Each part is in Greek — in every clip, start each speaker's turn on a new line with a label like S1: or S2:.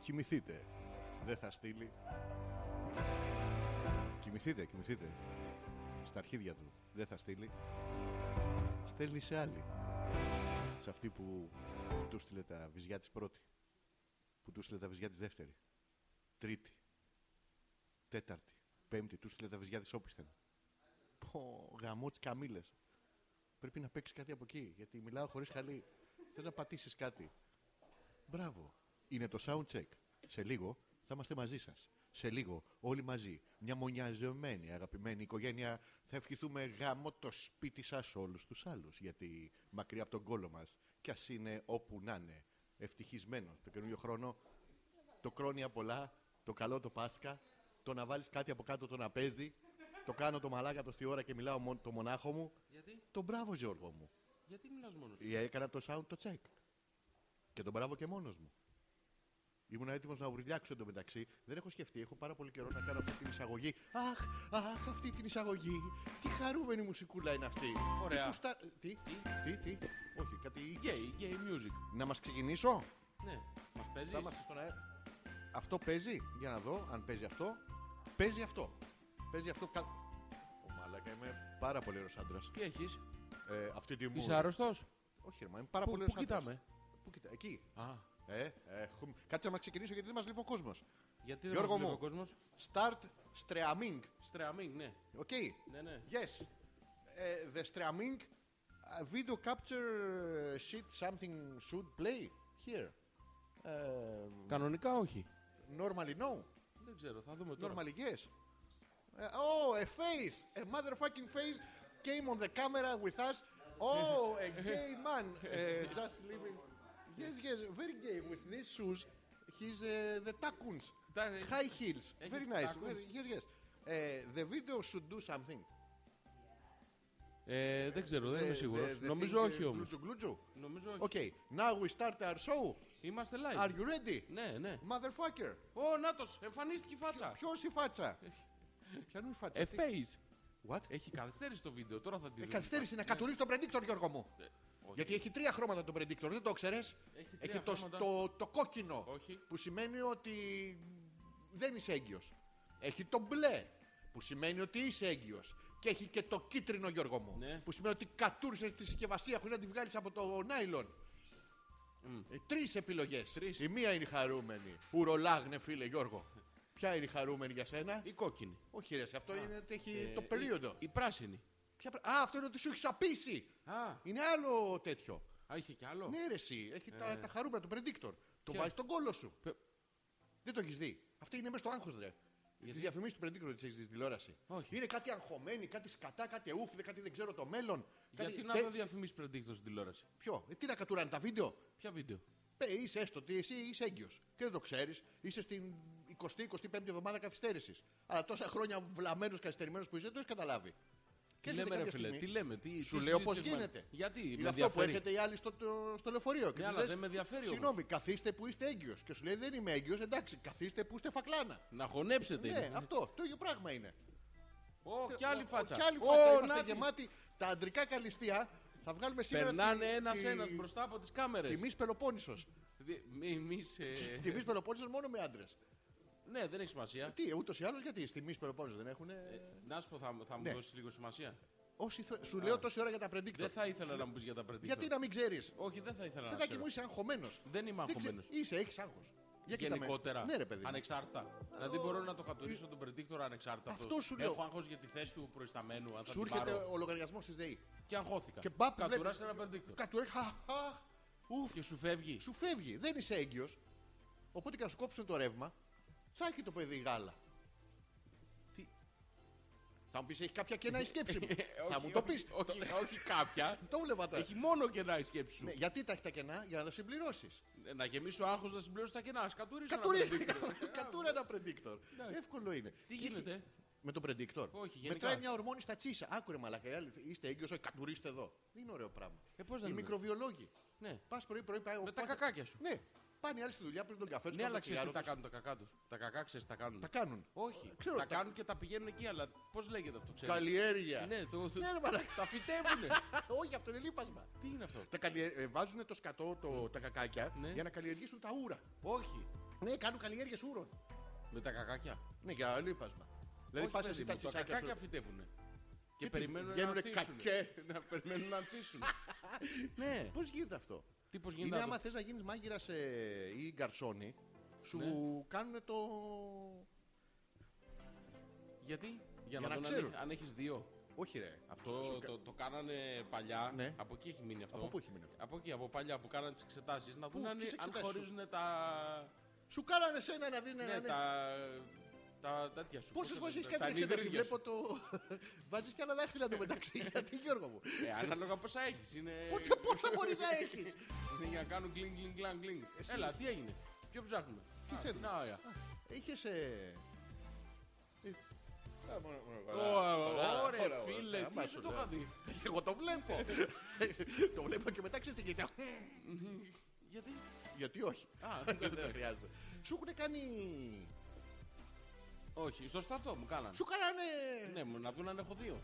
S1: Κοιμηθείτε. Δεν θα στείλει. Κοιμηθείτε, κοιμηθείτε. Στα αρχίδια του. Δεν θα στείλει. Στέλνει σε άλλη. Σε αυτή που του στείλε τα βυζιά της πρώτη. Που του στείλε τα βυζιά της δεύτερη. Τρίτη. Τέταρτη. Πέμπτη. Του στείλε τα βυζιά της όπισθεν. Πω, γαμό τις καμήλες. Πρέπει να παίξεις κάτι από εκεί. Γιατί μιλάω χωρίς χαλή. Θέλω να πατήσεις κάτι. Μπράβο. Είναι το sound check. Σε λίγο θα είμαστε μαζί σας. Σε λίγο όλοι μαζί. Μια μονιαζεμένη αγαπημένη οικογένεια. Θα ευχηθούμε γάμο το σπίτι σας όλους τους άλλους. Γιατί μακριά από τον κόλο μας, κι ας είναι όπου να είναι. Ευτυχισμένο το καινούριο χρόνο. Το κρόνια πολλά. Το καλό το Πάσχα. Το να βάλεις κάτι από κάτω το να παίζει. Το κάνω το μαλάκα το στη ώρα και μιλάω μόνο το μονάχο μου.
S2: Γιατί,
S1: Το μπράβο, Γιώργο μου.
S2: γιατί μιλάς μόνος σου.
S1: Ή Έκανα το sound το check. Και τον μπράβο και μόνος μου. Ήμουν έτοιμος να ουρλιάξω εντωμεταξύ. Δεν έχω σκεφτεί, έχω πάρα πολύ καιρό να κάνω αυτή την εισαγωγή. Αχ, αχ, αυτή την εισαγωγή. Τι χαρούμενη μουσικούλα είναι αυτή.
S2: Ωραία.
S1: Τι, κουστα- τι, τι, τι, όχι, κάτι.
S2: Γκέι, γκέι music.
S1: Να μας ξεκινήσω.
S2: Ναι, μας παίζεις.
S1: Θα είμαστε στον αέρα. Αυτό παίζει, για να δω αν παίζει αυτό. Παίζει αυτό. Παίζει αυτό. Κα... Ο μαλάκα είμαι πάρα πολύ ωραίος άντρας.
S2: Τι έχεις,
S1: Ε, αυτή τη μου.
S2: είσαι άρρωστος.
S1: Όχι, ρε, μα είμαι πάρα
S2: Πού-
S1: πολύ
S2: πού
S1: ωραίος άντρας.
S2: κοιτάμε?
S1: Πού κοιτάμε. Εκεί.
S2: Α,
S1: Ε, έχουμε... Κάτσε να μας ξεκινήσω γιατί δεν μας λείπει ο κόσμος.
S2: γιατί δεν
S1: Γιώργο
S2: μας βλέπει
S1: μου.
S2: ο κόσμος.
S1: Start streaming.
S2: Στραμμίν, ναι.
S1: Οκ.
S2: Ναι, ναι.
S1: Yes. Ε, the streaming uh, video capture ε, shit something should play here. Ε,
S2: Κανονικά όχι.
S1: normally no.
S2: Δεν ξέρω, θα δούμε τώρα.
S1: Normally yes. Ε, oh, a face. A motherfucking face came on the camera with us. Oh, a gay man uh, just leaving. Yes, yes, very gay with these shoes. He's uh, the takuns.
S2: Τα-
S1: High heels.
S2: Έχει
S1: Very nice.
S2: τάκους.
S1: Very- yes, yes. Ε, the video should do something.
S2: Ε, δεν ξέρω, δεν
S1: The-
S2: είμαι σίγουρος.
S1: the- the
S2: Νομίζω
S1: thing,
S2: όχι
S1: ε,
S2: όμως.
S1: Glutzu, glutzu.
S2: Νομίζω όχι.
S1: Okay, now we start our show.
S2: Είμαστε
S1: Are
S2: live.
S1: you ready?
S2: Ναι, ναι.
S1: Motherfucker.
S2: Ω, νάτος, εμφανίστηκε η φάτσα.
S1: Ποιος η φάτσα? Ποια είναι η φάτσα?
S2: Ε,
S1: τι-
S2: face.
S1: What?
S2: Έχει καθυστέρηση το βίντεο, τώρα θα τη
S1: Ε,
S2: δούμε.
S1: καθυστέρησε να κατουρίσει τον predictor, Γιώργο μου.
S2: Ε, όχι.
S1: Γιατί έχει τρία χρώματα το predictor, δεν το ξέρει.
S2: Έχει τρία
S1: Έχει το,
S2: χρώματα.
S1: το, το κόκκινο.
S2: Όχι.
S1: Που σημαίνει ότι δεν είσαι έγκυος. Έχει το μπλε. Που σημαίνει ότι είσαι έγκυος. Και έχει και το κίτρινο, Γιώργο μου.
S2: Ναι.
S1: Που σημαίνει ότι κατούρισες τη συσκευασία χωρίς να τη βγάλεις από το νάιλον. Ε, Τρεις επιλογές.
S2: Τρεις.
S1: Η μία είναι η χαρούμενη. Ουρολάγνε, φίλε Γιώργο. Ποια είναι η χαρούμενη για σένα.
S2: Η κόκκινη.
S1: Όχι, ρε, σε αυτό είναι, έχει
S2: Ε,
S1: το
S2: η-
S1: περίοδο.
S2: Η πράσινη.
S1: Ποια πρέ- Α, αυτό είναι ότι σου έχεις σαπίσει.
S2: Α,
S1: Είναι άλλο τέτοιο.
S2: α, είχε κι άλλο.
S1: Ναι, ρε, εσύ. Έχει τα, τα χαρούμενα του predictor. Το βάζει τον κόλο σου.
S2: Ε. Πε-
S1: Δεν το έχεις δει. Αυτή είναι μέσα στο άγχος, ρε. Τις διαφημίσεις του predictor τη έχει στην τηλεόραση.
S2: Όχι.
S1: Είναι κάτι αγχωμένη, κάτι σκατά, κάτι εούφιδε, κάτι δεν ξέρω το μέλλον. Κάτι...
S2: Γιατί να
S1: Τε-
S2: δω διαφημίσεις predictor στην τηλεόραση.
S1: Ποιο, ε, τι να κατουράνε τα βίντεο.
S2: Ποια βίντεο.
S1: Πε, είσαι έστω ότι εσύ είσαι έγκυος. Και δεν το ξέρεις. Είσαι στην 20-25η εβδομάδα καθυστέρησης. Αλλά τόσα χρόνια βλαμμένος καθυστερημένος που είσαι, το έχεις καταλάβει.
S2: Τι
S1: έρχεται
S2: λέμε, ρε
S1: κάποια
S2: φίλε,
S1: στιγμή-
S2: τι λέμε, τι.
S1: Σου
S2: τι
S1: λέω πώ
S2: συζήτηση
S1: γίνεται.
S2: έχουμε. Γιατί με
S1: είναι αυτό που
S2: ενδιαφέρει.
S1: έρχεται οι άλλοι στο, το- στο λεωφορείο. Και τους
S2: Ναι, αλλά
S1: λες,
S2: δεν με ενδιαφέρει όμως.
S1: Συγγνώμη, καθίστε που είστε έγκυος. Και σου λέει δεν είμαι έγκυος, εντάξει, καθίστε που είστε φακλάνα.
S2: Να χωνέψετε.
S1: Ναι,
S2: είναι.
S1: αυτό το ίδιο πράγμα είναι.
S2: Ω, κι άλλη
S1: Ο- ο-
S2: φάτσα.
S1: Κι άλλη
S2: Ω,
S1: φάτσα.
S2: να
S1: Είμαστε
S2: τη.
S1: γεμάτοι τα αντρικά καλυστία. Θα βγάλουμε σήμερα.
S2: Περνάνε
S1: τη- τη-
S2: ένα-ένα μπροστά από τις κάμερες.
S1: Τιμής Πελοπόννησος.
S2: Εμείς... ε,
S1: Τιμής Πελοπόννησος μόνο με άντρες.
S2: Ναι, δεν έχει σημασία.
S1: Τι, ούτως ή άλλως γιατί στη Μη Πελοπόννησο δεν έχουν.
S2: Να σου πω, θα, θα μου
S1: Ναι.
S2: δώσεις λίγο σημασία.
S1: Όσοι θε- σου λέω τόση ώρα για τα predictor.
S2: Δεν θα ήθελα να μου πεις για τα predictor.
S1: Γιατί να μην ξέρεις.
S2: Όχι, δεν θα ήθελα να
S1: Παιδάκι μου
S2: ξέρω.
S1: είσαι αγχωμένος.
S2: Δεν είμαι αγχωμένος.
S1: Είσαι, έχεις άγχος. Για κοίτα με.
S2: Γενικότερα.
S1: Ναι, ρε παιδί. μου.
S2: Ανεξάρτητα. Δηλαδή μπορώ να το κατορίσω τον predictor ανεξάρτητα.
S1: Αυτός
S2: αυτός.
S1: σου λέω.
S2: Έχω άγχος για τη θέση του προϊσταμένου. Αν θα
S1: Σου
S2: την
S1: έρχεται
S2: πάρω.
S1: ο λογαριασμός της ΔΕΗ.
S2: Και αγχώθηκα.
S1: Και μπαπ,
S2: Κατουράς
S1: βλέπεις-
S2: ένα predictor.
S1: Κατ' ουρέ, χαχ, Ουφ,
S2: Και σου φεύγει.
S1: σου φεύγει. Δεν είσαι έγκυος. Οπότε και να σου κόψουν το ρεύμα, θα έχει το παιδί γάλα.
S2: Τι-
S1: Θα μου πεις, έχεις κάποια κενά η σκέψη μου.
S2: Ε,
S1: θα
S2: όχι,
S1: μου το
S2: όχι,
S1: πεις.
S2: Όχι, όχι κάποια.
S1: Το βλέπα τώρα.
S2: Ε, Έχει μόνο κενά η σκέψη σου.
S1: Ναι, γιατί τα έχει τα κενά, για να τα συμπληρώσεις.
S2: Ε, Να γεμίσω άγχος να συμπληρώσω τα κενά. Ας Κατουρίσω ένα
S1: Κατουρί,
S2: predictor.
S1: κατούρα ένα predictor.
S2: Εντάξει.
S1: Εύκολο είναι.
S2: Τι
S1: Και έχει-
S2: γίνεται?
S1: Με τον predictor.
S2: Όχι, γενικά.
S1: Μετράει μια ορμόνη στα τσίσα. Άκουρε μαλακά. οι άλλοι, Είστε έγκυος, όχι, κατουρίστε εδώ. Δεν είναι ωραίο πράγμα.
S2: Ε, πώς να
S1: Οι
S2: είναι.
S1: μικροβιολόγοι.
S2: Ναι.
S1: Πας πρωί-πρωί πάει ο
S2: Με τα
S1: πάτε-
S2: κακάκια σου.
S1: Ναι. Πάνε οι άλλοι στη δουλειά πριν τον καφέ τους.
S2: Ναι, αλλά ξέρεις τι
S1: τα
S2: τα κάνουν τα κακά τους. Τα κακά ξέρεις τι τα κάνουν.
S1: Τα κάνουν.
S2: Όχι.
S1: Ξέρω,
S2: τα,
S1: τα-
S2: κάνουν και τα πηγαίνουν εκεί, αλλά πώς λέγεται αυτό, ξέρεις.
S1: Καλλιέργεια.
S2: Ναι, το, το-
S1: Ναι, ρε μαλάκα.
S2: τα φυτεύουνε.
S1: Όχι, αυτό είναι λίπασμα.
S2: τι είναι αυτό.
S1: Τα καλλιε- ε, Βάζουν το σκατό, το, τα κακάκια
S2: Ναι.
S1: για να καλλιεργήσουν τα ούρα.
S2: Όχι.
S1: Ναι, κάνουν καλλιέργειες ούρων.
S2: Με τα κακάκια.
S1: Ναι, για λίπασμα. Δηλαδή
S2: Όχι,
S1: πας
S2: παιδί
S1: εσύ
S2: μου,
S1: τα
S2: τα
S1: τσισάκια
S2: κακάκια
S1: σου.
S2: φυτεύουν. Και
S1: τι,
S2: περιμένουν να
S1: βγαίνουνε
S2: ανθίσουν.
S1: κακές.
S2: Να περιμένουν να ανθίσουν. Ναι.
S1: Πώς γίνεται αυτό.
S2: Τι πώς
S1: Είναι
S2: γίνεται
S1: άμα
S2: αυτό.
S1: θες να γίνεις μάγειρα ή γκαρσόνι, σου
S2: Ναι.
S1: κάνουν το.
S2: Γιατί, για
S1: Για να
S2: να δουν αν
S1: ξέρουν.
S2: έχ- αν έχεις δύο.
S1: Όχι ρε. Αυτό
S2: Το,
S1: σου...
S2: το, το κάνανε παλιά.
S1: Ναι.
S2: Από εκεί έχει μείνει αυτό.
S1: Από πού έχει μείνει αυτό?
S2: Από εκεί, από παλιά που κάνανε τις εξετάσεις. Να δουν αν,
S1: ποιες
S2: αν
S1: εξετάσεις σου?
S2: χωρίζουν τα.
S1: Σου κάνανε σένα να δίνει
S2: Ναι,
S1: ένα. Ναι.
S2: τα. Τα τέτοια σου.
S1: Πόσες
S2: πώς
S1: φορές
S2: τα-
S1: έχεις
S2: τα
S1: κάνει την εξέταση.
S2: ανιδρύδια σου.
S1: Βλέπω το. Βάζεις και άλλα δάχτυλα εδώ μεταξύ. Γιατί Γιώργο μου.
S2: Ε, ανάλογα πόσα έχεις. Είναι...
S1: Πόσα- Πόσα μπορείς να έχεις.
S2: είναι για να κάνουν κλινγκ, κλινγκ, κλινγκ, κλινγκ.
S1: Εσύ.
S2: Έλα, τι έγινε. Ποιο ψάχνουμε.
S1: Τι
S2: Α,
S1: θέλουμε.
S2: Να, ωραία.
S1: Είχες. ε,
S2: Ω, Ωρε, φίλε, τι δεν το είχα δει.
S1: Εγώ το βλέπω. Το βλέπω και μετά ξέρετε γιατί.
S2: Γιατί.
S1: Γιατί όχι.
S2: Α,
S1: Δεν χρειάζεται. Σου έχουν κάνει.
S2: όχι, στο στρατό μου κάνανε.
S1: Σου κάνανε.
S2: Ναι, μου να δουν αν έχω δύο.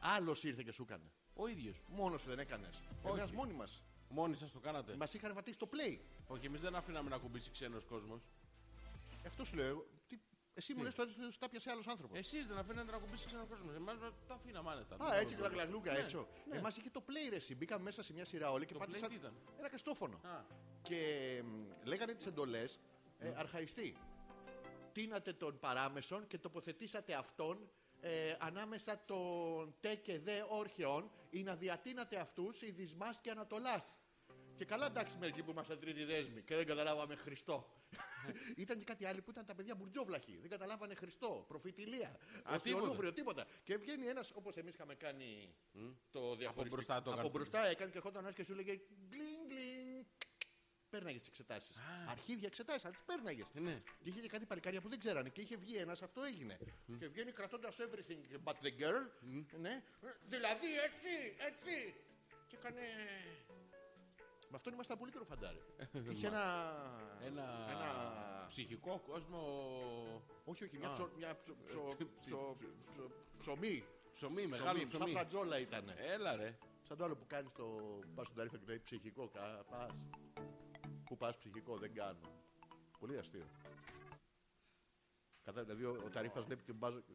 S1: Άλλος ήρθε και σου έκανε.
S2: Ο ίδιος.
S1: Μόνος σου δεν έκανες.
S2: Όχι. Ναι.
S1: Εμένα μόνοι μας.
S2: Μόνοι σας το κάνατε.
S1: Μας είχαν βατήσει το play.
S2: Όχι, εμείς δεν αφήναμε να κουμπίσει ξένος κόσμος.
S1: Αυτός σου λέω. εγώ. Τι- Εσύ μου
S2: Τι?
S1: λες τώρα ότι σου τα πιασε άλλος άνθρωπος.
S2: Εσείς δεν αφήνατε να κουμπίσει ξένος κόσμος. Εμάς τα αφήναμε άνετα.
S1: Α, έτσι γλαγλαγλούκα
S2: Ναι,
S1: έτσι.
S2: ναι.
S1: Εμάς είχε το play ρε. εσύ. Μπήκαμε μέσα σε μια σειρά όλοι και
S2: Το Play τι
S1: πάτησαν
S2: ήταν.
S1: ένα καστόφωνο.
S2: Α,
S1: Και μ, λέγανε τις εντολές
S2: Ναι.
S1: ε, αρχαϊστή. Τίνατε τον παράμεσον και τοποθετήσατε αυτόν ε, ανάμεσα των τε και δε όρχεων ή να διατείνατε αυτούς οι δυσμάς και ανατολάς. Και καλά εντάξει μερικοί που ήμασταν τρίτη δέσμη και δεν καταλάβαμε Χριστό. ήταν και κάτι άλλο που ήταν τα παιδιά μπουρτζόβλαχοι. Δεν καταλάβανε Χριστό, προφητηλία,
S2: τίποτα.
S1: οσιολούβριο, τίποτα. Και βγαίνει ένας όπως εμείς είχαμε κάνει το διαχωριστικό.
S2: μπροστά το
S1: από
S2: γράφουμε.
S1: μπροστά έκανε και ερχόταν ένας και σου λέγε γκλινγκ γκλινγκ. Παίρναγε τις εξετάσεις. Αρχίδια εξετάσεις, αλλά τις παίρναγε.
S2: ναι.
S1: Και είχε και κάτι παλικάρια που δεν ξέρανε. Και είχε βγει ένας, αυτό έγινε. Και βγαίνει κρατώντας everything but the girl. Ναι. Ε, Δηλαδή έτσι, έτσι. Και έκανε. Με αυτόν ήμασταν πολύ κροφαντάρι. είχε ένα.
S2: Ε, Ένα,
S1: Ένα-
S2: ψυχικό κόσμο.
S1: Όχι, όχι, μια,
S2: Α. Ε,
S1: ψω... μια ψω... ψω- ψω- ψω- ψωμί.
S2: Ψωμί, μεγάλο
S1: Ψωμί, σαν
S2: ψωμί.
S1: φρατζόλα ήταν.
S2: Έλα ρε.
S1: Σαν το άλλο που κάνεις το. Πας στον ταρίφα και λέει ψυχικό. κα- Πας. Που πας ψυχικό, δεν κάνω. Πολύ αστείο. Κατά, δηλαδή ο, ο ταρίφας βλέπει την μπάζα. και-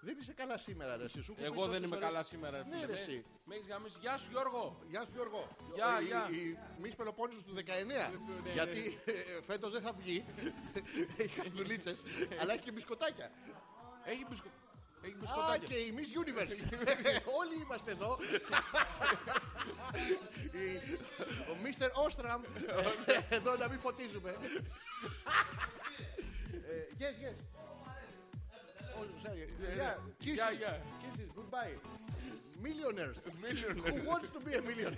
S1: Δεν είσαι καλά σήμερα, ρε. Εσύ, σου έχω πει
S2: Εγώ
S1: τόσες
S2: δεν είμαι
S1: φορές-
S2: καλά σήμερα.
S1: Ναι, ρε, εσύ.
S2: Με έχεις γαμίσει. Γεια σου, Γιώργο.
S1: Γεια σου, Γιώργο.
S2: Γεια,
S1: η,
S2: γεια.
S1: Η μη Πελοπόννησος του 19.
S2: ναι.
S1: γιατί φέτος δεν θα βγει. έχει καρδουλίτσε, αλλά έχει και μπισκοτάκια.
S2: Έχει, μπισκο... έχει
S1: Α,
S2: μπισκοτάκια.
S1: και η Miss Universe. Ε, Όλοι είμαστε εδώ. Η- Ο Mr. Ostram. Εδώ να μην φωτίζουμε. Ε, Yes, yes. Oh, sorry. Yeah,
S2: Yeah,
S1: kisses.
S2: yeah.
S1: Kisses, goodbye. Millionaires. Who
S2: Millionaire.
S1: wants to be a millionaire?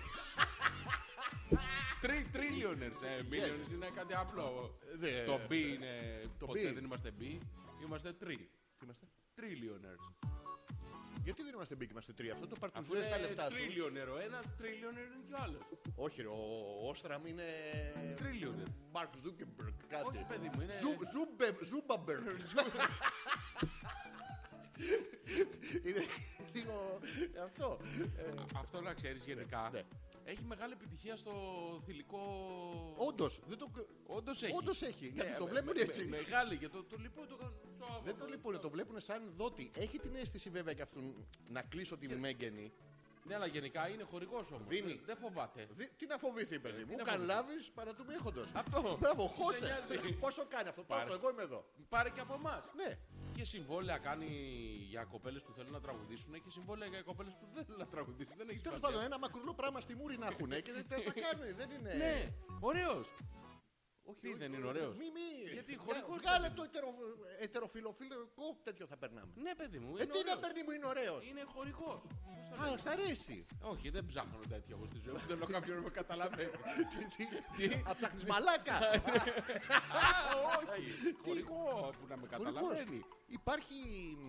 S2: Τρι, trillionaires. Ε, millionaires είναι κάτι απλό.
S1: Δε-
S2: Το B είναι.
S1: Ε, Το
S2: ποτέ
S1: B.
S2: δεν είμαστε B. Είμαστε τρι.
S1: Τι είμαστε?
S2: Trillionaires.
S1: Γιατί δεν είμαστε μπήκοι, είμαστε τρία. Αυτό το
S2: Αφού
S1: παρτουζέ
S2: είναι
S1: τα λεφτά σου.
S2: trillionaire ο ένας, trillionaire είναι και ο άλλος.
S1: Όχι, ρε, ο Όστραμ είναι.
S2: Trillionaire.
S1: Μαρκ Ζούκεμπεργκ, κάτι.
S2: ε. Όχι, παιδί μου, είναι-
S1: Ζου- Ζούμπε- Ζούμπαμπεργκ. είναι λίγο αυτό. Ε,
S2: Αυτό να ξέρεις γενικά.
S1: ναι.
S2: Έχει μεγάλη επιτυχία στο θηλυκό.
S1: Όντως, δεν το.
S2: Όντως έχει. Ναι,
S1: Όντως έχει, γιατί το
S2: με-
S1: βλέπουν
S2: με-
S1: έτσι.
S2: με- μεγάλη και το, το λοιπόν το κάνουν.
S1: Δεν το λοιπόν, το βλέπουν σαν δότη. Έχει την αίσθηση βέβαια και αυτού να κλείσω τη μέγενη.
S2: Ναι, αλλά γενικά είναι χορηγός όμως.
S1: Δίνει.
S2: Δεν φοβάται.
S1: Δι- Τι να φοβηθεί, παιδί μου.
S2: Ε, να
S1: Καν
S2: φοβηθεί.
S1: λάβεις παρά του μη έχοντος.
S2: Αυτό.
S1: Μπράβο,
S2: Τι σε
S1: χώστε.
S2: νοιάζει.
S1: Πόσο κάνει αυτό,
S2: Πάρε.
S1: πόσο, εγώ είμαι εδώ.
S2: Πάρε και από εμάς.
S1: Ναι,
S2: Και συμβόλαια κάνει για κοπέλες που θέλουν να τραγουδήσουν και συμβόλαια για κοπέλες που δεν θέλουν να τραγουδήσουν. Δεν έχει
S1: τέλος
S2: σημασία.
S1: πάντων, ε, ένα μακρινό πράγμα στη μούρη να έχουν και δεν τα κάνουν. Δεν είναι.
S2: Ναι, ωραίος.
S1: Όχι,
S2: Τι,
S1: όχι,
S2: δεν είναι
S1: όχι,
S2: ωραίος?
S1: Μη, μη.
S2: Γιατί
S1: Βγα-
S2: χωρικός
S1: Βγάλε
S2: παιδί.
S1: το ετερο, ετεροφιλοφιλικό τέτοιο θα περνάμε.
S2: Ναι, παιδί μου.
S1: Ε,
S2: Είναι,
S1: τι να
S2: ωραίος.
S1: παίρνει μου είναι ωραίος.
S2: είναι χορηγό.
S1: Α, σ' αρέσει.
S2: Όχι, δεν ψάχνω τέτοια εγώ στη ζωή μου. Θέλω κάποιον να με καταλαβαίνει.
S1: Αψάχνει μαλάκα.
S2: Α, όχι. Χορηγό που να με καταλαβαίνει.
S1: Χορηγός. Υπάρχει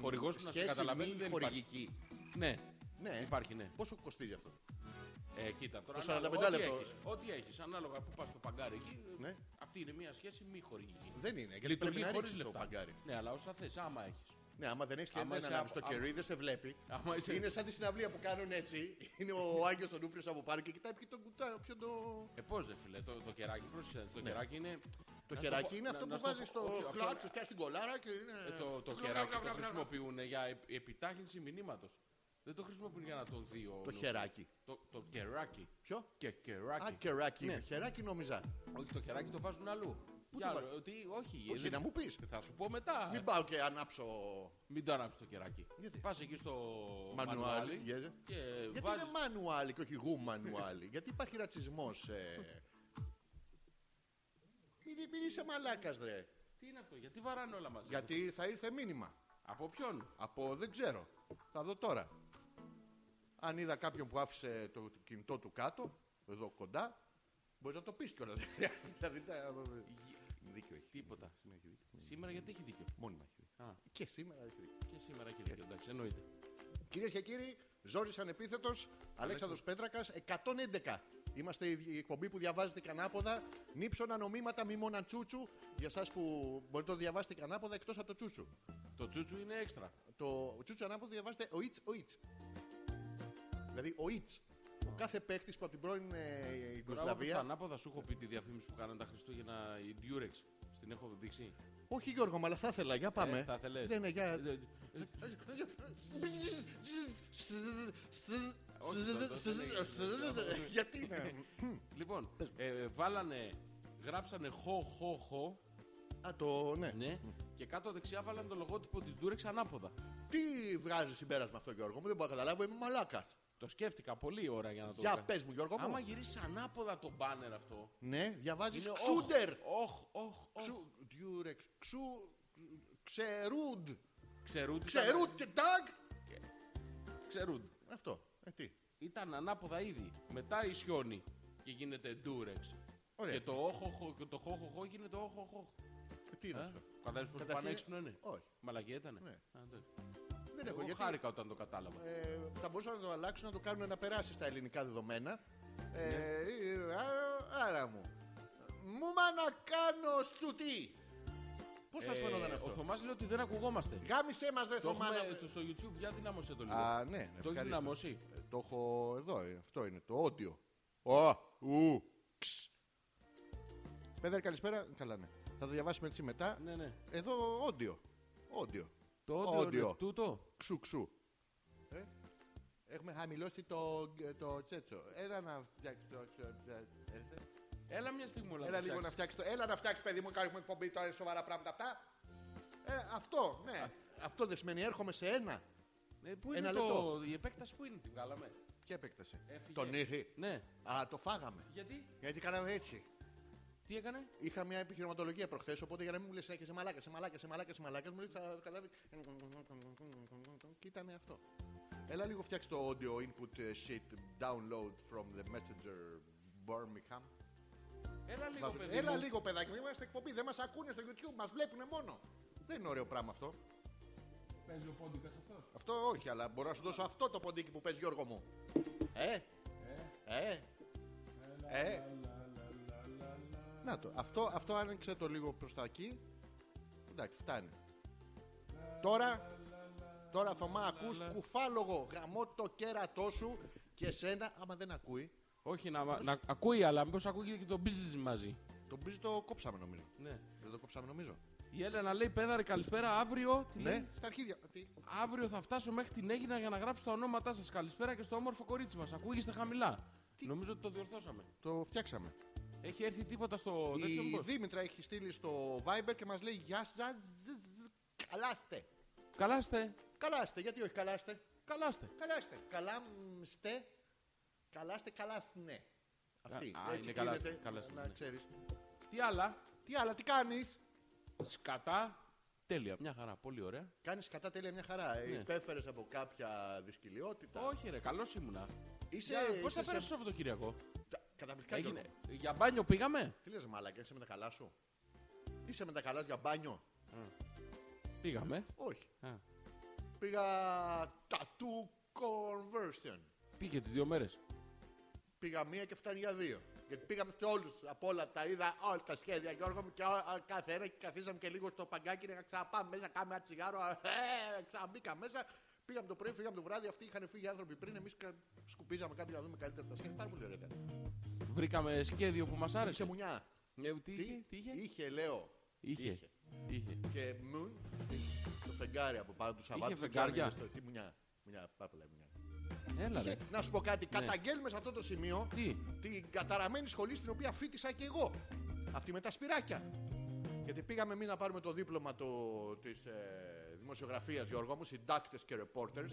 S2: Χορηγός που να σε
S1: σχέση
S2: καταλαβαίνει
S1: μη
S2: δεν υπάρχει.
S1: χορηγική.
S2: Ναι,
S1: Ναι.
S2: υπάρχει, ναι.
S1: Πόσο κοστίζει αυτό.
S2: Ε, κοίτα τώρα.
S1: Το
S2: ανάλογα,
S1: 45
S2: ό,τι
S1: λεπτό.
S2: έχεις, Ό,τι έχεις, ανάλογα που πας στο παγκάρι εκεί.
S1: Ναι.
S2: Αυτή είναι μια σχέση μη χορηγική.
S1: Δεν είναι. Γιατί πρέπει
S2: Λειτουργεί
S1: να
S2: χωρίς
S1: ρίξεις το
S2: λεφτά.
S1: παγκάρι.
S2: Ναι, αλλά όσα θες, άμα έχεις.
S1: Ναι, άμα δεν έχεις και
S2: Άμα
S1: δεν
S2: είσαι
S1: ανάβει
S2: από-
S1: το κερί, δεν σε βλέπει.
S2: Άμα είσαι-
S1: Είναι σαν τη συναυλία που κάνουν έτσι. Είναι ο Άγιος τον Ούφριος από πάνω και κοιτάει ποιο το κουτά. Ποιο το.
S2: Ε, πώς δε φίλε, το, το κεράκι, πρόσεξε. Το κεράκι είναι
S1: Ναι. Το
S2: Να
S1: χεράκι
S2: στο πω-
S1: είναι
S2: να-
S1: αυτό
S2: να
S1: που
S2: στο
S1: βάζεις
S2: πω-
S1: στο
S2: όχι, αυτό-
S1: κλατσο, φτιάχνεις την κολάρα και είναι.
S2: Ε, το, το χεράκι το χρησιμοποιούν για επ- επιτάχυνση μηνύματος. Δεν το χρησιμοποιούν για να το δει ο.
S1: Το
S2: νου.
S1: χεράκι.
S2: Το, το κεράκι.
S1: Ποιο?
S2: Και κεράκι.
S1: Α, κεράκι.
S2: Ναι.
S1: είναι. Χεράκι νόμιζα.
S2: Όχι, το χεράκι το βάζουν αλλού.
S1: Πού
S2: Για
S1: το
S2: άλλο,
S1: βάζουν?
S2: ότι όχι. ε,
S1: Όχι,
S2: δεν-
S1: να μου πεις.
S2: Θα σου πω μετά.
S1: Μην πάω και ανάψω.
S2: Μην το ανάψεις το κεράκι.
S1: Γιατί?
S2: Πας εκεί στο
S1: Μανουάλι.
S2: μανουάλι
S1: Γιατί
S2: και
S1: Γιατί
S2: βάζεις...
S1: είναι μανουάλι και όχι γου μανουάλι. Γιατί υπάρχει ρατσισμός. Ε... Μην- μην είσαι μαλάκας, ρε.
S2: Τι είναι αυτό, γιατί βαράνε όλα μαζί.
S1: Γιατί θα ήρθε μήνυμα.
S2: Από ποιον.
S1: Από δεν ξέρω. Θα δω τώρα. Αν είδα κάποιον που άφησε το κινητό του κάτω, εδώ κοντά, μπορείς να το πεις κιόλας. δηλαδή. τα- Δίκιο έχει.
S2: Τίποτα.
S1: Σήμερα έχει δίκιο.
S2: Σήμερα γιατί έχει δίκιο.
S1: Μόνιμα έχει δίκιο.
S2: Α,
S1: Και σήμερα έχει δίκιο.
S2: και σήμερα έχει δίκιο. Εντάξει, εννοείται.
S1: Κυρίες και κύριοι, Ζόρι Ανεπίθετος, Αλέξανδρος Πέτρακα, 111. Είμαστε η η εκπομπή που διαβάζετε κανάποδα. Νύψωνα νομίματα μη μόνα τσούτσου. Για εσά που μπορείτε να το διαβάσετε κανάποδα εκτός από το τσούτσου.
S2: Το τσούτσου είναι έξτρα.
S1: Το τσούτσου ανάποδα διαβάζετε ο Ιτ, ο Ιτ. Δηλαδή ο Ιτ. Ο κάθε παίχτης που από την πρώην ε,
S2: Μπράβο, όπως
S1: Ιουγκοσλαβία.
S2: τα ανάποδα σου έχω πει τη διαφήμιση που κάνανε τα Χριστούγεννα η Durex. Στην έχω δείξει.
S1: Όχι Γιώργο, μου, αλλά θα ήθελα, για πάμε.
S2: Ε, θα θελές.
S1: Ναι, ναι, για.
S2: Ε, ε, ε,
S1: Γιατί είναι.
S2: Λοιπόν, ε, βάλανε, γράψανε χω χω χω
S1: Α, το ναι.
S2: ναι, και κάτω δεξιά βάλανε το λογότυπο της Durex ανάποδα.
S1: Τι βγάζει συμπέρασμα αυτό, Γιώργο μου, δεν μπορώ να καταλάβω, είμαι μαλάκα.
S2: Το σκέφτηκα πολύ ώρα για να το
S1: Για
S2: κάνω.
S1: πες μου, Γιώργο
S2: Άμα
S1: μου.
S2: γυρίσει ανάποδα το μπάνερ αυτό.
S1: Ναι, διαβάζεις
S2: οχ,
S1: ξούντερ.
S2: Οχ, οχ, οχ.
S1: Ξου. Διούρεξ. Ξου. Ξερούντ.
S2: Ξερούντ.
S1: Ξερούντ και τάγκ.
S2: ήταν- Ξερούντ.
S1: Αυτό. Ε, τι.
S2: Ήταν ανάποδα ήδη. Μετά η σιώνη και γίνεται ντούρεξ.
S1: Ωραία.
S2: Και το όχ, όχ, όχ, και το χω, χω, χω γίνεται όχ, όχ, όχ.
S1: Ε, Τι είναι αυτό.
S2: Κατάλαβε πω
S1: Καταρχήν-
S2: πανέξυπνο είναι.
S1: Όχι.
S2: Μαλαγία ήταν.
S1: Ναι. Δεν έχω
S2: Ε, Εγώ
S1: γιατί.
S2: χάρηκα όταν το κατάλαβα.
S1: ε, θα μπορούσαν να το αλλάξουν να το κάνουν να περάσει στα ελληνικά δεδομένα. Ε,
S2: Ναι.
S1: ε, α, άρα μου. Μου μα να κάνω σου τι. Πώς θα σου φαινόταν
S2: Ε, Ο
S1: αυτό.
S2: Θωμάς λέει ότι δεν ακουγόμαστε.
S1: Γάμισε μας, δεν
S2: Το
S1: θωμά να.
S2: έχουμε στο- στο YouTube, για δυνάμωσε το λίγο.
S1: Α, ναι,
S2: το έχει
S1: ευχαριστώ.
S2: δυναμώσει.
S1: Ε, Το έχω εδώ, ε, αυτό είναι το όντιο. Ω, ου, ξ. Πέδερ, καλησπέρα. Καλά, ναι. Θα το διαβάσουμε έτσι μετά.
S2: Ναι, ναι.
S1: Εδώ όντιο. Όντιο.
S2: Το όντιο
S1: Όντιο.
S2: είναι τούτο.
S1: Ξου, ξου. Ε, Έχουμε χαμηλώσει το, ε, το τσέτσο. Έλα να φτιάξεις το. τσο- τσε- ε,
S2: Έλα μια στιγμή όλα.
S1: Έλα λίγο να φτιάξεις το. Έλα να φτιάξεις, παιδί μου, κάνουμε εκπομπή τώρα είναι σοβαρά πράγματα αυτά. Ε, αυτό, ναι. Αυτό δεν σημαίνει έρχομαι σε ένα.
S2: Ε, πού είναι
S1: Ένα
S2: το... Η επέκταση που είναι, την βγάλαμε.
S1: Και επέκτασε.
S2: Έφυγε.
S1: Τον ήχη.
S2: Ναι.
S1: Α, το φάγαμε.
S2: Γιατί,
S1: Γιατί κάναμε έτσι.
S2: τι έκανε.
S1: Είχα μια επιχειρηματολογία προχθές, οπότε για να μην μου λες συνέχεια σε μαλάκα, σε μαλάκα, σε μαλάκα, σε μαλάκα, μου λέει θα καταλάβει. Και ήταν αυτό. Έλα λίγο φτιάξει το audio input ε, sheet download from the messenger Birmingham.
S2: Έλα λίγο,
S1: Βάζουν-
S2: παιδί
S1: Έλα
S2: μου.
S1: λίγο παιδάκι, μου είμαστε εκπομπή, δεν μας ακούνε στο YouTube, μας βλέπουν μόνο. Δεν είναι ωραίο πράγμα αυτό.
S2: Παίζει ο πόντικας αυτός.
S1: Αυτό όχι, αλλά μπορώ να σου δώσω αυτό το ποντίκι που παίζει Γιώργο μου. Ε, ε, ε. Να το, αυτό, αυτό άνοιξε το λίγο προς τα εκεί. Εντάξει, φτάνει. Τώρα, τώρα Θωμά, ακούς κουφάλογο γαμό το κέρατό σου και σένα, άμα δεν ακούει,
S2: Όχι, να, να ακούει, αλλά μήπως ακούγεται και το business μαζί.
S1: τον μπίζ το κόψαμε νομίζω.
S2: Ναι.
S1: Δεν το κόψαμε νομίζω.
S2: Η Έλενα λέει: Πέδαρε, καλησπέρα. Αύριο, τι λέει,
S1: Ναι, στα αρχίδια. Τι,
S2: αύριο θα φτάσω μέχρι την Έγινα για να γράψω τα ονόματά σας. Καλησπέρα και στο όμορφο κορίτσι μας. Ακούγεστε χαμηλά. Νομίζω ότι το διορθώσαμε.
S1: το φτιάξαμε.
S2: Έχει έρθει τίποτα στο τέτοιο
S1: Η
S2: μήπως?
S1: Δήμητρα έχει στείλει στο Viber και μας λέει «Γεια σας, καλάστε».
S2: Καλά είστε.
S1: Καλάστε, γιατί όχι καλάστε.
S2: Καλά είστε.
S1: Καλάστε. Καλάμστε. Καλάστε, καλάσνε. Αυτή.
S2: Α,
S1: Έτσι
S2: είναι καλάστε,
S1: γίνεται,
S2: καλάστε,
S1: να
S2: ναι.
S1: ξέρεις.
S2: Τι άλλα.
S1: Τι άλλα, τι κάνεις.
S2: Σκατά. Τέλεια. Μια χαρά. Πολύ ωραία.
S1: Κάνεις κατά τέλεια μια χαρά.
S2: Ναι.
S1: Ναι. Υπέφερες από κάποια δυσκολιότητα.
S2: Όχι, ρε, καλός ήμουνα.
S1: Είσαι,
S2: Πώ
S1: είσαι
S2: θα
S1: σε-
S2: πέρασε το Σαββατοκύριακο.
S1: τα- Καταπληκτικά
S2: Έγινε.
S1: Γιώργο.
S2: Για μπάνιο πήγαμε.
S1: Τι λες μάλακα, είσαι με τα καλά σου. Είσαι με τα καλά σου για μπάνιο.
S2: Πήγαμε.
S1: Όχι.
S2: Α.
S1: Πήγα tattoo conversion.
S2: Πήγε τις δύο μέρες.
S1: Πήγα μία και φτάνει για δύο. Γιατί πήγαμε σε όλους από όλα τα είδα, όλα τα σχέδια Γιώργο μου και ό- α, κάθε ένα και καθίσαμε και λίγο στο παγκάκι να ξαναπάμε μέσα, κάνουμε ένα τσιγάρο. α, Ε, ξαναμπήκα μέσα. Πήγαμε το πρωί, φύγαμε το βράδυ. Αυτοί είχαν φύγει άνθρωποι πριν. Εμείς σκουπίζαμε κάτι για να δούμε καλύτερα τα σχέδια. Πάρα πολύ ωραία. ήταν.
S2: Βρήκαμε σχέδιο που μας άρεσε.
S1: Και μουνιά.
S2: Ε, τι, είχε, τι είχε.
S3: Είχε, λέω.
S2: Είχε.
S3: είχε.
S2: είχε.
S3: Και moon, το φεγγάρι από πάνω του Σαββάτου.
S2: Είχε
S3: δεν ξέρω αν
S2: φεγγάρια.
S3: είδες το- Τι μουνιά. Μουνιά, πάρα πολλά μουνιά.
S2: Έλα ρε.
S3: Είχε- Να σου πω κάτι.
S2: Ναι.
S3: Καταγγέλνουμε σε αυτό το σημείο
S2: Τι.
S3: την καταραμένη σχολή στην οποία φίτησα και εγώ. Αυτή με τα σπυράκια. Γιατί πήγαμε εμείς να πάρουμε το δίπλωμα το, της ε, δημοσιογραφίας, Γιώργο μου, συντάκτες και reporters.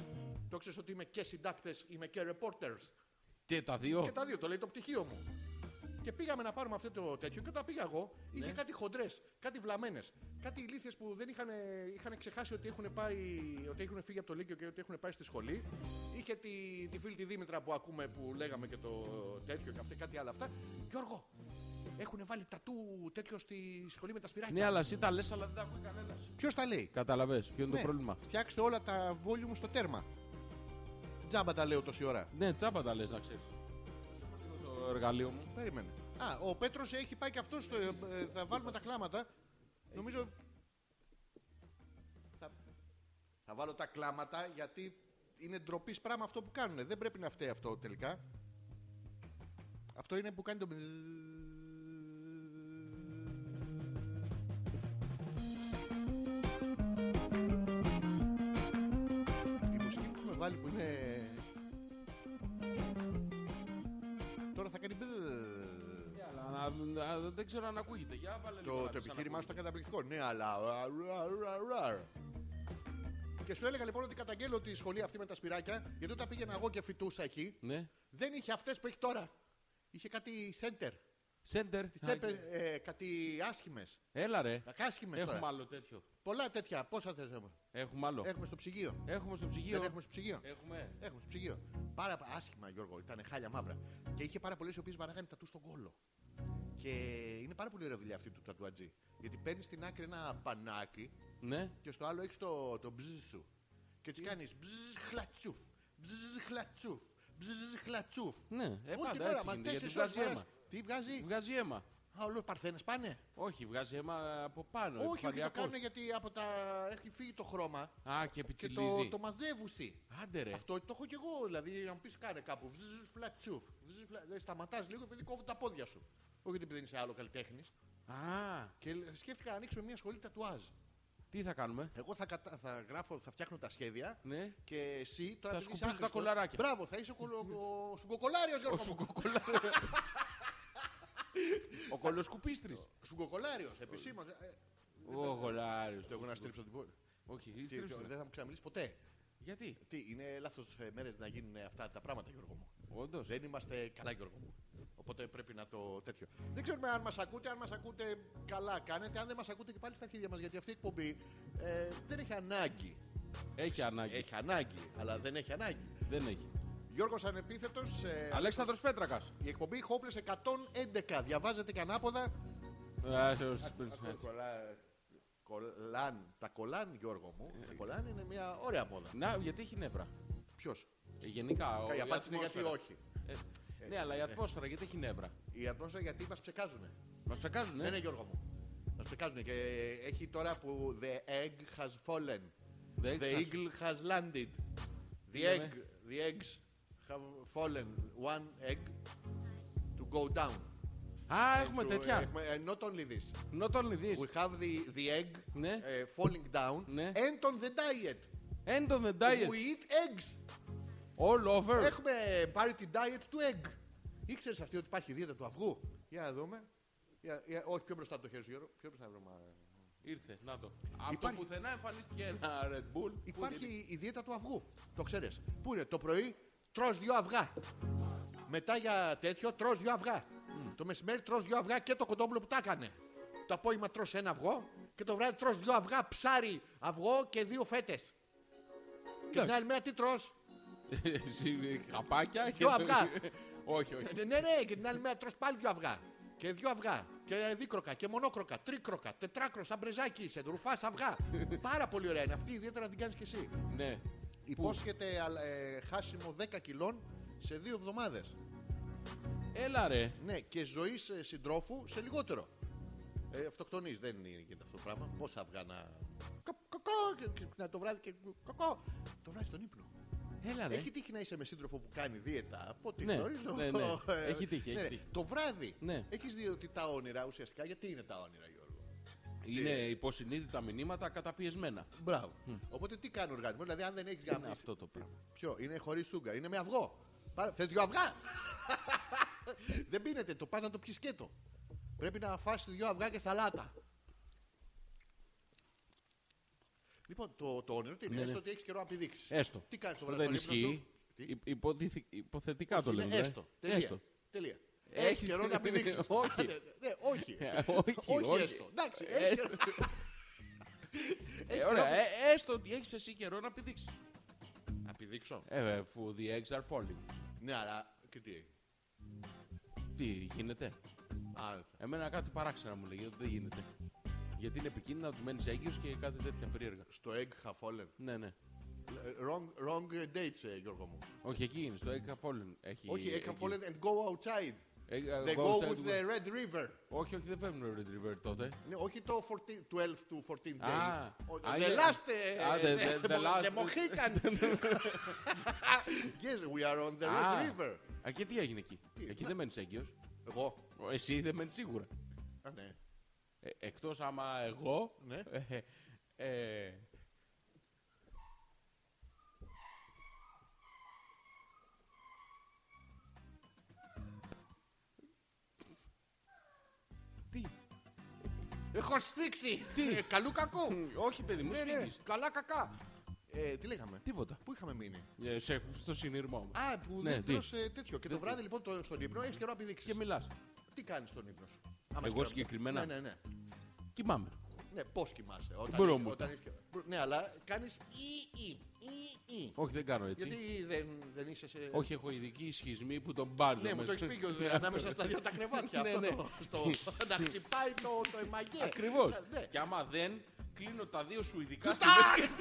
S3: Το ξέρεις ότι είμαι και συντάκτες, είμαι και reporters.
S2: Και τα δύο.
S3: Και τα δύο, το λέει το πτυχίο μου. Και πήγαμε να πάρουμε αυτό το τέτοιο και όταν πήγα εγώ, είχε
S2: Ναι.
S3: κάτι χοντρές, κάτι βλαμμένες, κάτι ηλίθιες που δεν είχαν, είχαν ξεχάσει ότι έχουν, πάει, ότι έχουν φύγει από το Λύκειο και ότι έχουν πάει στη σχολή. Είχε τη, τη φίλη τη Δήμητρα που ακούμε που λέγαμε και το τέτοιο και αυτά, κάτι άλλο αυτά. Γιώργο, έχουν βάλει τατού τέτοιο στη σχολή με τα σπυράκια.
S2: Ναι, αλλά εσύ τα λες, αλλά δεν τα ακούει κανένας.
S1: Ποιος τα λέει.
S2: Καταλαβέ, ποιο είναι το
S1: Ναι,
S2: πρόβλημα.
S1: Φτιάξτε όλα τα volume στο τέρμα. Τζάμπα τα λέω τόση ώρα.
S2: Ναι, τσάπα τα λες, να ξέρεις. Το εργαλείο μου.
S1: Περίμενε. Α, ο Πέτρος έχει πάει και αυτός. Στο, ε, ε, θα βάλουμε τα κλάματα. Νομίζω.
S3: Θα βάλω τα κλάματα γιατί
S1: Είναι ντροπής πράγμα αυτό που κάνουν. Δεν πρέπει να φταίει αυτό τελικά. Αυτό είναι που κάνει το. μπλ. Η μουσική που έχουμε βάλει που είναι. Τώρα θα κάνει. μπλ.
S2: Ναι, αλλά να- να- δεν ξέρω αν ακούγεται. Για βάλε λίγο
S3: το,
S2: να
S3: το
S2: δεις αν
S3: επιχείρημά σου
S2: ακούγεται.
S3: ήταν καταπληκτικό. Ναι, αλλά. ρα, ρα, ρα, ρα.
S1: Και σου έλεγα λοιπόν ότι καταγγέλλω τη σχολή αυτή με τα σπυράκια, γιατί όταν πήγαινα εγώ και φοιτούσα εκεί,
S2: Ναι.
S1: δεν είχε αυτές που έχει τώρα. Είχε κάτι center.
S2: Σέντερ.
S1: Τι έπε- ε, κάτι άσχημες.
S2: Έλα ρε.
S1: Κακάσχημε
S2: Έχουμε
S1: τώρα.
S2: άλλο τέτοιο.
S1: Πολλά τέτοια. Πόσα θες έχουμε.
S2: Έχουμε άλλο.
S1: Έχουμε στο ψυγείο.
S2: Έχουμε στο
S1: Δεν
S2: ψυγείο.
S1: έχουμε στο ψυγείο.
S2: Έχουμε.
S1: Έχουμε στο ψυγείο. Πάρα πο- άσχημα, Γιώργο. Ήταν χάλια μαύρα. Και είχε πάρα πολλές οι οποίες βαράγανε τατού στον κόλο. Και είναι πάρα πολύ ωραία δουλειά αυτή του τατουατζή. Γιατί παίρνεις στην άκρη ένα πανάκι
S2: Ναι.
S1: και στο άλλο έχεις το, το μπζζ σου. Και τι κάνεις μπζζ χλατσούφ. Μπζζ χλατσούφ. Μπζζ χλατσούφ.
S2: Ναι. Ε,
S1: Όλη την
S2: πάντα
S1: ώρα,
S2: έτσι
S1: μα
S2: γίνεται. Γιατί
S1: τέσσερις ώρες
S2: βγάζει αίμα.
S1: φορές. Τι βγάζει.
S2: Βγάζει αίμα.
S1: Α, όλο παρθένες πάνε.
S2: Όχι, βγάζει αίμα από πάνω.
S1: Όχι, όχι, το
S2: επιφανειακός.
S1: κάνουν γιατί από τα... έχει φύγει το χρώμα
S2: Α, και
S1: και το,
S2: πιτσιλίζει. Ε.
S1: το μαζεύουσι.
S2: Άντε ρε.
S1: Αυτό το έχω κι εγώ, δηλαδή να μου πεις κάνε κάπου. Φλατσούφ. Σταματά δηλαδή, λίγο επειδή κόβουν τα πόδια σου. Όχι επειδή δεν είσαι άλλο καλλιτέχνης.
S2: Α,
S1: Και λέ- σκέφτηκα να ανοίξουμε μια σχολή τατουάζ.
S2: τι θα κάνουμε.
S1: Εγώ θα, κατα... θα γράφω, θα φτιάχνω τα σχέδια
S2: Ναι.
S1: και εσύ τώρα επειδή είσαι
S2: Θα σκουπίζεις τα
S1: άχρηστος-
S2: κολαράκια.
S1: Μπράβο, θα είσαι ο, κολο... ο σουγκοκολάριος,
S2: Ο
S1: Γιώργο. μου.
S2: σουγκοκολά. Ο κολοσκουπίστρης.
S1: Σουγκοκολάριος, επισήμως. Ε,
S2: Ο γολάριος.
S1: Το έχω να στρίψω την πόλη.
S2: Όχι,
S1: Τι-
S2: στρίψου.
S1: Δεν θα μου ξαναμιλήσει ποτέ.
S2: Γιατί,
S1: Τι, είναι λάθος μέρες να γίνουν αυτά τα πράγματα, Γιώργο μου.
S2: όντως.
S1: Δεν είμαστε καλά, Γιώργο μου. Οπότε πρέπει να το τέτοιο. Δεν ξέρουμε αν μας ακούτε, αν μας ακούτε καλά κάνετε, αν δεν μας ακούτε και πάλι στα χέρια μας. Γιατί αυτή η εκπομπή ε, δεν έχει ανάγκη.
S2: Έχει ανάγκη.
S1: Έχει ανάγκη, αλλά δεν έχει ανάγκη.
S2: Δεν έχει.
S1: Γιώργος Ανεπίθετος, ε,
S2: Αλέξανδρος Πέτρακας.
S1: η εκπομπή Hopeless 111. Διαβάζετε και ανάποδα.
S2: Α, σε- σε-
S1: Τα κολλά- Κολλάν. Τα κολλάν, Γιώργο μου. Τα κολλάν είναι μια ωραία μόδα.
S2: Να, γιατί έχει νεύρα.
S1: Ποιος.
S2: Ε, Γενικά. ο-
S1: Η
S2: η
S1: απάντηση είναι γιατί
S2: ατμόσφαιρα.
S1: όχι.
S2: Ε, Ναι, αλλά η ατμόσφαιρα γιατί έχει νεύρα.
S1: Η ατμόσφαιρα γιατί μας ψεκάζουνε.
S2: Μας φεκάζουνε. ε?
S1: Ναι, ναι, Γιώργο μου. Να ψεκάζουν και έχει τώρα που the egg has fallen.
S2: Δεν
S1: The
S2: έχει-
S1: eagle has landed. The
S2: Είδαμε.
S1: egg, the eggs have fallen. One egg to go down.
S2: Α, έχουμε
S1: To-
S2: τέτοια.
S1: έχουμε, eh, not only this.
S2: Not only
S1: We
S2: this.
S1: have the, the egg
S2: Ναι.
S1: eh, falling down
S2: Ναι.
S1: and on the diet.
S2: End of the diet.
S1: We eat eggs.
S2: All over.
S1: Έχουμε πάρει την diet του egg. Ήξερες αυτή ότι υπάρχει η δίαιτα του αυγού. Για να δούμε. Για- για- όχι, πιο μπροστά από το χέρι σου, Γιώργο. Πιο μπροστά από το μα-
S2: Ήρθε, να το. Από το
S1: Υπάρχει-
S2: πουθενά εμφανίστηκε ένα Red Bull. που είναι-
S1: Υπάρχει η δίαιτα του αυγού. Το ξέρεις. Πού είναι, το πρωί τρως δύο αυγά. Μετά για τέτοιο τρως δύο αυγά. Το μεσημέρι τρως δύο αυγά και το κοντόπουλο που τα έκανε. Το απόγευμα τρως ένα αυγό και το βράδυ τρως δύο αυγά ψάρι αυγό και δύο φέτες. Και την άλλη μέρα τι τρως.
S2: Εσύ, Καπάκια και
S1: Δυο αυγά.
S2: όχι, όχι.
S1: ναι, ναι, ναι, και την άλλη μέρα τρως πάλι δύο αυγά. Και δύο αυγά. Και δίκροκα και μονόκροκα, τρίκροκα, τετράκρο, σαν μπρεζάκι είσαι, ρουφάς αυγά. Πάρα πολύ ωραία είναι αυτή, ιδιαίτερα να την κάνεις κι εσύ.
S2: ναι.
S1: Υπόσχεται α, ε, χάσιμο 10 κιλών σε δύο εβδομάδες.
S2: Έλα ρε.
S1: Ναι, και ζωή σε συντρόφου σε λιγότερο. Ε, Αυτοκτονείς, δεν είναι- γίνεται αυτό το πράγμα. Πόσα αυγά να. Κοκ, κοκό, και- και- να το βράδυ και. Κοκό. Το βράδυ στον ύπνο.
S2: Έλα, ρε.
S1: Έχει τύχει να είσαι με σύντροφο που κάνει δίαιτα. Από ό,τι
S2: Ναι,
S1: γνωρίζω.
S2: ναι, ναι.
S1: Ε,
S2: Έχει τύχει, έχει τύχει.
S1: Το βράδυ
S2: Ναι.
S1: έχεις δει ότι τα όνειρα ουσιαστικά γιατί είναι τα όνειρα, Γιώργο.
S2: Είναι υποσυνείδητα μηνύματα καταπιεσμένα.
S1: Μπράβο. Οπότε τι κάνει ο οργανισμός, δηλαδή αν δεν έχεις
S2: Είναι
S1: γάμο.
S2: αυτό το πράγμα.
S1: Ποιο, είναι χωρίς σούγκαρ, είναι με αυγό. Θες δύο αυγά. δεν πίνεται, το πας να το πιεις σκέτο. Πρέπει να φάσει δύο αυγά και σαλάτα. Λοιπόν, το, το όνειρο τι είναι,
S2: Ναι, ναι.
S1: έστω ότι έχεις καιρό να πηδήξεις.
S2: Έστω.
S1: Τι κάνεις το βράδυ,
S2: Δεν
S1: στον ύπνο
S2: ισχύει.
S1: σου? Τι?
S2: Υ- υποτίθη- Υποθετικά
S1: Όχι,
S2: το
S1: είναι
S2: λέμε.
S1: Έστω. Τελεία.
S2: Έστω.
S1: Τελεία.
S2: Έχεις
S1: Έχεις καιρό να
S2: την-
S1: πηδήξει.
S2: Όχι.
S1: όχι.
S2: Ε, όχι,
S1: όχι,
S2: όχι.
S1: έστω. Εντάξει, έχει καιρό.
S2: Ε,
S1: Έχεις καιρό
S2: ωραία,
S1: να-
S2: ε, έστω ότι έχεις εσύ καιρό να πηδήξει.
S1: Να πηδήξω.
S2: Ε, ε, for the eggs are falling.
S1: Ναι, αλλά. Και τι.
S2: Τι γίνεται.
S1: Α,
S2: Εμένα κάτι παράξενα μου λέγεται ότι δεν γίνεται. Γιατί είναι επικίνδυνα ότι μένεις έγκυος και κάτι τέτοια περίεργα.
S1: στο egg have fallen.
S2: Ναι, ναι.
S1: Ε, Wrong, wrong dates, ε, Γιώργο μου.
S2: Όχι, εκεί είναι, στο Egg Have Fallen. Έχει,
S1: Όχι, egg
S2: εκεί.
S1: have fallen and go outside.
S2: Egg ε, have
S1: They
S2: fallen
S1: go
S2: outside
S1: with the red river.
S2: Όχι, όχι, δεν φεύγουν Red River τότε.
S1: Ναι, όχι το 14, 12 to 14 day.
S2: Α,
S1: Ο-
S2: α,
S1: The
S2: είναι-
S1: last...
S2: Α,
S1: ε,
S2: the-
S1: The
S2: the- the last-
S1: the Mohicans. Yes, we are on the
S2: Α.
S1: red river.
S2: Α, και τι έγινε εκεί.
S1: Τι,
S2: εκεί
S1: μα-
S2: δεν μένεις έγκυος.
S1: Εγώ.
S2: Εσύ δεν μένεις σίγουρα.
S1: Α, ναι.
S2: Ε, Εκτός άμα εγώ.
S1: Ναι.
S2: ε, ε, Τι,
S1: Έχω σφίξει.
S2: Τι?
S1: Ε, Καλού κακού.
S2: μ, όχι παιδί μου,
S1: Ναι, ναι,
S2: σφίγγεις.
S1: καλά κακά. Ε, τι λέγαμε.
S2: Τίποτα.
S1: Πού είχαμε μείνει.
S2: Ε, σε- στο συνειρμό μου.
S1: Α, που
S2: Ναι,
S1: δεν
S2: τι.
S1: τρως ε, τέτοιο. Και το
S2: Δεν-
S1: βράδυ λοιπόν το- στον ύπνο έχεις καιρό να
S2: Και
S1: πηδήξεις.
S2: μιλάς.
S1: Τι κάνεις στον ύπνο σου. Άμα
S2: Εγώ
S1: έχεις καιρό να πηδήξεις.
S2: συγκεκριμένα.
S1: Ναι, ναι, ναι.
S2: Κοιμάμαι.
S1: Ναι, πώς κοιμάσαι. Όταν
S2: Μπορώ
S1: έχεις-
S2: μου.
S1: όταν έχεις καιρό. Ναι, αλλά κάνεις ή ή ή ή.
S2: Όχι, δεν κάνω έτσι.
S1: Γιατί δεν, δεν είσαι σε.
S2: Όχι, έχω ειδική σχισμή που τον μπάζω.
S1: Ναι, μου το
S2: μέσα.
S1: έχεις πει και ο- ανάμεσα στα δύο τα κρεβάτια.
S2: Ναι,
S1: αυτό
S2: ναι.
S1: το- στο- Να χτυπάει το, το εμαγέ.
S2: Ακριβώς.
S1: Ναι.
S2: Και άμα δεν, κλείνω τα δύο σου ειδικά στη
S1: Κουτά!
S2: μέση.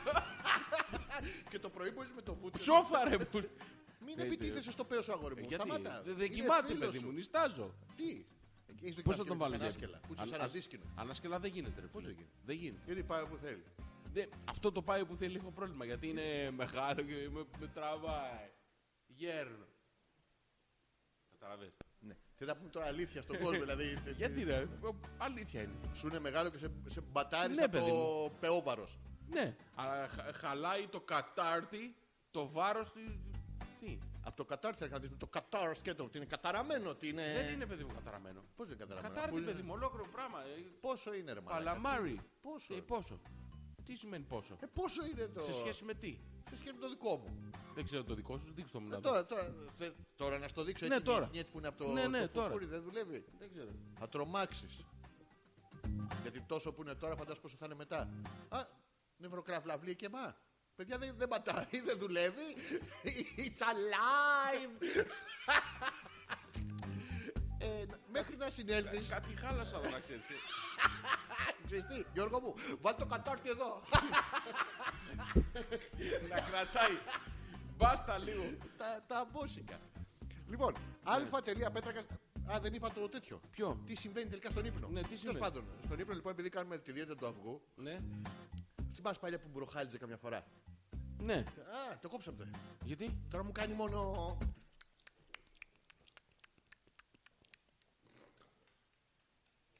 S1: Και το πρωί που είσαι με το βούτσο.
S2: Ψόφαρε που.
S1: Μην
S2: Ναι,
S1: επιτίθεσαι στο παίο σου αγόρι μου.
S2: Ε, Γιατί
S1: Σταμάτα.
S2: δεν- δεν
S1: Είναι
S2: κοιμάται,
S1: φίλος
S2: παιδί
S1: σου.
S2: μου, νιστάζω.
S1: Τι. Έχεις δίκιο,
S2: Πώς θα
S1: να
S2: τον
S1: πιάνεις
S2: βάλω.
S1: ανάσκελα. Που είσαι
S2: Αν-
S1: σαν ανδίσκηνο.
S2: Ανάσκελα δεν γίνεται. Πώ
S1: Πώς
S2: δεν
S1: δεν γίνεται?
S2: γίνεται. Δεν γίνεται.
S1: Γιατί πάει όπου θέλει.
S2: Δεν- Αυτό το πάει που θέλει έχω πρόβλημα γιατί είναι μεγάλο και με, με τραβάει. Γέρνο. Καταλαβες.
S1: Ναι. Θέλω να πούμε τώρα αλήθεια στον κόσμο. Δηλαδή, τε-
S2: Γιατί ρε, αλήθεια είναι.
S1: σου είναι μεγάλο και σε, σε μπατάρεις
S2: Ναι, παιδί
S1: από πεόβαρος.
S2: Ναι, αλλά χα- χαλάει το κατάρτι, το βάρος της. Τι.
S1: Από το κατάρτι θα κρατήσουμε το κατάρ σκέτο. Ότι είναι καταραμένο. Ότι είναι.
S2: Δεν είναι παιδί μου καταραμένο.
S1: Πώς δεν καταραμένο.
S2: Κατάρτι,
S1: Πού-
S2: παιδί μου, ολόκληρο πράγμα. ε,
S1: Πόσο είναι, ρε μαλάκα.
S2: Παλαμάρι.
S1: Πόσο.
S2: Ε,
S1: Ε,
S2: πόσο. Τι σημαίνει πόσο.
S1: πόσο είναι το.
S2: Σε σχέση με τι.
S1: σε σχέση με το δικό μου.
S2: Δεν ξέρω το δικό σου, δείξτε το μου
S1: Ε,
S2: να δω.
S1: τώρα, τώρα, θε- τώρα να στο δείξω
S2: Ναι,
S1: έτσι.
S2: τώρα.
S1: νιέτς, νιέτς που είναι από το,
S2: Ναι, ναι,
S1: το φωσφούρι,
S2: τώρα.
S1: δεν δουλεύει.
S2: Δεν ξέρω.
S1: Θα τρομάξεις. Γιατί τόσο που είναι τώρα, φαντάζομαι πόσο θα είναι μετά. Α, νευροκραυλαυλή και μα. Παιδιά δεν, δεν πατάει, δεν δουλεύει. It's alive. ε, μέχρι να συνέλθεις
S2: Κάτι χάλασα εδώ να ξέρεις.
S1: Ξέρεις τι, Γιώργο μου, βάλ το κατάρτι εδώ.
S2: ε, Να κρατάει. Μπάστα λίγο.
S1: τα, τα μπόσικα. Λοιπόν, α.πέτρακα. Α, δεν είπα το τέτοιο.
S2: Ποιο.
S1: Τι συμβαίνει τελικά στον ύπνο.
S2: Ναι, τι
S1: Τέλος
S2: συμβαίνει.
S1: πάντων, στον ύπνο λοιπόν, επειδή κάνουμε τη δίαιτα του αυγού,
S2: Ναι.
S1: θυμάσαι παλιά που μπροχάλιζε καμιά φορά.
S2: Ναι.
S1: Α, το κόψαμε τώρα.
S2: Γιατί.
S1: Τώρα μου κάνει μόνο.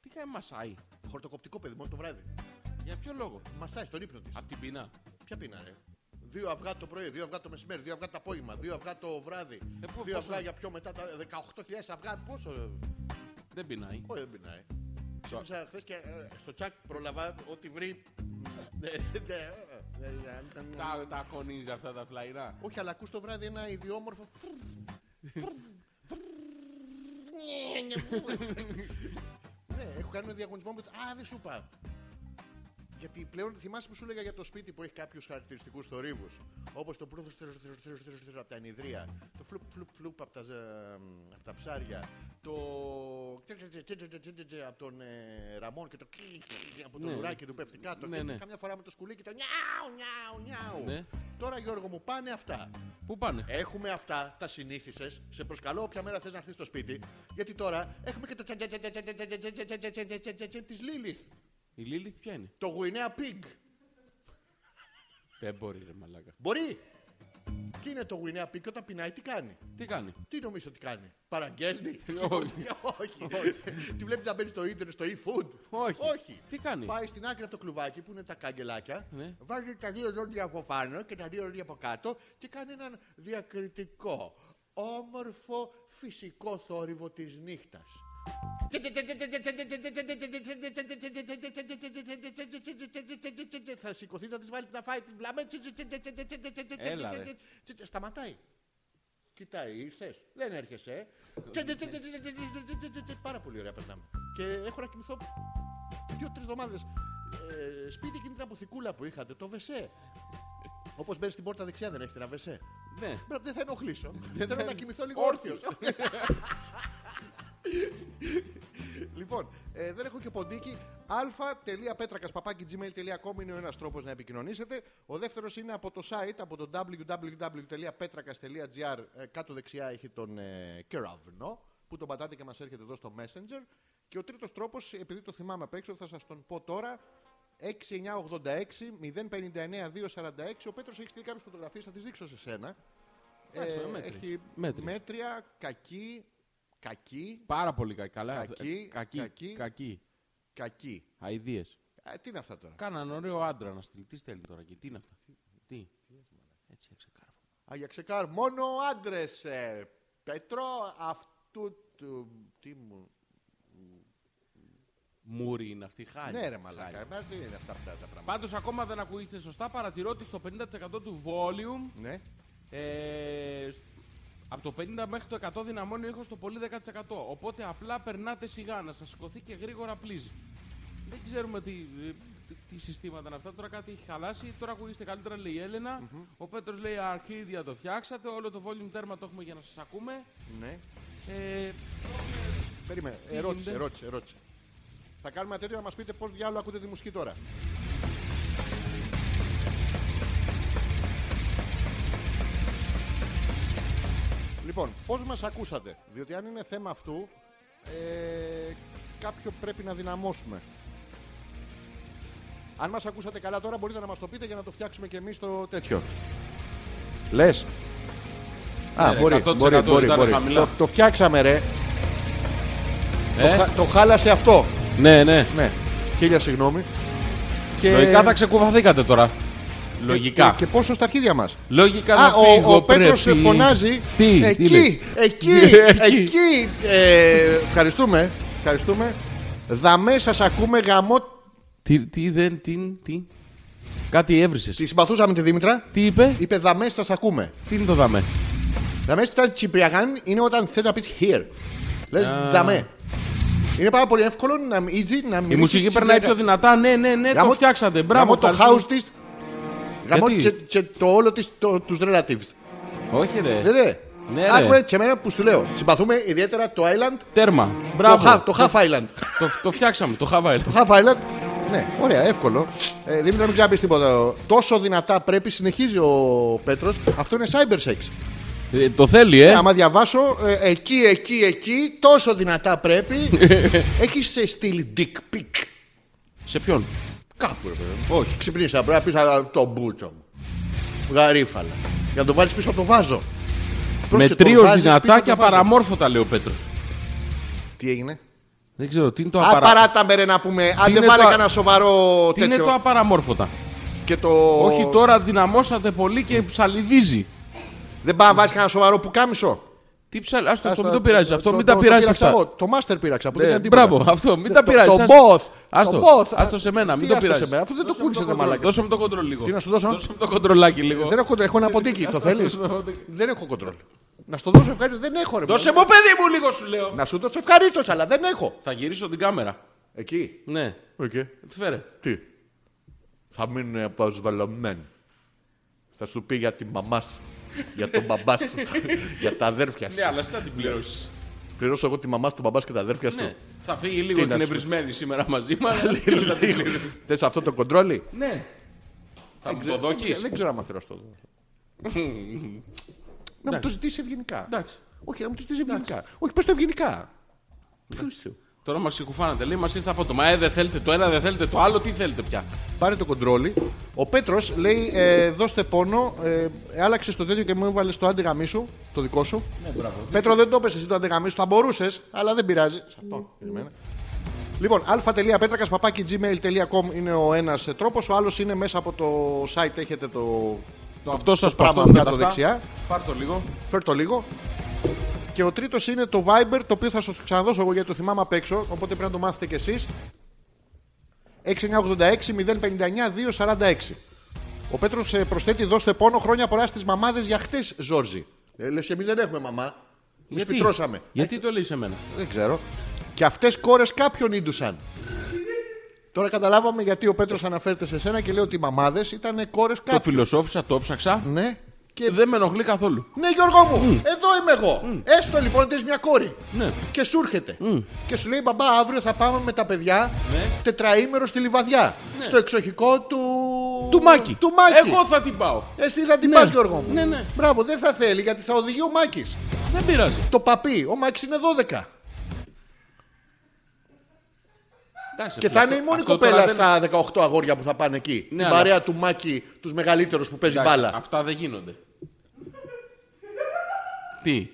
S2: Τι κάνει μασάει.
S1: Χορτοκοπτικό παιδί, μόνο το βράδυ.
S2: Για ποιο λόγο.
S1: Μασάει στον ύπνο της.
S2: Απ' την πείνα.
S1: Ποια πείνα, ρε. Δύο αυγά το πρωί, δύο αυγά το μεσημέρι, δύο αυγά το απόγευμα, δύο αυγά το βράδυ.
S2: Ε,
S1: δύο
S2: πού- πόσο-
S1: αυγά για πιο μετά, τα 18.000 αυγά. Πόσο. ε,
S2: Δεν πεινάει.
S1: Όχι, δεν πεινάει. Ξύπνησα χθες και ε, στο τσακ προλαβά ό,τι βρει. Ναι, ναι, ναι, ναι, ναι, ναι.
S2: Τα, τα κονίζει αυτά τα φλαϊρά.
S1: Όχι, αλλά ακούς το βράδυ ένα ιδιόμορφο. Ναι, έχω κάνει ένα διαγωνισμό με το. Α, δεν σου είπα. Γιατί πλέον θυμάσαι που σου έλεγα για το σπίτι που έχει κάποιους χαρακτηριστικούς θορύβου. Όπως το πλούθο από τα ανιδρία, το φλουπ φλουπ φλουπ από τα, ζα- απ' τα ψάρια, το από τον ε, Ραμόν και το από το
S2: Ναι.
S1: ουράκι του πέφτει κάτω.
S2: Ναι,
S1: και
S2: ναι.
S1: Καμιά φορά με το σκουλίκι το νιάου νιάου νιάου.
S2: Ναι.
S1: Τώρα Γιώργο μου πάνε αυτά.
S2: Πού πάνε. Ε,
S1: Έχουμε αυτά, τα συνήθισες. Σε προσκαλώ όποια μέρα θες να έρθεις στο σπίτι. Γιατί τώρα έχουμε και το τη Λίλιθ.
S2: Η Λίλη ποια είναι.
S1: Το Γουινέα Πιγκ.
S2: Δεν μπορεί, ρε μαλάκα.
S1: Μπορεί. Και είναι το Γουινέα Πικ και όταν πεινάει τι κάνει.
S2: Τι κάνει.
S1: Τι νομίζω ότι κάνει. Παραγγέλνει.
S2: Όχι.
S1: Όχι. Τη βλέπει να μπαίνει στο ίντερνετ, στο e-food.
S2: Όχι.
S1: Όχι.
S2: Τι κάνει.
S1: Πάει στην άκρη από το κλουβάκι που είναι τα καγκελάκια.
S2: Ναι.
S1: Βάζει τα δύο δόντια από πάνω και τα δύο δόντια από κάτω και κάνει έναν διακριτικό, όμορφο φυσικό θόρυβο της νύχτας. Θα σηκωθεί, θα της βάλεις να φάει την πλάμε.
S2: Έλα, ρε.
S1: Σταματάει. Κοιτάει, ήρθες. Δεν έρχεσαι. ε. Τσε, τσε, τσε, τσε, τσε, τσε, τσε, τσε, τσε, τσε, τσε. Πάρα πολύ ωραία περνάμε. Και έχω να κοιμηθώ δύο-τρει εβδομάδες. Ε, σπίτι εκείνη την αποθηκούλα που είχατε, το βεσέ. Όπως μπαίνεις στην πόρτα δεξιά, δεν έχετε ένα βεσέ.
S2: Ναι.
S1: Μπρα- Δεν θα ενοχλήσω. Θέλω
S2: θα-
S1: να κοιμηθώ λίγο όρθιος. λοιπόν, ε, δεν έχω και ποντίκι. αλφα.πέτρακα.gmail.com είναι ο ένας τρόπος να επικοινωνήσετε. Ο δεύτερος είναι από το site, από το www.πέτρακα.gr. Ε, κάτω δεξιά έχει τον ε, κεραυνό που τον πατάτε και μας έρχεται εδώ στο Messenger. Και ο τρίτος τρόπος, επειδή το θυμάμαι απ' έξω, θα σας τον πω τώρα. 6986-059-246. Ο Πέτρος έχεις στείλει κάποιες φωτογραφίες, θα τις δείξω σε σένα. Ε,
S2: Εντάξει, μέτρη.
S1: έχει
S2: Μέτρη.
S1: μέτρια, κακή, κακή,
S2: Πάρα πολύ κακή. Καλά.
S1: Κακή,
S2: Ε, κακή.
S1: κακή.
S2: Κακή.
S1: κακή.
S2: Αιδίε.
S1: Ε, τι είναι αυτά τώρα.
S2: Κάναν ωραίο άντρα να στείλει. Τι στέλνει τώρα και τι είναι αυτά. Τι. Έτσι έξε κάρβο.
S1: Α, για ξεκάρ, μόνο άντρες. Ε, Πέτρο, αυτού του. Τι μου.
S2: Μούρι είναι αυτή. Χάλια.
S1: Ναι, ρε μαλάκα. μα Δεν είναι αυτά, αυτά τα πράγματα.
S2: Πάντως ακόμα δεν ακούγεται σωστά. Παρατηρώ ότι στο 50% του volume
S1: Ναι.
S2: Ε, από το 50 μέχρι το 100 δυναμώνει ο ήχος το πολύ 10%. Οπότε απλά περνάτε σιγά να σας σηκωθεί και γρήγορα πλύζει. Δεν ξέρουμε τι, ε, τι, τι συστήματα είναι αυτά. Τώρα κάτι έχει χαλάσει. Τώρα ακούγεστε καλύτερα, λέει η ελενα Ο Πέτρος λέει Αρχίδια το φτιάξατε. Όλο το volume τέρμα το έχουμε για να σας ακούμε.
S1: ναι.
S2: Ε,
S1: Περίμενε. Ερώτηση,
S2: γίνεται?
S1: ερώτηση, ερώτηση. Θα κάνουμε ένα τέτοιο να μας πείτε πώς διάλογο ακούτε τη μουσική τώρα. Λοιπόν, πώς μας ακούσατε, Διότι αν είναι θέμα αυτού, ε, κάποιο πρέπει να δυναμώσουμε. Αν μας ακούσατε καλά τώρα, μπορείτε να μας το πείτε για να το φτιάξουμε και εμείς το τέτοιο. Λες. Α,
S2: Ναι,
S1: μπορεί,
S2: 100%
S1: μπορεί, μπορεί,
S2: ήταν
S1: μπορεί.
S2: χαμηλά.
S1: Το, το φτιάξαμε, ρε.
S2: ε,
S1: Χα- Το χάλασε αυτό.
S2: ναι, ναι.
S1: Ναι. Χίλια συγγνώμη. Και...
S2: Λογικά θα ξεκουβαθήκατε τώρα.
S1: και-
S2: Λογικά.
S1: Ε? Και, και πόσο στα αρχίδια μας.
S2: Λογικά
S1: Α,
S2: να φύγω
S1: ο, ο Πέτρος
S2: πρέπει.
S1: φωνάζει.
S2: Τι, τι λέει?
S1: εκεί, εκεί,
S2: Εκεί.
S1: εκεί. Ε, ευχαριστούμε. Ευχαριστούμε. Δαμέ σας ακούμε γαμό.
S2: Τι, τι, δεν, τι, τι. Κάτι έβρισες.
S1: Τη συμπαθούσαμε τη Δήμητρα.
S2: Τι είπε,
S1: Είπε δαμέ σας ακούμε.
S2: τι είναι το δάμε.
S1: Δαμέ στα τσιπριακάν είναι όταν θες να πεις here. Λες
S2: Α.
S1: δαμέ. Είναι πάρα πολύ εύκολο να easy, να
S2: Η μουσική περνάει πιο δυνατά. Ναι, ναι, ναι, το φτιάξατε. Μπράβο.
S1: Γαμώ το
S2: ευχαριστούμε.
S1: house της. Γαμώ
S2: Γιατί?
S1: τσε- τσε- το όλο της, το, τους relatives.
S2: Όχι, ρε.
S1: Δεν ρε.
S2: Ναι, ρε.
S1: Άκουμε σε μένα που σου λέω. Συμπαθούμε ιδιαίτερα το island.
S2: Τέρμα. Μπράβο.
S1: Το, half, το half island.
S2: το, το φτιάξαμε. Το Χαβάιλ.
S1: Το half island. Ναι, ωραία, εύκολο. Ε, Δήμητρα, μην ξαναπείς τίποτα. Τόσο δυνατά πρέπει, συνεχίζει ο Πέτρος. Αυτό είναι cyber sex.
S2: Ε, το θέλει, ε.
S1: Ναι, Άμα διαβάσω, ε, εκεί, εκεί, εκεί, τόσο δυνατά πρέπει. Έχεις ε, στείλει dick pic.
S2: Σε ποιον.
S1: Κάπου, ρε παιδί μου.
S2: Όχι.
S1: Ξυπνήσα, πρέπει να πεις «Α, το μπούτσο μου. Γαρίφαλα. Για να το βάλεις πίσω από το βάζο.
S2: Με
S1: Πρόσεχε, το
S2: τρίω
S1: βάζεις πίσω
S2: δυνατά
S1: από
S2: και
S1: το βάζο.
S2: απαραμόρφωτα, λέει ο Πέτρος.
S1: Τι έγινε.
S2: Δεν ξέρω τι είναι το
S1: Α,
S2: απαραμόρφωτα.
S1: παράτα με ρε να πούμε. Αν δεν
S2: είναι
S1: βάλε
S2: το α-
S1: κανένα σοβαρό
S2: Τι είναι
S1: τέτοιο.
S2: το απαραμόρφωτα.
S1: Και το...
S2: Όχι τώρα δυναμώσατε πολύ και ψαλιδίζει.
S1: Δεν πάει να βάλεις κανένα σοβαρό πουκάμισο.
S2: Τι ψαλ... Άστο, αυτό
S1: Άστα,
S2: μην το πειράζεις. Αυτό
S1: το-
S2: μην
S1: το-
S2: τα
S1: το
S2: πειράζεις
S1: πήραξα εγώ.
S2: αυτά.
S1: Το master πήραξα που
S2: Ναι,
S1: δεν ήταν τίποτα.
S2: μπράβο, αυτό, μην
S1: Το-
S2: τα πειράζεις,
S1: Το
S2: άστο.
S1: both.
S2: Άστο,
S1: το both.
S2: άστο σε μένα,
S1: Τι
S2: μην το
S1: άστο σε
S2: πειράζεις.
S1: μένα, Αφού δεν το
S2: Δώσε μου
S1: κούκισε ρε
S2: control,
S1: μαλάκα.
S2: Δώσε μου το κοντρόλ λίγο.
S1: Τι να σου δώσω?
S2: Δώσε μου το κοντρολάκι λίγο.
S1: Δεν έχω, έχω ένα ποντίκι, το θέλεις.
S2: Άστο, το-
S1: δεν έχω κοντρόλ. Να στο δώσω ευχαρίστω, δεν έχω ρε.
S2: Δώσε
S1: μαλάκα.
S2: μου, παιδί μου, λίγο σου λέω.
S1: Να σου δώσω ευχαρίστως, αλλά δεν έχω.
S2: Θα γυρίσω την κάμερα.
S1: Εκεί.
S2: Ναι,
S1: Εκεί.
S2: φέρε.
S1: Τι. Θα μείνουν αποσβαλωμένοι. Θα σου πει για τη μαμά σου, για τον μπαμπά σου, για τα αδέρφια σου.
S2: Ναι, αλλά εσύ θα την πληρώσεις.
S1: Πληρώσω εγώ τη μαμά σου, τον μπαμπά σου και τα αδέρφια σου.
S2: Ναι. Θα φύγει λίγο
S1: να
S2: εκνευρισμένη σήμερα μαζί μας.
S1: Θες αυτό το κοντρόλι.
S2: Ναι. Θα
S1: Δεν
S2: μου το
S1: ξέρω-
S2: δοκείς.
S1: Δεν ξέρω αν θέλω να το δω. Να μου το ζητήσεις ευγενικά.
S2: Εντάξει.
S1: Όχι, να μου το ζητήσεις ευγενικά. Όχι, πες το ευγενικά.
S2: Τώρα μας συγκουφάνατε. Λέει, μας ήρθε από το. Μα ε, δεν θέλετε το ένα, δεν θέλετε το άλλο, τι θέλετε πια.
S1: Πάρε το κοντρόλι. Ο Πέτρος λέει: ε, Δώστε πόνο. Ε, άλλαξες το τέτοιο και μου έβαλες το αντιγαμί σου, το δικό σου.
S4: Ναι, μπράβο.
S1: Πέτρο, δεν το έπεσες εσύ το αντιγαμί σου. Θα μπορούσες, αλλά δεν πειράζει. Σε αυτόν, περιμένε. Λοιπόν, α.πέτρακα.gmail.com είναι ο ένας τρόπος. Ο άλλος είναι μέσα από το site. Έχετε το.
S2: Το αυτό σας
S1: πράγμα
S2: παυτό με
S1: κάτω
S2: τα αυτά.
S1: δεξιά.
S2: Πάρ το λίγο.
S1: Φέρ το λίγο. Και ο τρίτος είναι το Viber, το οποίο θα σας ξαναδώσω εγώ γιατί το θυμάμαι απ' έξω. Οπότε πρέπει να το μάθετε κι εσείς. 6986-059-246. Ο Πέτρος προσθέτει: Δώστε πόνο χρόνια πολλά στις μαμάδες για χτες, Ζόρζι. Ε, Λες και εμείς δεν έχουμε μαμά. Εμείς φυτρώσαμε.
S2: Γιατί το λέει σε μένα.
S1: Δεν ξέρω. Και αυτές κόρες κάποιον ήντουσαν. Τώρα καταλάβαμε γιατί ο Πέτρος αναφέρεται σε σένα και λέει ότι οι μαμάδες ήταν κόρες
S2: Το
S1: κάποιου.
S2: φιλοσόφισα, το ψάξα. Ε,
S1: Ναι. Και...
S2: Δεν με ενοχλεί καθόλου.
S1: Ναι, Γιώργο μου, εδώ είμαι εγώ. Έστω λοιπόν ότι είσαι μια κόρη.
S2: Ναι.
S1: Και σου έρχεται. Και σου λέει: Μπαμπά, αύριο θα πάμε με τα παιδιά
S2: Ναι.
S1: τετραήμερο στη λιβαδιά. Στο εξοχικό του.
S2: Του Μάκη.
S1: Του Μάκη.
S2: Εγώ θα την πάω.
S1: Εσύ θα την
S2: Ναι.
S1: πας Γιώργο μου.
S2: Ναι, ναι.
S1: Μπράβο, δεν θα θέλει γιατί θα οδηγεί ο Μάκης.
S2: Δεν πειράζει.
S1: Το παπί. Ο Μάκης είναι 12. Και θα είναι η μόνη κοπέλα στα 18 αγόρια που θα πάνε εκεί.
S2: Ναι,
S1: την
S2: αλλά-
S1: παρέα του Μάκη, τους μεγαλύτερους που παίζει μπάλα.
S2: Αυτά δεν γίνονται. Τι.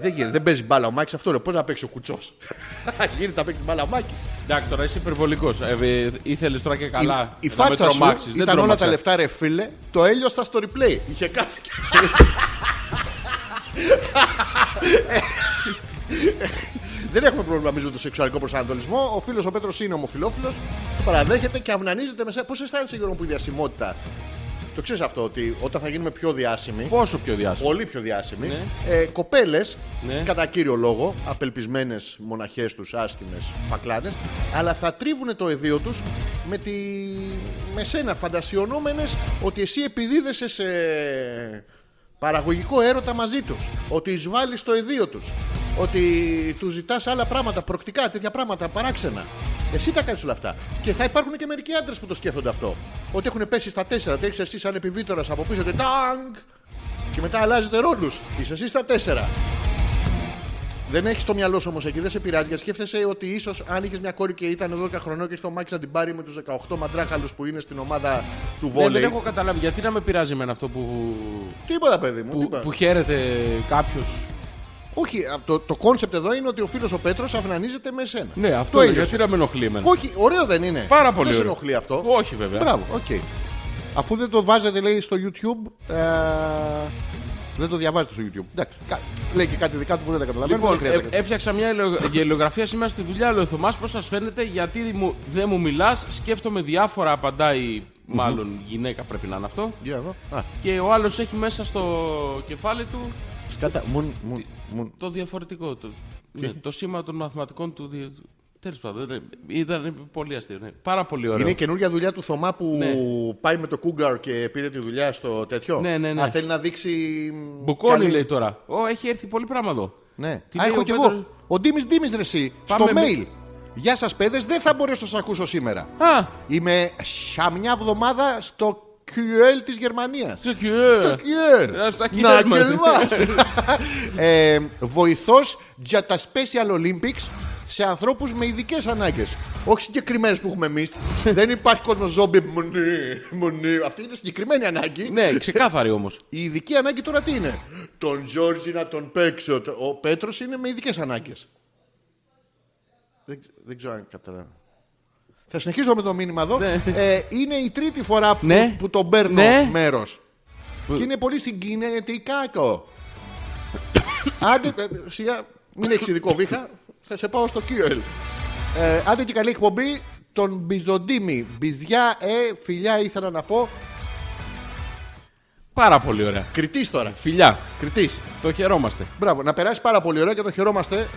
S1: Δεν, γίνεται, δεν παίζει μπάλα ο Μάκης, αυτό λέω. Πώς να παίξει ο κουτσός. Γίνεται να παίξει μπάλα ο Μάκης.
S2: Εντάξει, τώρα είσαι υπερβολικός. Ε, ε, Ήθελες τώρα και καλά.
S1: η, η
S2: να με
S1: φάτσα σου
S2: τρομάξεις. Δεν
S1: ήταν όλα
S2: τρόμαξα.
S1: τα λεφτά ρε φίλε. Το έλιος στα στο replay. Είχε κάτι. Δεν έχουμε πρόβλημα εμείς με το σεξουαλικό προσανατολισμό. Ο φίλος ο Πέτρος είναι ομοφυλόφιλος. Παραδέχεται και αυνανίζεται με σένα. Πώς αισθάνεσαι, Γιώργο, μου, που η διασημότητα. Το ξέρεις αυτό, ότι όταν θα γίνουμε πιο διάσημοι,
S2: Πόσο πιο διάσημο.
S1: πολύ πιο διάσημοι,
S2: Ναι.
S1: ε, κοπέλες,
S2: Ναι.
S1: κατά κύριο λόγο, απελπισμένες μοναχές τους, άσχημες φακλάνε, αλλά θα τρίβουν το εδίο τους με, τη... με σένα, φαντασιωνόμενες ότι εσύ επιδίδεσαι σε παραγωγικό έρωτα μαζί τους. Ότι εισβάλλει το εδίο τους. Ότι τους ζητάς άλλα πράγματα, προκτικά, τέτοια πράγματα, παράξενα. Εσύ τα κάνεις όλα αυτά. Και θα υπάρχουν και μερικοί άντρες που το σκέφτονται αυτό. Ότι έχουν πέσει στα τέσσερα, ότι έχεις εσύ σαν επιβίτορας από πίσω και τάγκ. Και μετά αλλάζετε ρόλους. Είσαι εσύ στα τέσσερα. Δεν έχεις το μυαλό σου όμως εκεί, δεν σε πειράζει γιατί σκέφτεσαι ότι ίσως αν είχες μια κόρη και ήταν 12 χρονών και ήρθε ο Μάκης να την πάρει με τους 18 μαντράχαλους που είναι στην ομάδα του
S2: Ναι,
S1: βόλεϊ.
S2: δεν έχω καταλάβει γιατί να με πειράζει εμένα αυτό που,
S1: Τίποτα, παιδί μου.
S2: που,
S1: τίποτα.
S2: που χαίρεται κάποιος.
S1: Όχι, α, το, το κόνσεπτ εδώ είναι ότι ο φίλος ο Πέτρος αυνανίζεται με εσένα.
S2: Ναι,
S1: Το
S2: αυτό είναι.
S1: έλειος.
S2: Γιατί να με ενοχλεί εμένα.
S1: Όχι, ωραίο δεν είναι.
S2: Πάρα πολύ
S1: Δεν σε
S2: ωραίο.
S1: ενοχλεί αυτό.
S2: Όχι, βέβαια.
S1: Μπράβο, οκ. Αφού δεν το βάζετε, λέει, στο YouTube. ε, δεν το διαβάζετε στο YouTube. Εντάξει, κα- λέει και κάτι δικά του που δεν τα καταλαβαίνω.
S2: Λοιπόν,
S1: δεν χρειάζεται
S2: ε, έφτιαξα μια ελαιο- γελιογραφία σήμερα στη δουλειά. Λέω, Θωμάς, πώς σας φαίνεται, γιατί μου, δεν μου μιλάς, σκέφτομαι διάφορα, απαντάει. Μάλλον γυναίκα πρέπει να είναι αυτό.
S1: Για εδώ. Α,
S2: Και ο άλλος έχει μέσα στο κεφάλι του
S1: σκάτα. Μουν, μουν, μουν.
S2: το διαφορετικό του. Ναι, το σήμα των μαθηματικών του. Δι... Τέλος πάντων, ναι, ήταν πολύ αστείο. Ναι. Πάρα πολύ ωραίο.
S1: Είναι η καινούργια δουλειά του Θωμά που
S2: Ναι.
S1: πάει με το Cougar και πήρε τη δουλειά στο τέτοιο.
S2: Ναι, ναι, ναι.
S1: Α, θέλει να δείξει. μ,
S2: Μπουκόνι
S1: καλή-
S2: λέει τώρα. Ω, έχει έρθει πολύ πράγμα εδώ.
S1: Ναι.
S2: Τι
S1: Α,
S2: λέει
S1: έχω
S2: ο
S1: κι
S2: Πέτρος?
S1: εγώ. Ο Ντίμης Ντίμης ρε εσύ, στο
S2: Πάμε με-
S1: mail. Γεια σας, παιδες, δεν θα μπορέσω να σας ακούσω σήμερα.
S2: Α,
S1: Είμαι σαν μια εβδομάδα στο QL της Γερμανίας.
S2: στο QE.
S1: Στο QL.
S2: Ε, στα κοινά
S1: Να
S2: μας.
S1: ε, Βοηθός για τα Special Olympics σε ανθρώπους με ειδικές ανάγκες. Όχι συγκεκριμένες που έχουμε εμείς. Δεν υπάρχει κόσμος ζόμπι. Μονή, μονή. Αυτή είναι συγκεκριμένη ανάγκη.
S2: ναι, ξεκάθαρη όμως.
S1: Η ειδική ανάγκη τώρα τι είναι. Τον Τζόρτζι να τον παίξω. Ο Πέτρος είναι με ειδικές ανάγκες. Δεν, δεν ξέρω αν καταλαβαίνω. Θα συνεχίσω με το μήνυμα εδώ.
S2: Ναι.
S1: Ε, είναι η τρίτη φορά που,
S2: Ναι.
S1: που τον παίρνω
S2: Ναι.
S1: μέρος. Και είναι πολύ συγκινητικάκο. Άντε, ε, σιγά, μην έχεις ειδικό βήχα. Θα σε πάω στο QL. Ε, άντε και καλή εκπομπή. Τον Μπιζοντίμη. Μπιζιά, ε, φιλιά ήθελα να πω.
S2: Πάρα πολύ ωραία.
S1: Κριτής τώρα.
S2: Φιλιά,
S1: Κριτής.
S2: το χαιρόμαστε.
S1: Μπράβο, να περάσει πάρα πολύ ωραία και το χαιρόμαστε.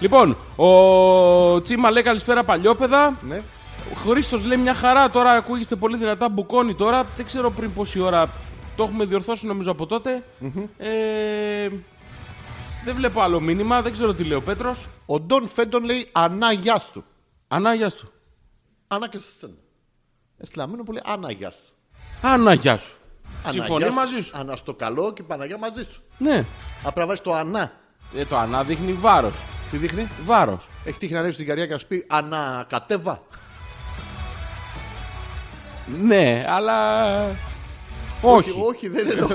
S2: Λοιπόν, ο Τσίμα λέει καλησπέρα παλιόπαιδα.
S1: Ναι.
S2: Ο Χρήστος λέει μια χαρά τώρα, ακούγεστε πολύ δυνατά. Μπουκώνει τώρα. Δεν ξέρω πριν πόση ώρα. Το έχουμε διορθώσει νομίζω από τότε. Ε, δεν βλέπω άλλο μήνυμα, δεν ξέρω τι λέει ο Πέτρος.
S1: Ο Ντόν Φέντον λέει Ανά γεια σου.
S2: Ανά, γεια σου.
S1: Ανά και σένα. Εσλαμμένο που λέει Ανά γεια σου.
S2: Ανά, γεια σου.
S1: Ανά, γεια
S2: Συμφωνεί
S1: σου.
S2: μαζί σου.
S1: Ανά στο καλό και Παναγιά μαζί σου.
S2: Ναι.
S1: Απλά βάζεις το Ανά.
S2: Ε, το ανά δείχνει βάρος.
S1: Τι δείχνει.
S2: Βάρος.
S1: Έχει τύχει να ανέβει στην καρδιά και να σου πει Ανακατέβα.
S2: Ναι, αλλά. Όχι.
S1: Όχι, όχι, δεν εννοώ.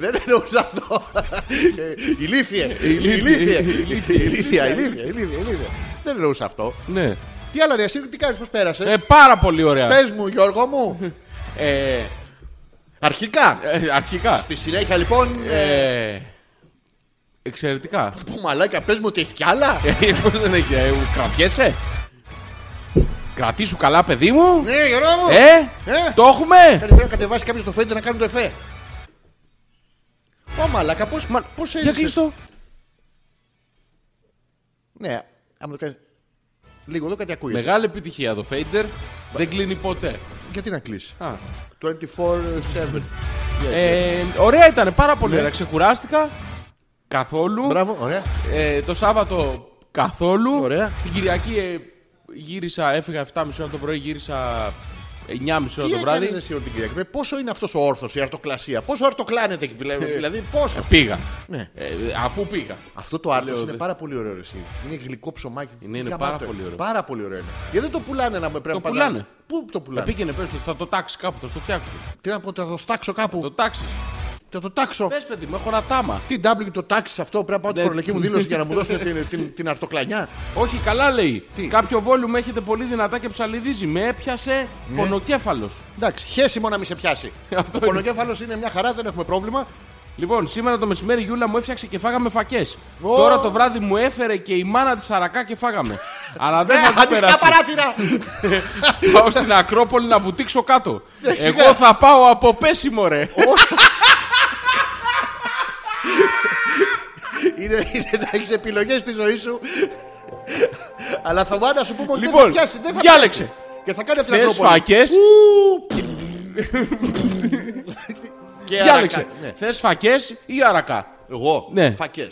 S1: δεν εννοούσα αυτό. Ε, Ηλίθιε. Ηλίθια, ηλίθια, ηλίθια, ηλίθια. Δεν εννοούσα αυτό.
S2: Ναι.
S1: Τι άλλα ρε, εσύ τι κάνεις, πώς
S2: Ε,
S1: πέρασες.
S2: πάρα πολύ ωραία.
S1: Πες μου Γιώργο μου.
S2: Ε,
S1: Αρχικά.
S2: ε, αρχικά.
S1: Στη συνέχεια λοιπόν. ε,
S2: Ε, εξαιρετικά.
S1: Που μαλάκα, πες μου ότι έχει κι άλλα.
S2: Ε, Πώς δεν έχει, ε, κρατιέσαι. Κρατήσου καλά, παιδί μου.
S1: Ναι, Γιώργο μου.
S2: Ε,
S1: Ε.
S2: το έχουμε.
S1: Κάτι πρέπει να κατεβάσεις κάποιος το φέντερ να κάνει το εφέ. Ω μαλάκα, πώς, πώς
S2: Για
S1: έζησες.
S2: κλείστο.
S1: Ναι, άμα το κάνεις. Λίγο εδώ κάτι ακούγεται.
S2: Μεγάλη επιτυχία το Fader. Δεν κλείνει ποτέ.
S1: Γιατί να κλείσει.
S2: Α.
S1: 24-7.
S2: Ε, ωραία ήταν, πάρα πολύ
S1: Ναι.
S2: ωραία. Ξεκουράστηκα. Καθόλου.
S1: Μπράβο, ωραία.
S2: Ε, το Σάββατο καθόλου.
S1: Ωραία.
S2: Την Κυριακή ε, γύρισα, έφυγα 7.30 ώρα το πρωί, γύρισα 9.30 ώρα
S1: Τι
S2: το βράδυ.
S1: έκανες εσύ όλη την Κυριακή. Πόσο είναι αυτός ο όρθος, η αρτοκλασία. Πόσο αρτοκλάνεται εκεί, δηλαδή, δηλαδή πόσο.
S2: Πήγα.
S1: ναι.
S2: Ε, αφού πήγα.
S1: Αυτό το άρθρο
S2: Λέω,
S1: είναι
S2: δε-
S1: πάρα πολύ ωραίο. ρε, Εσύ. Είναι γλυκό ψωμάκι.
S2: Είναι, είναι
S1: γαμάτο
S2: πάρα πολύ ωραίο.
S1: Πάρα πολύ ωραίο. είναι. Γιατί δεν το πουλάνε να με πρέπει να πας να-
S2: πουλάνε.
S1: Πού το
S2: Ε,
S1: πουλάνε.
S2: πήγαινε, πες του, θα το τάξεις κάπου, θα το φτιάξω.
S1: Τι να πω, θα το στάξω
S2: Το
S1: κάπου.
S2: τάξεις.
S1: Θα το τάξω.
S2: Πες, παιδί μου, έχω ένα τάμα.
S1: Τι W το τάξεις αυτό, πρέπει να πάω τη
S2: Ναι.
S1: φορολογική μου δήλωση για να μου δώσουν την, την, την αρτοκλανιά.
S2: Όχι, καλά λέει.
S1: Τι?
S2: Κάποιο volume έχετε πολύ δυνατά και ψαλιδίζει. Με έπιασε
S1: Ναι.
S2: πονοκέφαλος.
S1: Εντάξει, χέσιμο να μην σε πιάσει.
S2: Αυτό
S1: Ο
S2: είναι.
S1: πονοκέφαλος είναι μια χαρά, δεν έχουμε πρόβλημα.
S2: Λοιπόν, σήμερα το μεσημέρι η Γιούλα μου έφτιαξε και φάγαμε φακές. Τώρα το βράδυ μου έφερε και η μάνα της αρακά και φάγαμε. Αλλά δεν
S1: Ε,
S2: θα το
S1: ανοιχτά
S2: περάσει.
S1: παράθυρα!
S2: Πάω στην Ακρόπολη να βουτήξω κάτω.
S1: Ναι, σιγά.
S2: Εγώ θα πάω από πέσιμο, ρε.
S1: είναι, είναι να έχεις επιλογές στη ζωή σου. Αλλά θα βάνα να σου πούμε ότι δεν
S2: Λοιπόν,
S1: θα πιάσει. Δεν θα
S2: διάλεξε.
S1: πιάσει. Και θα κάνει αυτή την
S2: Θε
S1: Ακρόπολη.
S2: φακέ.
S1: Και
S2: Διάλεξε.
S1: αρακά. Ναι.
S2: Θες φακές ή αρακά.
S1: Εγώ,
S2: Ναι.
S1: φακές.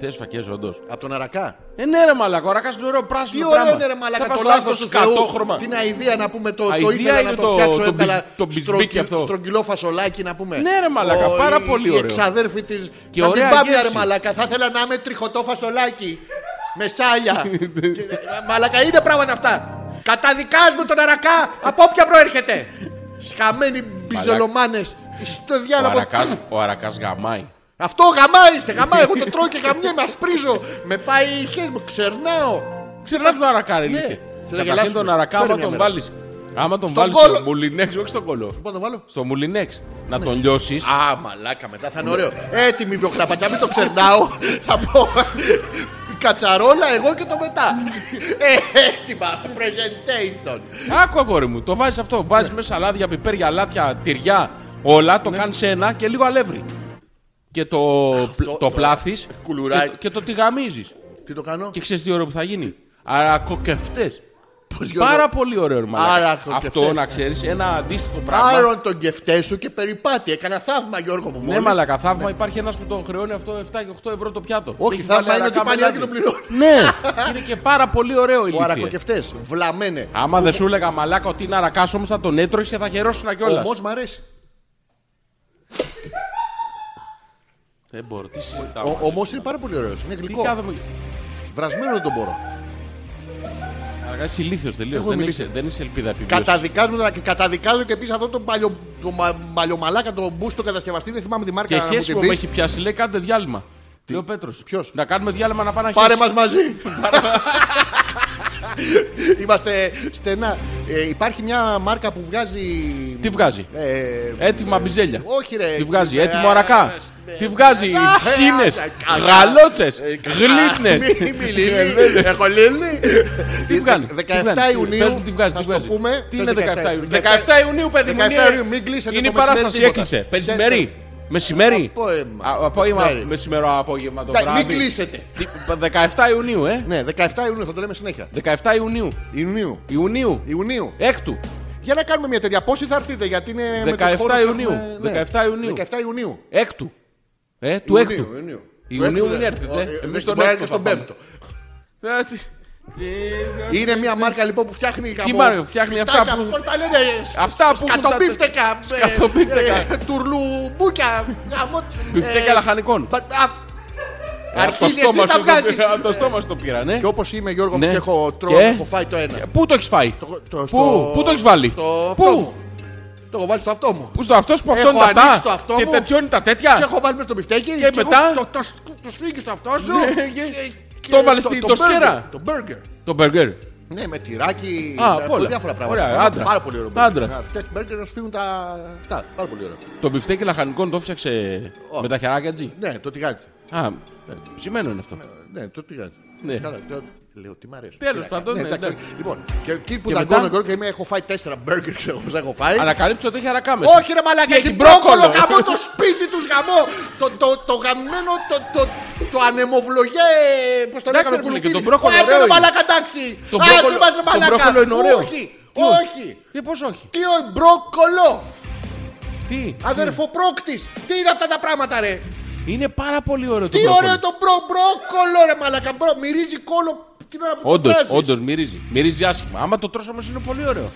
S2: Θε φακέ, όντως.
S1: Από τον Αρακά.
S2: Ε, ναι, ρε Μαλακά, ο αρακάς είναι ωραίο πράσινο.
S1: Τι ωραίο
S2: πράγμα.
S1: είναι ρε
S2: Θα
S1: μαλακά
S2: πας
S1: το
S2: τώρα
S1: λάθο
S2: στο
S1: του Θεού.
S2: σκατόχρωμα.
S1: Την αηδία να πούμε το, το
S2: Αηδία
S1: ήθελα
S2: είναι
S1: να το
S2: το-
S1: φτιάξω.
S2: το
S1: Έβγαλα
S2: μπισ- το
S1: στρογγυ-
S2: μπισμπίκι αυτό.
S1: στρογγυλό φασολάκι να πούμε.
S2: Ναι, ρε μαλάκα,
S1: Ο-
S2: πάρα
S1: η-
S2: πολύ
S1: Η
S2: ωραίο.
S1: εξαδέρφη της
S2: Και
S1: σαν την
S2: ωραία
S1: Πάμπια ρε
S2: γεύση.
S1: μαλακά. Θα ήθελα να είμαι τριχωτό φασολάκι. με σάλια. Και- μαλακά είναι πράγματα αυτά. Καταδικάζουμε τον Αρακά. Από όποια προέρχεται. Σχαμένοι μπιζολομάνες. Στο
S2: Ο
S1: διάλογο.
S2: αρακάς, ο αρακάς γαμάει.
S1: Αυτό γαμά είστε, γαμά. Εγώ το τρώω και γαμιέμαι, ασπρίζω. Με πάει η χέρι μου, ξερνάω.
S2: Ξέρετε τον αρακά, ρε
S1: Ναι.
S2: ηλίθεια.
S1: Θα τα
S2: Καταρχήν
S1: γελάσουμε.
S2: τον αρακά,
S1: Φέρε
S2: άμα
S1: μια
S2: τον
S1: μέρα.
S2: βάλεις... Άμα τον βάλεις
S1: κόλο. Ναι.
S2: στο μουλινέξ, όχι στον
S1: Πού
S2: κολό.
S1: να Λοιπόν, το βάλω.
S2: Στο μουλινέξ. Να τον λιώσεις.
S1: Α, μαλάκα, μετά θα είναι ωραίο. Έτοιμη βιοχλαπατζά, μην το ξερνάω. θα πω. Κατσαρόλα, εγώ και το μετά. Ε, Έτοιμα, presentation.
S2: Άκου αγόρι μου, το βάζεις αυτό.
S1: Ναι.
S2: Βάζεις μέσα σαλάδια, πιπέρια, λάτια, τυριά, όλα. Το κάνεις ένα και λίγο αλεύρι. Και το, πλ- το
S1: το-
S2: πλάθεις
S1: κουλουράκι.
S2: και, και το τηγαμίζεις.
S1: Τι το κάνω,
S2: Και ξέρεις τι ωραίο που θα γίνει. Αρακοκευτές.
S1: πώς
S2: Πάρα πολύ ωραίο, ρε μαλάκα.
S1: Αρακοκευτές,
S2: Αυτό
S1: ναι.
S2: να ξέρεις, ένα αντίστοιχο πράγμα.
S1: Πάρον τον κεφτές σου και περιπάτη. Έκανα θαύμα, Γιώργο μου.
S2: Ναι,
S1: μόλις.
S2: μαλακα, θαύμα. Υπάρχει ένας που το χρεώνει αυτό 7 και 8 ευρώ το πιάτο.
S1: Όχι,
S2: Έχει
S1: θαύμα
S2: βάλει
S1: είναι ότι
S2: αρακά
S1: πάνε οι άλλοι και
S2: μελάνι.
S1: τον πληρώνουν.
S2: Ναι, είναι και πάρα πολύ ωραίο
S1: Ο
S2: ηλίθιε.
S1: αρακοκεφτέ, βλαμένε.
S2: Άμα δεν σου έλεγα μαλάκα ότι είναι αρακάς, όμως θα τον έτρωγες και θα χαιρόσουν κιόλα.
S1: Όμω μ' αρέσει.
S2: Δεν μπορώ, τι συζητάμε.
S1: Όμω είναι πάρα πολύ ωραίος. Είναι
S2: Τι
S1: γλυκό.
S2: κάθομαι.
S1: Βρασμένο δεν τον μπορώ.
S2: Αργά είσαι ηλίθιος τελείως.
S1: Έχω
S2: Δεν,
S1: μιλήσει.
S2: έχεις- δεν είσαι ελπίδα επιβίωσης.
S1: Καταδικάζουμε τον και καταδικάζω και επίσης αυτό τον παλιο, το μα, μαλλιομαλάκα, τον μπούστο κατασκευαστή, δεν θυμάμαι τη μάρκα
S2: Και
S1: να μου την
S2: χέσιμο με
S1: πεις.
S2: έχει πιάσει, λέει κάντε διάλειμμα. Λέει ο Πέτρος.
S1: Ποιος?
S2: Να κάνουμε διάλειμμα να πάνε να
S1: Πάρε
S2: χέσει.
S1: μας μαζί. Είμαστε στενά. Ε, υπάρχει μια μάρκα που βγάζει.
S2: Τι βγάζει.
S1: Ε,
S2: Έτοιμα μπιζέλια.
S1: Όχι, ρε.
S2: Τι βγάζει,
S1: Ε,
S2: έτοιμο αρακά.
S1: ε,
S2: Τι βγάζει,
S1: ε,
S2: χίνε,
S1: ε, καλά.
S2: γαλότσες,
S1: Ε, καλά.
S2: γλίτνες.
S1: Μη- μη λύνει. Έχω λύνει.
S2: Τι βγάλει. τι βγάλει.
S1: 17
S2: Πες μου
S1: Ιουνίου.
S2: τι βγάζει,
S1: θα
S2: τι
S1: στο
S2: βγάζει.
S1: πούμε.
S2: Τι είναι 17 Ιουνίου. 17 Ιουνίου, παιδί μου.
S1: 17
S2: είναι-
S1: Ιουνίου, μην κλείσετε
S2: Είναι η
S1: το μεσημέρι
S2: παράσταση,
S1: τίποτα.
S2: έκλεισε.
S1: Ξέρετε.
S2: Μεσημέρι. Μεσημέρι.
S1: Απόγευμα.
S2: Α, Απόγευμα,
S1: Φέρει.
S2: μεσημερό, απόγευμα το
S1: Εντάξει,
S2: βράδυ.
S1: Μην κλείσετε.
S2: Τι- 17 Ιουνίου, ε.
S1: Ναι, 17 Ιουνίου θα το λέμε συνέχεια.
S2: 17 Ιουνίου.
S1: Ιουνίου.
S2: Ιουνίου.
S1: Ιουνίου.
S2: Έκτου.
S1: Για να κάνουμε μια τέτοια. Πόσοι θα έρθετε, γιατί είναι. με τους
S2: 17
S1: χώρους
S2: Ιουνίου.
S1: έχουμε- ναι.
S2: 17 Ιουνίου.
S1: 17 Ιουνίου.
S2: Έκτου. Ε, του έκτου. Ιουνίου
S1: Έκτου
S2: μην
S1: δεν-
S2: έρθετε.
S1: Ε, δεν
S2: Εμείς τον
S1: μπορεί να
S2: έκτο
S1: είναι και
S2: θα
S1: στον
S2: πάμε.
S1: πέμπτο.
S2: Έτσι.
S1: Είναι μια μάρκα λοιπόν που φτιάχνει γαμό.
S2: μάρκα, φτιάχνει αυτά
S1: Πιτάκια,
S2: που-
S1: πώς τα λένε, σ-
S2: Αυτά που έχουν τα-
S1: σκατοπίφτεκα, ε,
S2: Σκατοπίφτεκα.
S1: ε, Τουρλουμπούκια. γαμό-
S2: Πιφτέκια
S1: ε,
S2: λαχανικών. Ε,
S1: μπα- α, Αρχίδια,
S2: Από το
S1: εσύ
S2: στόμα
S1: τα
S2: σου το-
S1: βγάζεις.
S2: Από το στόμα σου το πήρανε.
S1: Και όπως είμαι, Γιώργο,
S2: Ναι.
S1: που έχω
S2: Και?
S1: τρώει, έχω φάει το ένα.
S2: Πού το έχεις φάει,
S1: Το- το-
S2: Πού
S1: στο-
S2: πού το έχεις βάλει,
S1: Στο αυτό
S2: Πού,
S1: μου. Το έχω βάλει στο αυτό μου.
S2: Πού στο αυτός σου που αυτό
S1: Έχω
S2: είναι τα
S1: ανοίξει το
S2: αυτά
S1: αυτό
S2: και
S1: μου.
S2: τέτοιο είναι τα
S1: Και
S2: τέτοια.
S1: έχω βάλει μέσα στο μπιφτέκι.
S2: Και μετά?
S1: έχω- Το, το, το, σφίγγεις στο αυτό σου.
S2: Ναι, και- το έβαλες στη- το σκέρα.
S1: burger, Το burger.
S2: Το μπεργκέρ.
S1: Ναι, με τυράκι.
S2: Α,
S1: με-
S2: πολλά.
S1: Διάφορα πράγματα.
S2: Ωραία,
S1: Πάρα-
S2: άντρα.
S1: Πάρα πολύ ωραίο.
S2: Άντρα.
S1: burger. Να- Τέτοιο burger να σφίγγουν τα. Αυτά. Πάρα πολύ ωραίο.
S2: Το μπιφτέκι λαχανικών το φτιάξε
S1: Ω.
S2: με τα χεράκια τζι.
S1: Ναι, το τηγάκι.
S2: Α, ε, ψημένο είναι αυτό.
S1: Ναι, το τηγάκι.
S2: Ναι.
S1: Καλά, το- Λέω τι μ' αρέσει.
S2: Τέλος
S1: Τι να
S2: πάντων,
S1: κάνω.
S2: ναι,
S1: Ναι, εντάξει.
S2: εντάξει.
S1: Λοιπόν, και εκεί που
S2: Και
S1: δαγκώνω
S2: μετά?
S1: εγώ και είμαι, έχω φάει τέσσερα burger, ξέρω πώς έχω φάει.
S2: Ανακαλύψω ότι έχει αρακά μέσα.
S1: Όχι ρε μαλάκα,
S2: έχει
S1: έχει
S2: μπρόκολο.
S1: μπρόκολο, γαμώ το σπίτι τους, γαμώ το, το, το γαμμένο, το, το, το ανεμοβλογέ, πώς το
S2: Εντάξει,
S1: λέγαμε,
S2: ρε φίλε,
S1: κουλουπίδι.
S2: και το μπρόκολο
S1: Άντε,
S2: ωραίο
S1: ρε
S2: είναι.
S1: μαλάκα, εντάξει.
S2: Το
S1: Άσε
S2: μπρόκολο-
S1: μας, ρε
S2: το
S1: μαλάκα.
S2: μπρόκολο είναι ωραίο.
S1: Όχι,
S2: Τι
S1: όχι.
S2: όχι? Ε, πώς όχι.
S1: Τι ο μπρόκολο,
S2: Τι.
S1: αδερφοπρόκτης, τι είναι αυτά τα πράγματα ρε.
S2: Είναι πάρα πολύ ωραίο το
S1: Τι
S2: μπρόκολο.
S1: ωραίο το μπρο, μπρόκολο ρε μαλάκα, μπρο, μυρίζει κόλλο. Την ώρα που το
S2: Όντως,
S1: βράζεις.
S2: όντως, μυρίζει. Μυρίζει άσχημα. Άμα το τρως όμως είναι πολύ ωραίο.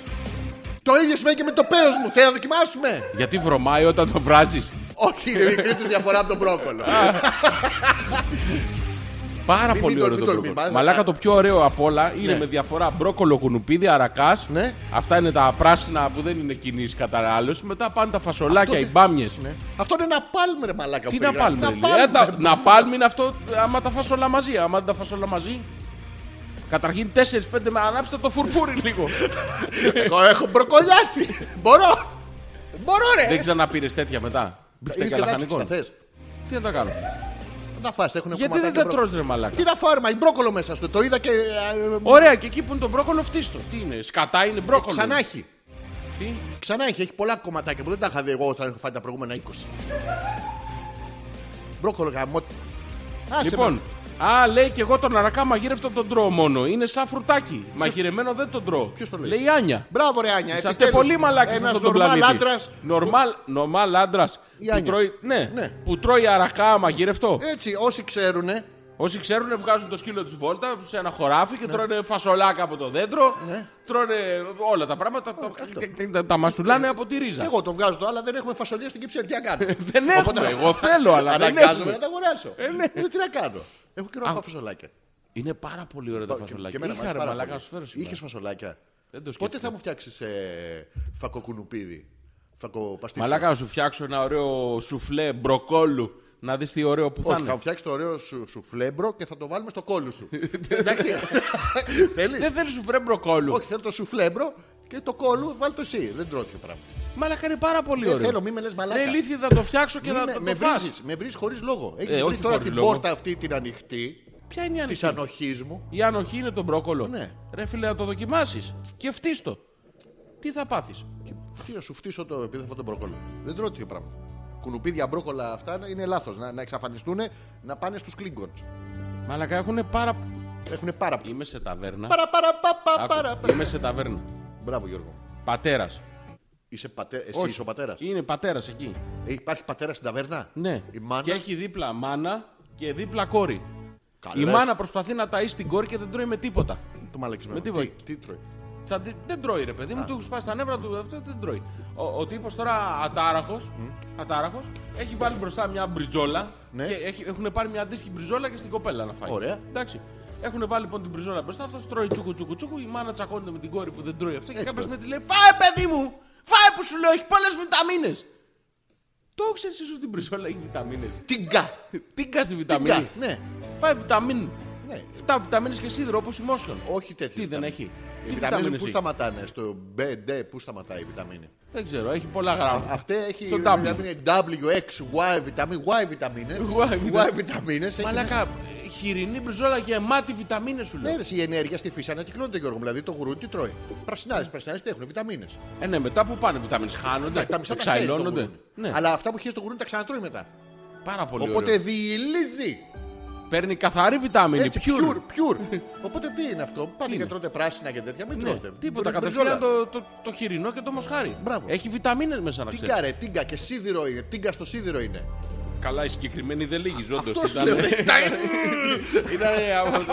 S1: Το ίδιο σημαίνει και με το πέος μου, θέλει να δοκιμάσουμε.
S2: Γιατί βρωμάει όταν το βράζεις.
S1: Όχι, είναι μικρή τους διαφορά από τον μπρόκολο.
S2: Πάρα
S1: Μην-
S2: πολύ
S1: μην
S2: ωραίο
S1: το-
S2: το
S1: μην
S2: μπρόκολο.
S1: τολμάς,
S2: Μαλάκα
S1: να-
S2: το πιο ωραίο απ' όλα είναι με διαφορά μπρόκολο, κουνουπίδι, αρακάς.
S1: Ναι.
S2: Αυτά είναι τα πράσινα που δεν είναι κοινή κατανάλωση. Μετά πάνε τα φασολάκια, οι
S1: Αυτό-
S2: μπάμιε.
S1: Αυτό είναι ένα πάλμ ρε μαλάκα.
S2: Τι
S1: που
S2: να
S1: περιγράφεις.
S2: πάλμε,
S1: Να πάλμε.
S2: Ε, Να πάλμε είναι αυτό άμα τα φας όλα μαζί. Άμα δεν τα φας όλα μαζί. Καταρχήν 4-5 με ανάψτε το φουρφούρι λίγο.
S1: Εγώ έχω μπροκολιάσει. Μπορώ. Μπορώ, ρε.
S2: δεν ξαναπήρες τέτοια μετά.
S1: Είναι
S2: Μπιφτέκια
S1: στην άξιση, τα
S2: λαχανικών.
S1: θες.
S2: Τι να τα κάνω.
S1: Να φας, έχουν
S2: Γιατί δεν
S1: κομματάκια
S2: τα
S1: μπρο-
S2: τρως ρε μαλάκα.
S1: Τι να φάρμα, η μπρόκολο μέσα στο. Το είδα και. ε, ε,
S2: Ωραία, και εκεί που είναι το μπρόκολο φτύστο. Τι είναι, σκατά είναι μπρόκολο.
S1: Ξανά έχει.
S2: Τι?
S1: Ξανά έχει. Έχει πολλά κομματάκια που δεν τα είχα δει εγώ όταν έχω φάει τα προηγούμενα 20. Μπρόκολο γαμό. Άσε
S2: Λοιπόν,
S1: με.
S2: α, λέει και εγώ τον αρακά μαγείρευτο τον τρώω μόνο. Είναι σαν φρουτάκι. Μαγειρεμένο δεν τον τρώω.
S1: Ποιος το λέει?
S2: Λέει η Άνια.
S1: Μπράβο, ρε Άνια.
S2: Είσαστε
S1: επιτέλους.
S2: πολύ μαλάκι σε
S1: Ένας
S2: αυτόν τον
S1: νορμάλ
S2: πλανήτη.
S1: άντρας.
S2: Νορμάλ, νορμάλ άντρας. Που
S1: Άνια.
S2: τρώει, ναι,
S1: Ναι. Ε.
S2: που τρώει αρακά μαγειρευτό.
S1: Έτσι, όσοι ξέρουν.
S2: Όσοι ξέρουν, βγάζουν το σκύλο τους βόλτα σε ένα χωράφι και τρώνε φασολάκα από το δέντρο.
S1: Ναι. Ε,
S2: Τρώνε όλα τα πράγματα. τα- τα, τα μασουλάνε από τη ρίζα.
S1: Εγώ το βγάζω το, αλλά δεν έχουμε φασολία στην Κυψέλη. Τι να κάνω.
S2: Δεν έχουμε. Εγώ θέλω, αλλά δεν
S1: Αναγκάζομαι
S2: έχουμε. Ε, ναι.
S1: να τα αγοράσω. Λέω, Τι να κάνω. Έχω καιρό να
S2: Α.
S1: φάω φασολάκια.
S2: Είναι πάρα πολύ ωραίο το
S1: Λοιπόν,
S2: φασολάκι. Είχα ρε μαλάκα να σου φέρω σήμερα.
S1: Είχες φασολάκια.
S2: Δεν το
S1: Πότε
S2: σκέφτηκα.
S1: θα μου φτιάξεις ε, φακοκουνουπίδι, φακοπαστίτσιο.
S2: Μαλάκα να σου φτιάξω ένα ωραίο σουφλέ μπροκόλου. Να δεις τι ωραίο που θα
S1: Όχι, θα μου
S2: είναι.
S1: φτιάξεις το ωραίο σου, σου φλέμπρο και θα το βάλουμε στο κόλλο σου. Εντάξει. Θέλεις.
S2: Ναι, Δεν θέλεις σουφλέ μπροκόλου.
S1: Όχι, θέλω το σου φλέμπρο και το κόλλο βάλ το εσύ. Δεν τρώω τέτοιο πράγμα.
S2: Μαλάκα είναι πάρα πολύ
S1: Δεν
S2: ωραίο.
S1: Ε, θέλω, μη με λες μαλάκα.
S2: Ρε λύθη θα το φτιάξω και
S1: Μη
S2: θα
S1: με-
S2: το,
S1: με
S2: το φας.
S1: βρίζεις, με βρει χωρίς λόγο. Έχεις
S2: Ε,
S1: βρει
S2: όχι
S1: τώρα
S2: χωρίς
S1: την
S2: λόγο.
S1: πόρτα αυτή την ανοιχτή
S2: Ποια είναι η
S1: της
S2: ανοχή.
S1: ανοχής μου.
S2: Η ανοχή είναι το μπρόκολο.
S1: Ναι.
S2: Ρε φίλε να το δοκιμάσεις. Και φτύστο. Τι θα πάθεις.
S1: Τι να σου φτύσω το επειδή θα τον μπρόκολο. Δεν τρώω τέτοιο πράγμα. Κουνουπίδια, μπρόκολα αυτά είναι λάθος. Να, να εξαφανιστούν, να πάνε στους κλίγκον.
S2: Μαλάκα έχουν πάρα...
S1: Έχουν πάρα πολύ.
S2: Είμαι σε ταβέρνα.
S1: Παρα, παρα, πα, πα,
S2: Άκου,
S1: παρα, παρα.
S2: Είμαι σε ταβέρνα.
S1: Μπράβο, Γιώργο.
S2: Πατέρας.
S1: Είσαι πατέρα. Εσύ
S2: Όχι.
S1: είσαι ο πατέρας.
S2: Είναι πατέρας εκεί.
S1: Υπάρχει πατέρα στην ταβέρνα.
S2: Ναι.
S1: Η μάνα.
S2: Και έχει δίπλα μάνα και δίπλα κόρη.
S1: Καλά,
S2: Η μάνα προσπαθεί να ταΐσει την κόρη και δεν τρώει με τίποτα.
S1: Το μαλακισμένο.
S2: Με τίποτα.
S1: Τι, τι τρώει.
S2: Τσαντι... Δεν τρώει ρε παιδί μου, του έχουν σπάσει τα νεύρα του, αυτό δεν τρώει. Ο, ο τύπος τώρα ατάραχος, ατάραχος, έχει βάλει μπροστά μια μπριζόλα
S1: Ναι.
S2: και έχει, έχουν πάρει μια αντίστοιχη μπριζόλα και στην κοπέλα να φάει.
S1: Ωραία.
S2: Εντάξει. Έχουν βάλει λοιπόν την μπριζόλα μπροστά, αυτός τρώει τσούκου τσούκου τσούκου, η μάνα τσακώνεται με την κόρη που δεν τρώει αυτό και
S1: Έτσι
S2: κάποια
S1: τρώει.
S2: στιγμή τη λέει «Φάε παιδί μου, φάε που σου λέω, έχει πολλές βιταμίνες». Το ξέρεις εσύ ότι την μπριζόλα έχει βιταμίνες.
S1: Τίγκα.
S2: Τίγκα στη
S1: Τίγκα.
S2: βιταμίνη.
S1: Ναι.
S2: Φάει βιταμίνη.
S1: ναι.
S2: 7 βιταμίνες και σίδηρο όπως η Μόσχαν.
S1: Όχι τέτοιο.
S2: Τι δεν έχει.
S1: Οι
S2: Τι
S1: βιταμίνες
S2: βιταμίνες
S1: πού
S2: έχει.
S1: σταματάνε. Στο B, D, πού σταματάει η βιταμίνη.
S2: Δεν ξέρω, έχει πολλά γράμματα.
S1: Αυτή έχει
S2: Στο W.
S1: βιταμίνη W, X, Y, βιταμίνη, Y βιταμίνες.
S2: Y
S1: Y βιταμίνες.
S2: Μαλάκα, χοιρινή μπριζόλα γεμάτη βιταμίνες σου
S1: Ναι,
S2: λέω.
S1: ρε, η ενέργεια στη φύση ανακυκλώνεται, Γιώργο. μου. Δηλαδή το γουρούι τι τρώει. Πρασινάδε, πρασινάδε τι έχουν, βιταμίνες.
S2: Ε, ναι, μετά που πάνε βιταμίνες, χάνονται,
S1: Τα μισά τα χαίρεσαι στο
S2: ξαϊλώνονται.
S1: γουρούνι.
S2: Ναι,
S1: Αλλά αυτά που χαίρεσαι στο γουρούνι τα ξανατρώει μετά.
S2: πάρα πολύ
S1: Οπότε
S2: ωραίο.
S1: διηλίδει.
S2: Παίρνει καθαρή βιτάμινη,
S1: Έτσι,
S2: Ναι, pure.
S1: πιούρ, πιούρ. Οπότε τι είναι αυτό. Πάτε και
S2: είναι?
S1: τρώτε πράσινα και τέτοια, μην
S2: Ναι,
S1: τρώτε.
S2: τίποτα,
S1: Μπορεί
S2: κατευθείαν
S1: μπριζόλα.
S2: το, το, το χοιρινό και το μοσχάρι.
S1: Μπράβο.
S2: Έχει βιταμίνες μέσα να ξέρεις.
S1: Τίγκα ρε, τίγκα και σίδηρο είναι. Τίγκα στο σίδηρο είναι.
S2: Καλά, η συγκεκριμένη δεν λύγει, όντως.
S1: Αυτό σου
S2: Ήταν-
S1: λέω. ρε, τα είναι.
S2: Ήτανε... από-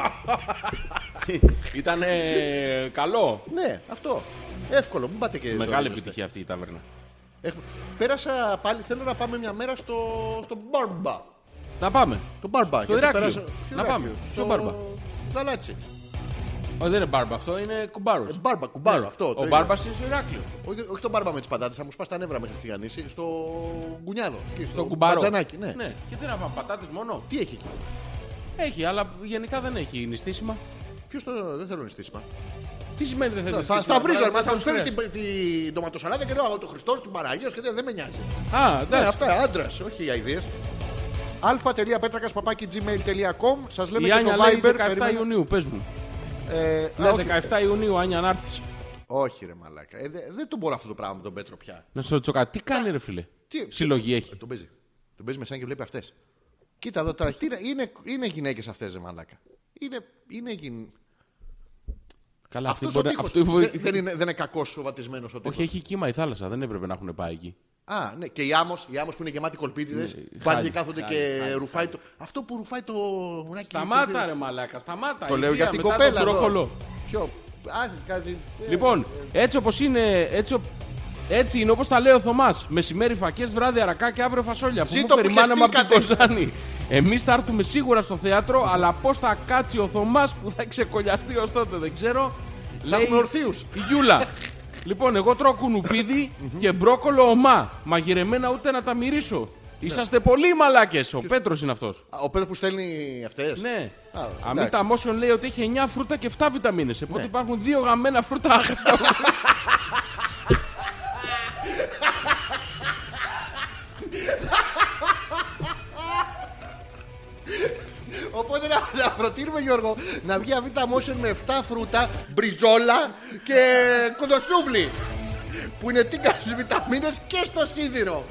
S2: Ήτανε καλό.
S1: Ναι, αυτό. Εύκολο, μην πάτε και.
S2: Μεγάλη
S1: ζορίζεστε.
S2: επιτυχία αυτή η ταβέρνα.
S1: Έχουμε- Πέρασα πάλι, θέλω να πάμε μια μέρα στο, στο Μπάρμπα.
S2: Να πάμε.
S1: Το μπάρμπα. γιατί
S2: Στο Ηράκλειο.
S1: πέρασε- ποιο
S2: Να πάμε.
S1: Ηράκλειο?
S2: Στο Μπάρμπα.
S1: Γαλάτσι.
S2: Όχι, δεν είναι μπάρμπα αυτό, είναι κουμπάρος.
S1: Ε, Μπάρμπα, κουμπάρο αυτό. το
S2: Ο
S1: είδα.
S2: μπάρμπας είναι στο Ηράκλειο.
S1: Όχι, όχι τον μπάρμπα με τις πατάτες, θα μου σπάσει τα νεύρα με τη θυγανίση. Στο γκουνιάδο. εκεί,
S2: Στο κουμπάρο.
S1: μπατζανάκι, ναι.
S2: ναι. Και δεν πάμε πατάτες μόνο.
S1: Τι έχει εκεί.
S2: Έχει, αλλά γενικά δεν έχει νηστίσιμα.
S1: Ποιος το. Δεν θέλω νηστίσιμα.
S2: Τι σημαίνει δεν θε
S1: Ναι, Θα, θα, θα βρίζω, μα δηλαδή, θα μου φέρει την, την ντοματοσαλάτα και λέω «Α, το Χριστός, την Παραγία και δεν, δεν με νοιάζει.
S2: Α,
S1: Ναι,
S2: εντάξει.
S1: αυτά άντρας, όχι οι αειδίε. αλφα.πέτρακα παπάκι gmail.com Σας λέμε
S2: Η
S1: και το
S2: Άνια λέει
S1: Viber.
S2: 17
S1: περιμένω.
S2: Ιουνίου, πες μου.
S1: Ε, α,
S2: Ναι,
S1: όχι,
S2: 17 Ιουνίου, Άνια, να έρθεις.
S1: όχι, ρε Μαλάκα. Ε, δε- δεν το μπορώ αυτό το πράγμα με τον Πέτρο πια.
S2: Να σου ρωτήσω κάτι. Τι κάνει, ρε φίλε.
S1: Τι,
S2: Συλλογή
S1: Ε,
S2: έχει.
S1: τον παίζει. Τον παίζει με σαν και βλέπει αυτές. Κοίτα εδώ τώρα. τι είναι, είναι, είναι γυναίκες αυτές, ρε Μαλάκα. Είναι, είναι γυναίκε.
S2: Καλά, αυτή
S1: Αυτός ο
S2: μπορεί
S1: τείχος.
S2: αυτή μπορεί-
S1: δεν, δεν είναι, δεν είναι κακός σοβατισμένος ο τείχος.
S2: Όχι, έχει κύμα η θάλασσα, δεν έπρεπε να έχουν πάει εκεί.
S1: Α, ναι. Και η άμμος η Άμμος που είναι γεμάτη κολπίτιδες.
S2: Ναι,
S1: πάνε
S2: χάλι,
S1: και κάθονται
S2: χάλι,
S1: και
S2: χάλι,
S1: ρουφάει το. Αυτό που ρουφάει το μουνάκι.
S2: Σταμάτα, ρε μαλάκα, σταμάτα.
S1: Το
S2: Η
S1: λέω
S2: βία
S1: για την
S2: μετά
S1: κοπέλα.
S2: τον
S1: εδώ.
S2: τρόχολο.
S1: Ποιο. Α, κάτι. ε,
S2: Λοιπόν, έτσι όπως είναι. Έτσι, ο- έτσι είναι όπως τα λέει ο Θωμάς. Μεσημέρι φακές, βράδυ αρακά και αύριο φασόλια. Που
S1: Ζήτω
S2: μου
S1: που
S2: περιμέναμε από την
S1: χεστήκατε.
S2: Κοζάνη. Εμείς θα έρθουμε σίγουρα στο θέατρο, αλλά πώς θα κάτσει ο Θωμάς που θα ξεκολλιαστεί ως τότε δεν ξέρω.
S1: Θα έχουμε ορθίους.
S2: η Γιούλα. λοιπόν, εγώ τρώω κουνουπίδι και μπρόκολο ομά. Μαγειρεμένα ούτε να τα μυρίσω.
S1: Ναι.
S2: Είσαστε πολύ μαλάκες. Ο Πέτρος είναι αυτός.
S1: Ο Πέτρος που στέλνει αυτές.
S2: Ναι.
S1: Α,
S2: Αμήτα Motion λέει ότι έχει 9 φρούτα και 7 βιταμίνες. Οπότε
S1: Ναι.
S2: υπάρχουν 2 γαμμένα φρούτα άχρηστα.
S1: Οπότε να, να προτείνουμε Γιώργο να βγει αβίτα motion με 7 φρούτα, μπριζόλα και κοντοσούβλι. Που είναι τίκα στι βιταμίνες και στο σίδηρο.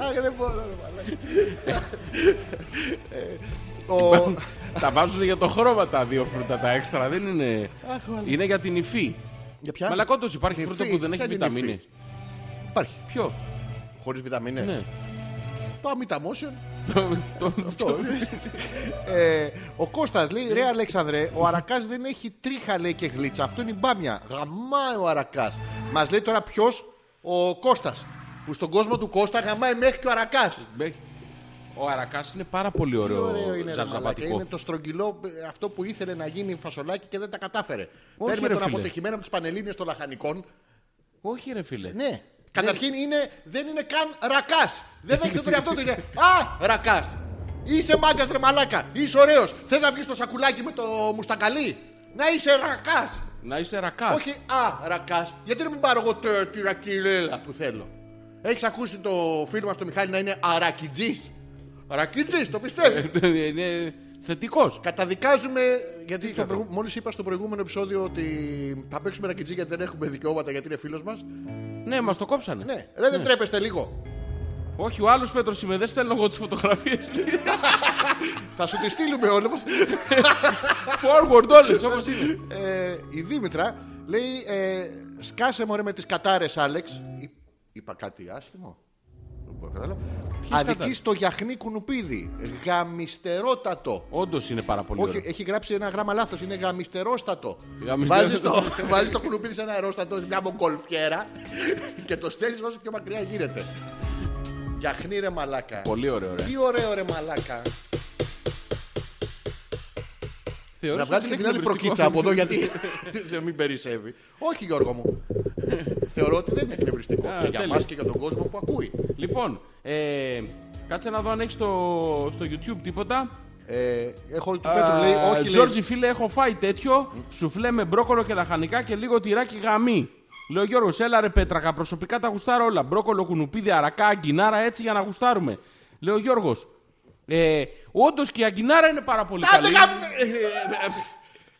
S1: Αχ, δεν μπορώ, ρε μαλάκα. Ε, ο-
S2: τα βάζουν για το χρώμα τα δύο φρούτα τα έξτρα. Δεν είναι.
S1: Αχ, όλα.
S2: είναι για την υφή.
S1: Για ποια?
S2: Μαλακότος υπάρχει
S1: Υφή.
S2: φρούτο που δεν έχει
S1: Ποια είναι η υφή? Ε.
S2: βιταμίνες.
S1: Υπάρχει.
S2: Ποιο.
S1: Χωρίς βιταμίνες.
S2: Ναι.
S1: Το αμύτα motion.
S2: Το- το-
S1: Αυτό. ε, ο Κώστας λέει: Ρε Αλέξανδρε, ο Αρακάς δεν έχει τρίχα λέει και γλίτσα. Αυτό είναι η μπάμια. Γαμάει ο Αρακάς Μας λέει τώρα ποιος ο Κώστας Που στον κόσμο του Κώστα γαμάει μέχρι και ο Αρακάς
S2: Ο αρακάς είναι πάρα πολύ
S1: Τι
S2: ωραίο.
S1: ωραίο είναι, ρε, μαλάκα.
S2: ζαρζαβατικό.
S1: είναι το στρογγυλό ε, αυτό που ήθελε να γίνει φασολάκι και δεν τα κατάφερε.
S2: Όχι,
S1: Παίρνουμε
S2: ρε,
S1: τον
S2: φίλε.
S1: αποτυχημένο από τις Πανελλήνιες των Λαχανικών.
S2: Όχι, ρε φίλε.
S1: Ναι. Καταρχήν είναι, δεν είναι καν ρακάς. Δεν δέχεται τον εαυτό του. Είναι Α, ρακάς. Είσαι μάγκας ρε μαλάκα. Είσαι ωραίος. Θες να βγεις στο σακουλάκι με το μουστακαλί. Να είσαι ρακάς.
S2: Να είσαι ρακάς.
S1: Όχι α, ρακάς. Γιατί να μην πάρω εγώ τε- τη ρακιλέλα που θέλω. Έχεις ακούσει το φίλο μας τον Μιχάλη να είναι αρακιτζής. Αρακιτζής, το πιστεύεις.
S2: είναι θετικός.
S1: Καταδικάζουμε. Γιατί
S2: κατά.
S1: μόλις είπα στο προηγούμενο επεισόδιο ότι θα παίξουμε ρακιτζή γιατί δεν έχουμε δικαιώματα γιατί είναι φίλος μας.
S2: Ναι, μας το κόψανε.
S1: Ναι, ρε, δεν τρέπεστε λίγο.
S2: Όχι, ο άλλος Πέτρος είμαι. Δεν στέλνω εγώ τις φωτογραφίες.
S1: Θα σου τη στείλουμε όλες
S2: Forward όλες όπως είναι.
S1: Ε, η Δήμητρα λέει ε, σκάσε μωρέ με τις κατάρες Άλεξ Εί- είπα κάτι άσχημο δεν μπορώ να καταλάβω.
S2: κατάρες?
S1: Αδικείς το γιαχνί κουνουπίδι γαμιστερότατο
S2: Όντως είναι πάρα πολύ
S1: όχι, ε-
S2: ωραίο.
S1: έχει γράψει ένα γράμμα λάθος, είναι γαμιστερόστατο.
S2: Γαμιστερό-
S1: Βάζεις το, βάζεις το κουνουπίδι σε ένα αερόστατο, σε μια μογκολφιέρα και το στέλνεις όσο πιο μακριά γίνεται. Γιαχνί ρε μαλάκα.
S2: Πολύ ωραίο, ρε.
S1: Τι ωραίο ρε μαλάκα.
S2: Θεωρώ
S1: Να
S2: ότι
S1: βγάλεις
S2: είναι
S1: και την άλλη
S2: εκνευριστικό.
S1: προκίτσα από εδώ γιατί δεν μην περισσεύει. Όχι Γιώργο μου. Θεωρώ ότι δεν είναι εκνευριστικό.
S2: Α,
S1: και για
S2: τέλεια.
S1: εμά και για τον κόσμο που ακούει.
S2: Λοιπόν, ε, κάτσε να δω αν έχεις στο, στο YouTube τίποτα.
S1: Ε, έχω του Πέτρου λέει
S2: Α,
S1: όχι
S2: Ζόρζι,
S1: λέει.
S2: φίλε, έχω φάει τέτοιο. Σουφλέ με μπρόκολο και λαχανικά και λίγο τυράκι γαμί. Λέω Γιώργο, έλα ρε Πέτρακα, προσωπικά τα γουστάρω όλα. Μπρόκολο, κουνουπίδι, αρακά, αγκινάρα έτσι για να γουστάρουμε. Λέω Γιώργος. Ε, Όντως και η αγκινάρα είναι πάρα πολύ
S1: Άντε
S2: καλή.
S1: γαμ- ε, ε, ε,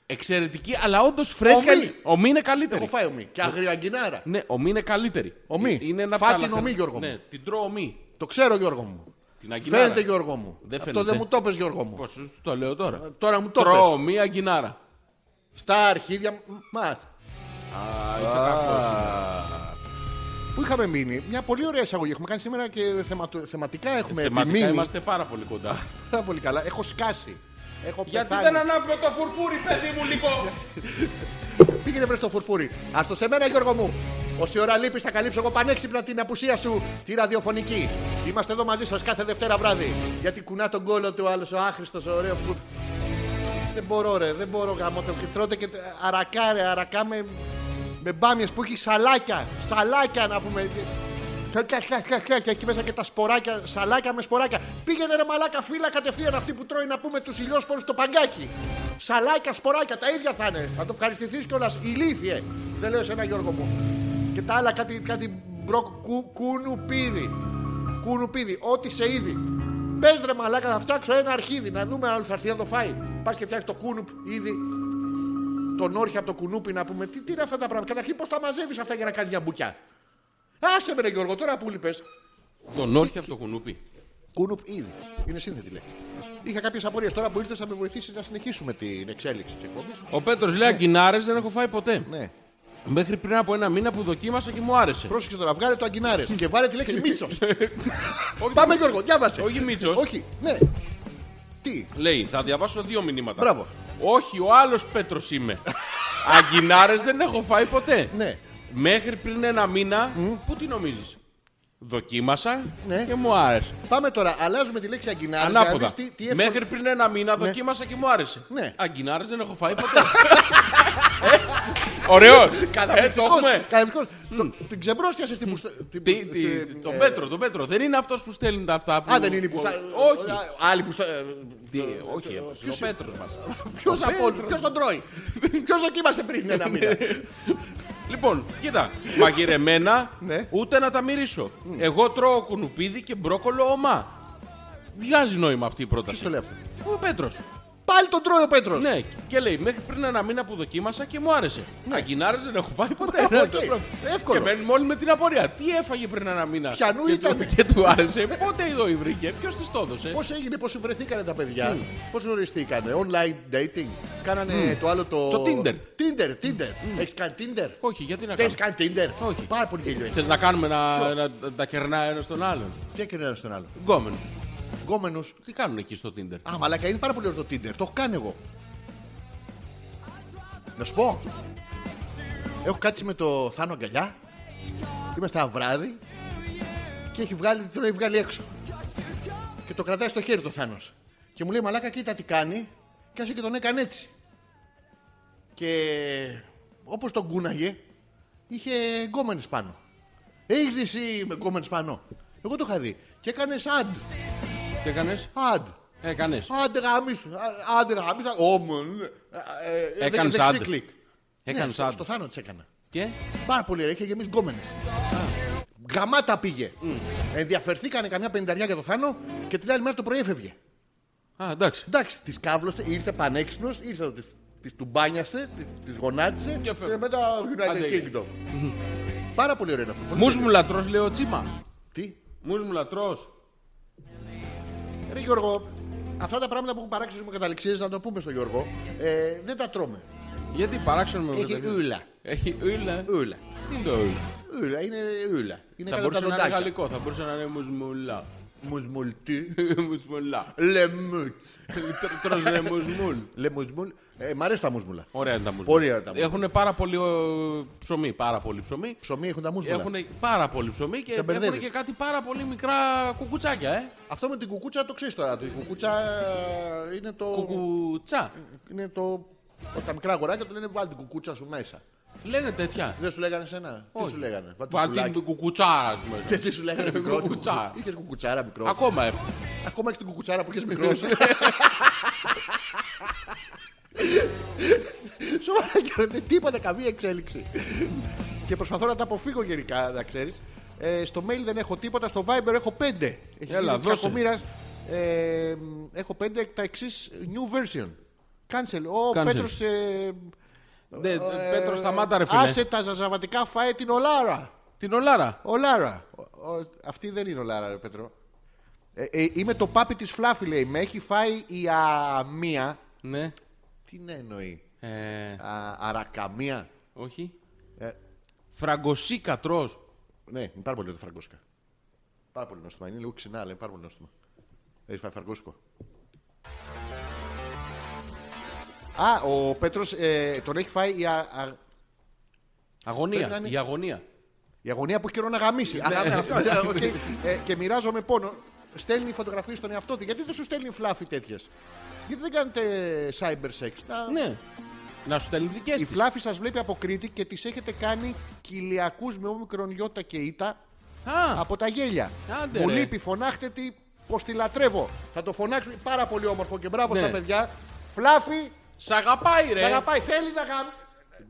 S2: Εξαιρετική, αλλά όντως φρέσκα.
S1: Ομή.
S2: είναι- Ομή είναι καλύτερη.
S1: ε, Έχω φάει ομί. Και αγριαγκινάρα.
S2: Ναι, ομή είναι καλύτερη.
S1: Ομή.
S2: Ε, Είναι ένα
S1: Φά
S2: απ' τα
S1: την
S2: λαχανικά.
S1: ομή, Γιώργο μου.
S2: Ναι, την τρώω ομή.
S1: Το ξέρω Γιώργο μου.
S2: Την αγκινάρα.
S1: Φαίνεται Γιώργο μου.
S2: Δεν
S1: Αυτό
S2: φαίνεται.
S1: δεν μου το πες Γιώργο μου.
S2: Πώς σου το λέω τώρα.
S1: Ε, Τώρα μου το
S2: Τρώω
S1: πες.
S2: μία γκινάρα.
S1: Στα αρχίδια μας.
S2: Α, είσαι κακός.
S1: Πού είχαμε μείνει. Μια πολύ ωραία εισαγωγή έχουμε κάνει σήμερα και θεματο- θεματικά έχουμε
S2: Θεματικά
S1: επιμείνει.
S2: είμαστε πάρα πολύ κοντά.
S1: Πάρα πολύ καλά. Έχω σκάσει. Έχω
S2: Γιατί
S1: πεθάνει.
S2: δεν ανάβουμε το λοιπόν. φουρφούρι, παιδί μου, λίγο.
S1: Πήγαινε βρες στο φουρφούρι. Ας το σε μένα, Γιώργο μου. Όση ώρα λείπεις, θα καλύψω εγώ πανέξυπνα την απουσία σου, τη ραδιοφωνική. Είμαστε εδώ μαζί σας κάθε Δευτέρα βράδυ. Γιατί κουνά τον κόλο του άλλος, ο άχρηστος, ωραίος που. Δεν μπορώ, ρε, δεν μπορώ γάμο το. Και τρώτε και αρακά, ρε, αρακά με, με μπάμιες που έχει σαλάκια. Σαλάκια να πούμε. Και εκεί μέσα και τα σποράκια, σαλάκια με σποράκια. Πήγαινε ρε μαλάκα φύλλα κατευθείαν αυτή που τρώει να πούμε τους ηλιόσπορου στο παγκάκι. Σαλάκια, σποράκια, τα ίδια θα είναι. Να το ευχαριστηθείς κιόλας. Ηλίθιε. Δεν λέω εσένα Γιώργο μου. Και τα άλλα κάτι, κάτι μπρο, κου, κουνουπίδι. Κουνουπίδι, ό,τι σε είδη. Πες ρε μαλάκα, θα φτιάξω ένα αρχίδι να δούμε αν θα έρθει να το φάει. Πας και φτιάξεις το κούνουπ είδη. Τον όρχη από το κουνούπι να πούμε. Τι, τι είναι αυτά τα πράγματα. Καταρχήν πώς τα μαζεύεις αυτά για να κάνεις μια μπουκιά. Άσε με ρε Γιώργο, τώρα που λείπες.
S2: Τον όρχη από το κουνούπι.
S1: Κούνουπ ήδη. Είναι σύνθετη λέξη. Είχα κάποιες απορίες τώρα που ήρθες θα με βοηθήσεις να συνεχίσουμε την εξέλιξη της εκπομπής.
S2: Ο Πέτρος λέει Αγκινάρε δεν έχω φάει ποτέ.
S1: Ναι.
S2: Μέχρι πριν από ένα μήνα που δοκίμασα και μου άρεσε.
S1: Πρόσεξε τώρα, βγάλε το αγκινάρε και βάλε τη λέξη Μίτσος. Πάμε Γιώργο, διάβασε.
S2: Όχι Μίτσος.
S1: Όχι, ναι. Τι.
S2: Λέει, θα διαβάσω δύο μηνύματα.
S1: Μπράβο.
S2: Όχι, ο άλλος Πέτρος είμαι. Αγκινάρες δεν έχω φάει ποτέ.
S1: Ναι.
S2: Μέχρι πριν ένα μήνα, πού τι νομίζεις. Δοκίμασα
S1: Ναι.
S2: και μου άρεσε.
S1: Πάμε τώρα, αλλάζουμε τη λέξη αγκινάρες.
S2: Ανάποδα.
S1: Τι, τι εύκολο-
S2: Μέχρι πριν ένα μήνα δοκίμασα και μου άρεσε.
S1: Ναι.
S2: Αγκινάρες δεν έχω φάει ποτέ. Ε, Ωραίο. Ε, το
S1: Καταπληκτικός,
S2: έχουμε.
S1: καταπληκτικός. Το- Την ξεμπρόστιασε την πουστα... την-
S2: Τι, τι,
S1: την-
S2: τον
S1: ε,
S2: Πέτρο, τον Πέτρο. Δεν είναι αυτός που στέλνει τα αυτά. Που...
S1: Α, δεν είναι η πουστα...
S2: Όχι.
S1: Α, Άλλη πουστα...
S2: Τι,
S1: Ε,
S2: όχι, έπεσε, ο Πέτρος μας.
S1: Ποιος από όλους, ποιος τον τρώει. Ποιος δοκίμασε πριν
S2: Ναι.
S1: ένα μήνα.
S2: Λοιπόν, κοίτα. Μαγειρεμένα,
S1: Ναι.
S2: ούτε να τα μυρίσω. Εγώ τρώω κουνουπίδι και μπρόκολο ομά. Βγάζει νόημα αυτή η πρόταση.
S1: Ποιος το λέει αυτό.
S2: Ο Πέτρος.
S1: Πάλι τον τρώει ο Πέτρος.
S2: Ναι, και λέει μέχρι πριν ένα μήνα που δοκίμασα και μου άρεσε. Ναι. δεν έχω φάει ποτέ.
S1: Μπράβο,
S2: Ναι, το
S1: εκεί.
S2: τρώω.
S1: Ε, Εύκολο.
S2: Και μένουμε όλοι με την απορία. Τι έφαγε πριν ένα μήνα.
S1: Πιανού
S2: και
S1: ήταν.
S2: Του, και του άρεσε. Πότε εδώ η βρήκε. Ποιος της το έδωσε.
S1: Πώς έγινε, πώς βρεθήκανε τα παιδιά, πώς γνωριστήκανε, online dating. Κάνανε το άλλο το.
S2: Το Tinder.
S1: Tinder, Tinder. Έχεις κάνει Tinder.
S2: Όχι, γιατί να
S1: Έχει
S2: κάνουμε.
S1: κάνει Tinder.
S2: Όχι.
S1: Πάρα πολύ γέλιο.
S2: Θες να κάνουμε να, να, να τα κερνά ένας τον άλλον.
S1: Τι έκανε ένα στον άλλο.
S2: Γκόμενο.
S1: Γκόμενο.
S2: Τι κάνουν εκεί στο Tinder.
S1: Α, μαλακά είναι πάρα πολύ ωραίο το Tinder. Το έχω κάνει εγώ. Να σου πω. Έχω κάτσει με το Θάνο Αγκαλιά. Είμαστε ένα βράδυ. Και έχει βγάλει, τον έχει βγάλει έξω. Και το κρατάει στο χέρι το Θάνος. Και μου λέει Μαλάκα, κοίτα τι κάνει. Και άσε και τον έκανε έτσι. Και όπως τον κούναγε, είχε γκόμενε πάνω. Έχεις δει εσύ με γκόμενε πάνω. Εγώ το είχα δει. Και έκανε ad.
S2: Τι Ε, έκανε.
S1: Ad.
S2: Έκανες.
S1: Άντε γαμίσου. Α, Άντε γαμίσου. Όμουν. Ε, ε, ε,
S2: Έκανες
S1: δεξί
S2: άντε.
S1: κλικ.
S2: Έκανες
S1: Ναι, στο- Στο θάνατο της έκανα.
S2: Και.
S1: Πάρα πολύ ωραία. Είχε γεμίσει γκόμενες. Γαμάτα πήγε. Ενδιαφερθήκανε καμιά πενταριά για το θάνατο και την άλλη μέρα το πρωί έφευγε.
S2: Α, εντάξει.
S1: Εντάξει, τη κάβλωσε, ήρθε πανέξυπνος, ήρθε τη της τουμπάνιασε, τη γονάτισε
S2: Και
S1: και,
S2: φεύγει.
S1: μετά United
S2: Άντε, γεια.
S1: Kingdom. Πάρα πολύ ωραίο είναι αυτό. Πολύ
S2: Μουσμου λατρός λέω τσίμα.
S1: Τι.
S2: Μουσμου λατρός.
S1: Ρε Γιώργο, αυτά τα πράγματα που έχουν παράξει με καταληξίες, να το πούμε στον Γιώργο, ε, δεν τα τρώμε.
S2: Γιατί παράξενο με
S1: Έχει
S2: βρετανικό.
S1: ούλα.
S2: Έχει ούλα.
S1: Ούλα.
S2: Τι είναι το ούλα.
S1: Ούλα, είναι ούλα. Είναι
S2: Θα
S1: κάτω από τα
S2: μπορούσε να είναι
S1: δοντάκια.
S2: γαλλικό, θα μπορούσε να είναι μουσμουλά.
S1: Μουσμουλ τι.
S2: Μουσμουλά.
S1: Λεμούτ.
S2: Τρώσαι μουσμούλ.
S1: Λεμουσμουλ. Ε, Μ' αρέσουν τα μουσμουλα.
S2: Ωραία είναι τα μουσμούλ.
S1: Πολύ ωραία τα μουσμουλα.
S2: Έχουν πάρα πολύ ο, ψωμί, πάρα πολύ ψωμί.
S1: Ψωμί έχουν τα μουσμουλα.
S2: Έχουν πάρα πολύ ψωμί και
S1: Τα μπερδεύεις.
S2: έχουν και κάτι πάρα πολύ μικρά κουκουτσάκια, ε.
S1: Αυτό με την κουκούτσα το ξέρεις τώρα. Η κουκούτσα ε, είναι το.
S2: Κουκουτσά.
S1: Είναι το... Τα μικρά αγοράκια του λένε βάλ την κουκούτσα σου μέσα.
S2: Λένε τέτοια.
S1: Δεν σου λέγανε σένα. Τι
S2: Όχι.
S1: σου λέγανε. Βάλ το
S2: Βάλ
S1: πουλάκι.
S2: την κουκουτσάρα σου μέσα.
S1: Και Τι σου λέγανε μικρό.
S2: Κουκουτσάρα.
S1: Είχες κουκουτσάρα μικρό.
S2: Ακόμα έχω.
S1: Ακόμα και την κουκουτσάρα που είχες μικρός. Σοβαρά και δεν τίποτα, καμία εξέλιξη. και προσπαθώ να τα αποφύγω γενικά, να ξέρεις. Ε, στο mail δεν έχω τίποτα, στο Viber έχω πέντε. Έχει
S2: Έλα,
S1: γίνει της
S2: δώσε.
S1: κακομοίρας. Ε, έχω πέντε εκ τα εξής new version. Cancel. Ο
S2: Cancel.
S1: Πέτρος... Ε,
S2: Δε- δε-
S1: ε,
S2: Πέτρος, σταμάτα ρε φίλε.
S1: Άσε τα ζαζαβατικά, φάε την Ολάρα.
S2: Την Ολάρα.
S1: Ολάρα. Ο- ο- αυτή δεν είναι Ολάρα, ρε Πέτρο. Ε, ε, είμαι το πάπι της Φλάφη, λέει. Με έχει φάει η αμία.
S2: Ναι.
S1: Τι να εννοεί.
S2: Ε,
S1: Α, αρακαμία.
S2: όχι.
S1: Ε.
S2: Φραγκοσί κατρός.
S1: Ναι, είναι πάρα πολύ το φραγκόσκα. Πάρα πολύ νόστιμα. Είναι λίγο ξινά, αλλά είναι πάρα πολύ νόστιμα. Έχει φάει φραγκόσκο. Α, ο Πέτρος ε, τον έχει φάει η α, α-
S2: Αγωνία.
S1: Πρέπει να είναι-
S2: Η αγωνία.
S1: Η αγωνία που έχει καιρό να
S2: Ναι.
S1: γαμίσει. Αγαμ- αυτό, ε, οκ. Ε, Και μοιράζομαι πόνο. Στέλνει φωτογραφίες στον εαυτό του. Γιατί δεν σου στέλνει φλάφι τέτοιες. Γιατί δεν κάνετε cyber sex. Τα-
S2: Ναι. Να σου στέλνει δικές
S1: Η
S2: της.
S1: φλάφη σας βλέπει από Κρήτη και τις έχετε κάνει κοιλιακούς με όμικρον γιώτα και ήττα
S2: Α,
S1: από τα γέλια.
S2: Άντε,
S1: Μου
S2: ρε.
S1: λείπει, φωνάχτε τη, πως τη λατρεύω. Θα το φωνάξω πάρα πολύ όμορφο και μπράβο
S2: Ναι.
S1: στα παιδιά. Φλάφη,
S2: σ' αγαπάει, ρε.
S1: σε αγαπάει, θέλει να, γαμ...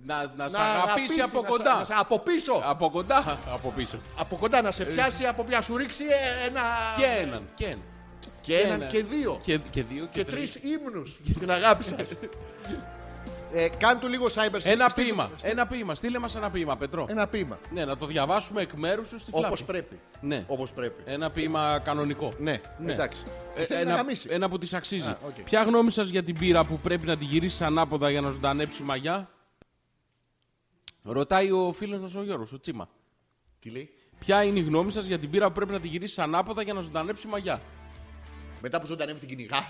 S2: Να, να, σ'
S1: να
S2: αγαπήσει από
S1: να
S2: κοντά.
S1: σε- να σε- από πίσω.
S2: Από κοντά, από πίσω.
S1: Από κοντά να σε πιάσει, από πια σου ρίξει ε, ένα.
S2: Ε. Και έναν. Και, έναν.
S1: και έναν και δύο.
S2: Ναι, Και, και δύο και,
S1: Και
S2: τρεις.
S1: τρεις ύμνους στην αγάπη σας. ε, κάν του λίγο cyber
S2: Ένα
S1: στην-
S2: ποίημα. Ένα ποίημα. Στείλε μας ένα ποίημα, Πετρό.
S1: Ένα ποίημα.
S2: Ναι, να το διαβάσουμε εκ μέρους σου στη
S1: Όπω
S2: φλάπη.
S1: πρέπει.
S2: Ναι.
S1: Όπως πρέπει.
S2: Ένα ποίημα κανονικό.
S1: Ναι, εντάξει.
S2: Ε,
S1: Θέλει να
S2: ένα,
S1: γαμίσει.
S2: ένα που της αξίζει.
S1: Α, οκ.
S2: Ποια γνώμη σας για την πύρα που πρέπει να τη γυρίσεις ανάποδα για να ζωντανέψει η μαγιά. Ρωτάει ο φίλος μας ο Γιώργος, ο Τσίμα.
S1: Τι λέει.
S2: Ποια είναι η γνώμη σας για την πύρα που πρέπει να τη γυρίσεις ανάποδα για να ζωντανέψει η μαγιά.
S1: Μετά που ζωντανεύει την κυνηγά.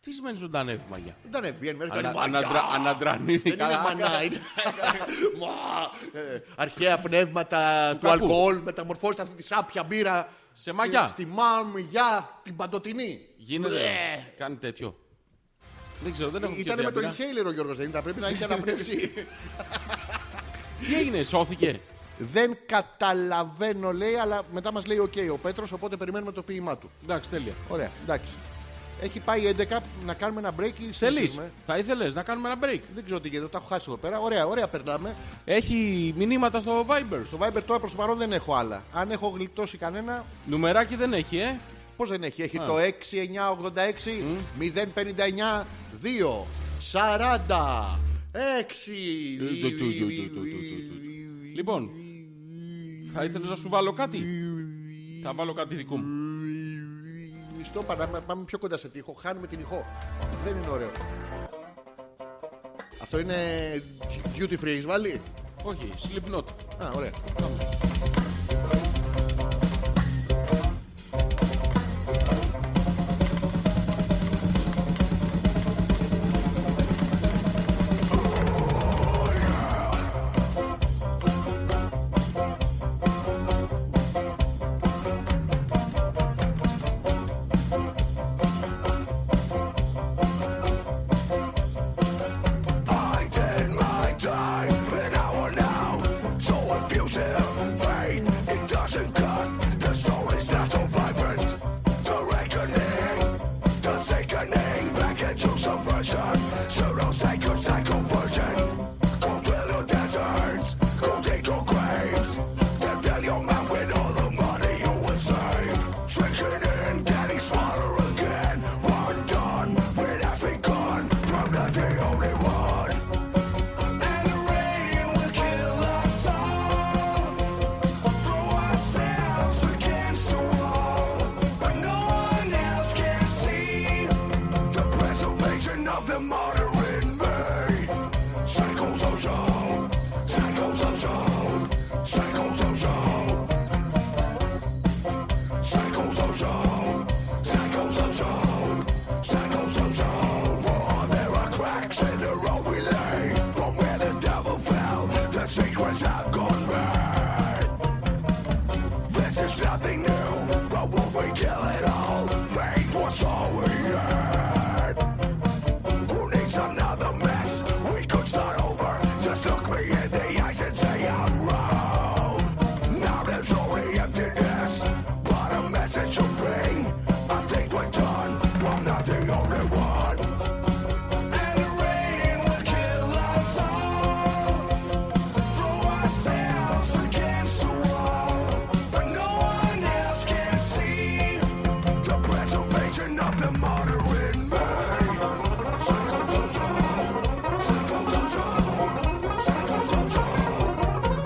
S2: Τι σημαίνει ζωντανεύει η μαγιά.
S1: Ζωντανεύει, βγαίνει μέσα.
S2: Ανα,
S1: κάνει
S2: αναντρα,
S1: μαγιά.
S2: αναντρανίζει.
S1: Δεν είναι
S2: καλά.
S1: μανά, είναι. Μουα, ε, Αρχαία πνεύματα του
S2: κακού.
S1: αλκοόλ μεταμορφώστε αυτή τη σάπια μπύρα. στη-
S2: μαγιά.
S1: Στη μαμιά, την παντοτινή.
S2: Γίνεται.
S1: Μπλε.
S2: Κάνει τέτοιο. Δεν ξέρω, δεν έχω
S1: Ήταν με
S2: πιει
S1: τον
S2: πύρα.
S1: Inhaler ο Γιώργος, δεν ήταν. Πρέπει να έχει αναπνεύσει.
S2: Τι έγινε, σώθηκε.
S1: δεν καταλαβαίνω, λέει, αλλά μετά μας λέει οκ ο Πέτρος, οπότε περιμένουμε το ποίημά του.
S2: Εντάξει, τέλεια.
S1: Ωραία, εντάξει. Έχει πάει 11, να κάνουμε ένα break ή
S2: Θέλεις,
S1: συνεχίζουμε.
S2: θα ήθελες να κάνουμε ένα break.
S1: Δεν ξέρω τι γίνεται, τα έχω χάσει εδώ πέρα. Ωραία, ωραία, περνάμε.
S2: Έχει μηνύματα στο Viber.
S1: Στο Viber τώρα προς το παρόν δεν έχω άλλα. Αν έχω γλιτώσει κανένα,
S2: Νουμεράκι δεν έχει, ε.
S1: Πώς δεν έχει, έχει το 6986 059 2 40
S2: Ε,
S1: 6
S2: Λοιπόν, θα ήθελες να σου βάλω κάτι. Θα βάλω κάτι δικό μου.
S1: Στο παρά, να πάμε πιο κοντά σε τοίχο. Χάνουμε την ηχό. Δεν είναι ωραίο. Αυτό είναι duty free, έχεις βάλει.
S2: Όχι, Slipknot.
S1: Α, ωραία.
S5: I did my time, an hour now. So effusive, vain, it doesn't cut. The soul is not so vibrant. The reckoning, the sickening, back into subversion. Pseudo psycho, psycho version. Go dwell your deserts, go dig your graves. Then fill your mouth with all the money you will save. Shrinking in, getting smaller again. One done, it has begun. I'm not the only one. And the rain will kill us all. Throw ourselves against the wall. But no one else can see the preservation of the martyr in me. Psychosocial, psychosocial, psychosocial. Psychosocial, psychosocial, psychosocial. Oh, there are cracks in the road we lay from where the devil fell. The secrets have gone bad. This is nothing new, but won't we kill it all? Faith was all we had. Who needs another mess? We could start over. Just look me in the eyes and say I'm wrong. Now there's only emptiness. What a message to bring. I think we're done. I'm not the only one. And the rain will kill us all. Throw ourselves against the wall. But no one else can see the preservation of the martyr in me. Psychosocial, psychosocial, psychosocial.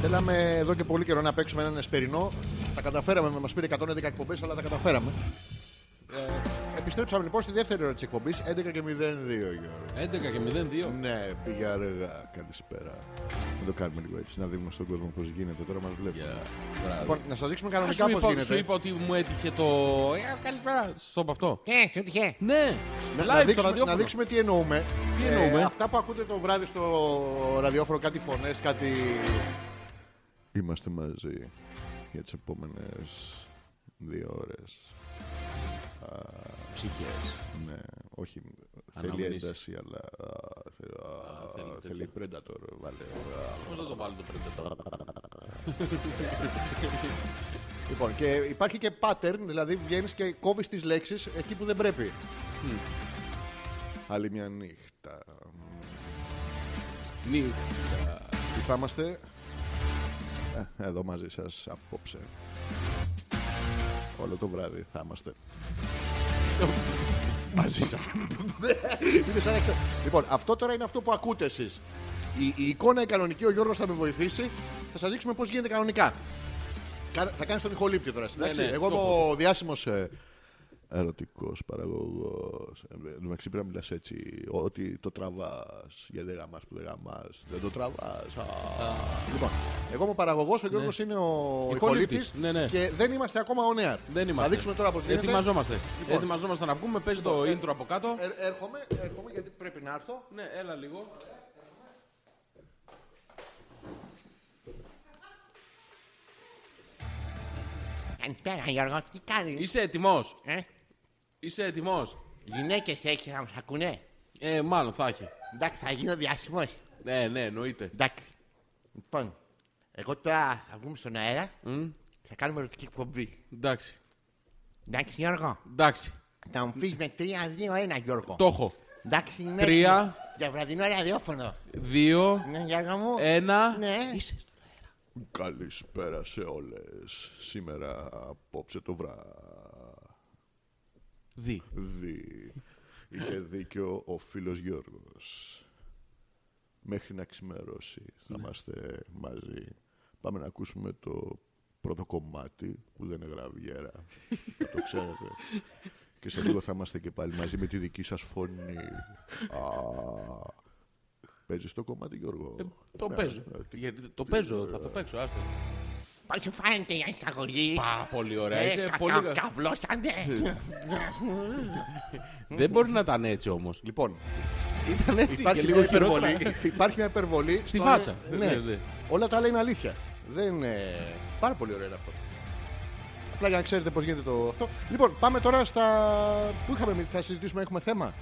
S1: Θέλαμε εδώ και πολύ καιρό να παίξουμε έναν εσπερινό. Τα καταφέραμε, μας πήρε 111 εκπομπές, αλλά τα καταφέραμε. Ε, επιστρέψαμε λοιπόν στη δεύτερη ώρα της εκπομπής, 11 και 02 Γιώργο.
S2: 11 και 02.
S1: Ναι, πήγε αργά. Καλησπέρα. Να το κάνουμε λίγο έτσι, να δείχνουμε στον κόσμο πώς γίνεται. Τώρα μας βλέπει.
S2: Για βράδυ.
S1: Λοιπόν, να σας δείξουμε
S2: Α,
S1: κανονικά
S2: Ε, Σου
S1: πώς
S2: είπα, σου
S1: γίνεται. ε.
S2: είπα ότι μου έτυχε το. Ε, καλησπέρα. Στο είπα αυτό.
S6: Ε, σου τυχε.
S2: Ναι,
S1: Να, να
S2: live στο
S1: δείξουμε, να
S2: ραδιόφωνο.
S1: δείξουμε τι εννοούμε. Ε,
S2: Τι εννοούμε?
S1: αυτά που ακούτε το βράδυ στο ραδιόφωνο, κάτι φωνές, κάτι. Είμαστε μαζί για τις επόμενες δύο ώρες.
S2: Ψυχές.
S1: Ναι, όχι. Θέλει
S2: Αναμνήσεις.
S1: ένταση, αλλά. α, θε- α,
S2: θέλει τέτοιο.
S1: Θέλει Predator, βάλε.
S2: Πώς δεν το βάλω το Predator.
S1: Λοιπόν, και υπάρχει και pattern, δηλαδή βγαίνεις και κόβεις τις λέξεις εκεί που δεν πρέπει. Άλλη μια νύχτα.
S2: Νι.
S1: Τι θα είμαστε. Ε, Εδώ μαζί σας απόψε. Όλο το βράδυ θα είμαστε. μαζί σας. είναι σαν να ξα- Λοιπόν, αυτό τώρα είναι αυτό που ακούτε εσείς. Η, η εικόνα η κανονική, ο Γιώργος θα με βοηθήσει. Θα σας δείξουμε πώς γίνεται κανονικά. Κα- Θα κάνεις τον ηχολήπτη τώρα. Εντάξει.
S2: ναι,
S1: Εγώ
S2: το
S1: είμαι ο ε, διάσημο. Ερωτικός παραγωγός. Εντάξει, πρέπει να μιλάς έτσι. Ότι το τραβάς. Για δεν γαμάς που δεν γαμάς. Δεν το τραβάς. Λοιπόν, εγώ είμαι ο παραγωγός, ο Γιώργος είναι ο
S2: Ηχολήπτης.
S1: ηχολήπτης
S2: Ναι, ναι.
S1: Και δεν είμαστε ακόμα on air.
S2: Δεν είμαστε.
S1: Θα δείξουμε τώρα πώς γίνεται.
S2: Ετοιμαζόμαστε.
S1: Λοιπόν.
S2: Ετοιμαζόμαστε να βγούμε. Πες το
S1: Λοιπόν, ε,
S2: intro από κάτω.
S1: Ε, έρχομαι, έρχομαι γιατί πρέπει να έρθω.
S2: Ναι, έλα λίγο.
S6: Καλησπέρα, Γιώργο, τι κάνεις.
S2: Είσαι έτοιμος.
S6: Ε,
S2: Είσαι έτοιμος.
S6: γυναίκες έχεις να μας ακούνε.
S2: Ε, μάλλον θα έχει.
S6: Εντάξει, θα γίνω διάσημος.
S2: Ναι, ναι, εννοείται.
S6: Εντάξει. Λοιπόν, εγώ τώρα θα βγούμε στον αέρα,
S2: Μμ,
S6: θα κάνουμε ερωτική εκπομπή.
S2: Εντάξει.
S6: Εντάξει, Γιώργο.
S2: Εντάξει.
S6: Θα μου πεις με 3-2-1, Γιώργο.
S2: Το έχω.
S6: Εντάξει, είναι
S2: Τρία.
S6: έτοιμο. Για βραδινό ραδιόφωνο.
S2: Δύο,
S6: Ναι, Γιώργο μου.
S2: ένα.
S6: Ναι.
S2: Ε, Είσαι.
S1: Καλησπέρα σε όλες. Σήμερα απόψε το
S2: Δι.
S1: βράδυ. Είχε δίκιο ο φίλος Γιώργος. Μέχρι να ξημερώσει θα
S2: Ναι.
S1: είμαστε μαζί. Πάμε να ακούσουμε το πρώτο κομμάτι που δεν είναι γραβιέρα. να το ξέρετε. Και σε λίγο θα είμαστε και πάλι μαζί με τη δική σας φωνή. Α, παίζεις το κομμάτι Γιώργο.
S2: Ε, Το
S1: Ναι,
S2: παίζω.
S1: ναι, τι-
S2: Γιατί Το παίζω, θα το παίξω. Άστο.
S6: Πώς σου φάνηκε η εισαγωγή.
S2: Πά, πολύ
S1: Ναι,
S2: ωραία.
S6: Ε,
S2: Είσαι
S6: κα-
S2: πολύ.
S6: κα-
S2: κα- Ε.
S6: Καβλώσανε.
S2: Δεν μπορεί να ήταν έτσι όμως.
S1: Λοιπόν,
S2: Ήταν έτσι και
S1: Υπάρχει
S2: λίγο
S1: μια
S2: χειρότερα.
S1: υπερβολή. Υπάρχει μια υπερβολή.
S2: Στη
S1: στο-
S2: φάτσα. Ναι,
S1: Ναι.
S2: ναι.
S1: Όλα τα άλλα είναι αλήθεια. Δεν είναι. Πάρα πολύ ωραίο είναι αυτό. Απλά για να ξέρετε πώς γίνεται το αυτό. Λοιπόν, πάμε τώρα στα. Πού είχαμε μιλήσει, θα συζητήσουμε, έχουμε θέμα.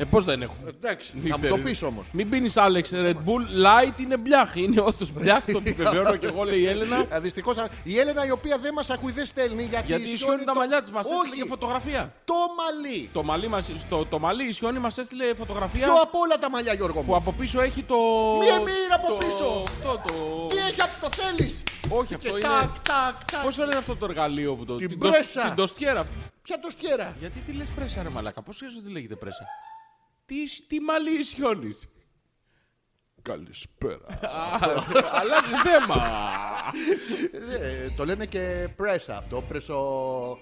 S2: Ε, πώ δεν έχουμε.
S1: Εντάξει,
S2: Μην
S1: να μου το
S2: παίρνεις.
S1: πεις όμως.
S2: Μην πίνεις Άλεξ Red Bull, light είναι μπλιάχη. Είναι όντως μπλιάχη, το επιβεβαιώνω και εγώ, λέει η Έλενα.
S1: Δυστυχώ Ε, η Έλενα η οποία δεν μας ακούει δεν στέλνει γιατί,
S2: Γιατί ισιώνει τα
S1: το-
S2: μαλλιά της, μας έστειλε
S1: Όχι,
S2: και φωτογραφία.
S1: το μαλλί.
S2: Το μαλλί, μας, το, το μαλλί ισιώνει, μας έστειλε
S1: Πιο
S2: φωτογραφία
S1: από όλα τα μαλλιά, Γιώργο
S2: που
S1: μου.
S2: από πίσω έχει το.
S1: Μία μοίρα από
S2: το-
S1: πίσω.
S2: Αυτό το.
S1: Τι έχει από το θέλεις.
S2: Όχι,
S1: Και
S2: αυτό είναι.
S1: τάκ, τάκ, τάκ.
S2: Πώς λένε αυτό το εργαλείο που το.
S1: Την
S2: τος-
S1: πρέσα.
S2: Την τοστιέρα αυτή.
S1: Ποια το στιέρα.
S2: Γιατί τι λες πρέσα, ρε Μαλάκα, πώς ξέρεις ότι λέγεται πρέσα. Τι, ισ- τι μαλλί ισιώνει.
S1: Καλησπέρα.
S2: Αλλάζεις θέμα.
S1: Ε, το λένε και πρέσα αυτό, πρεσο...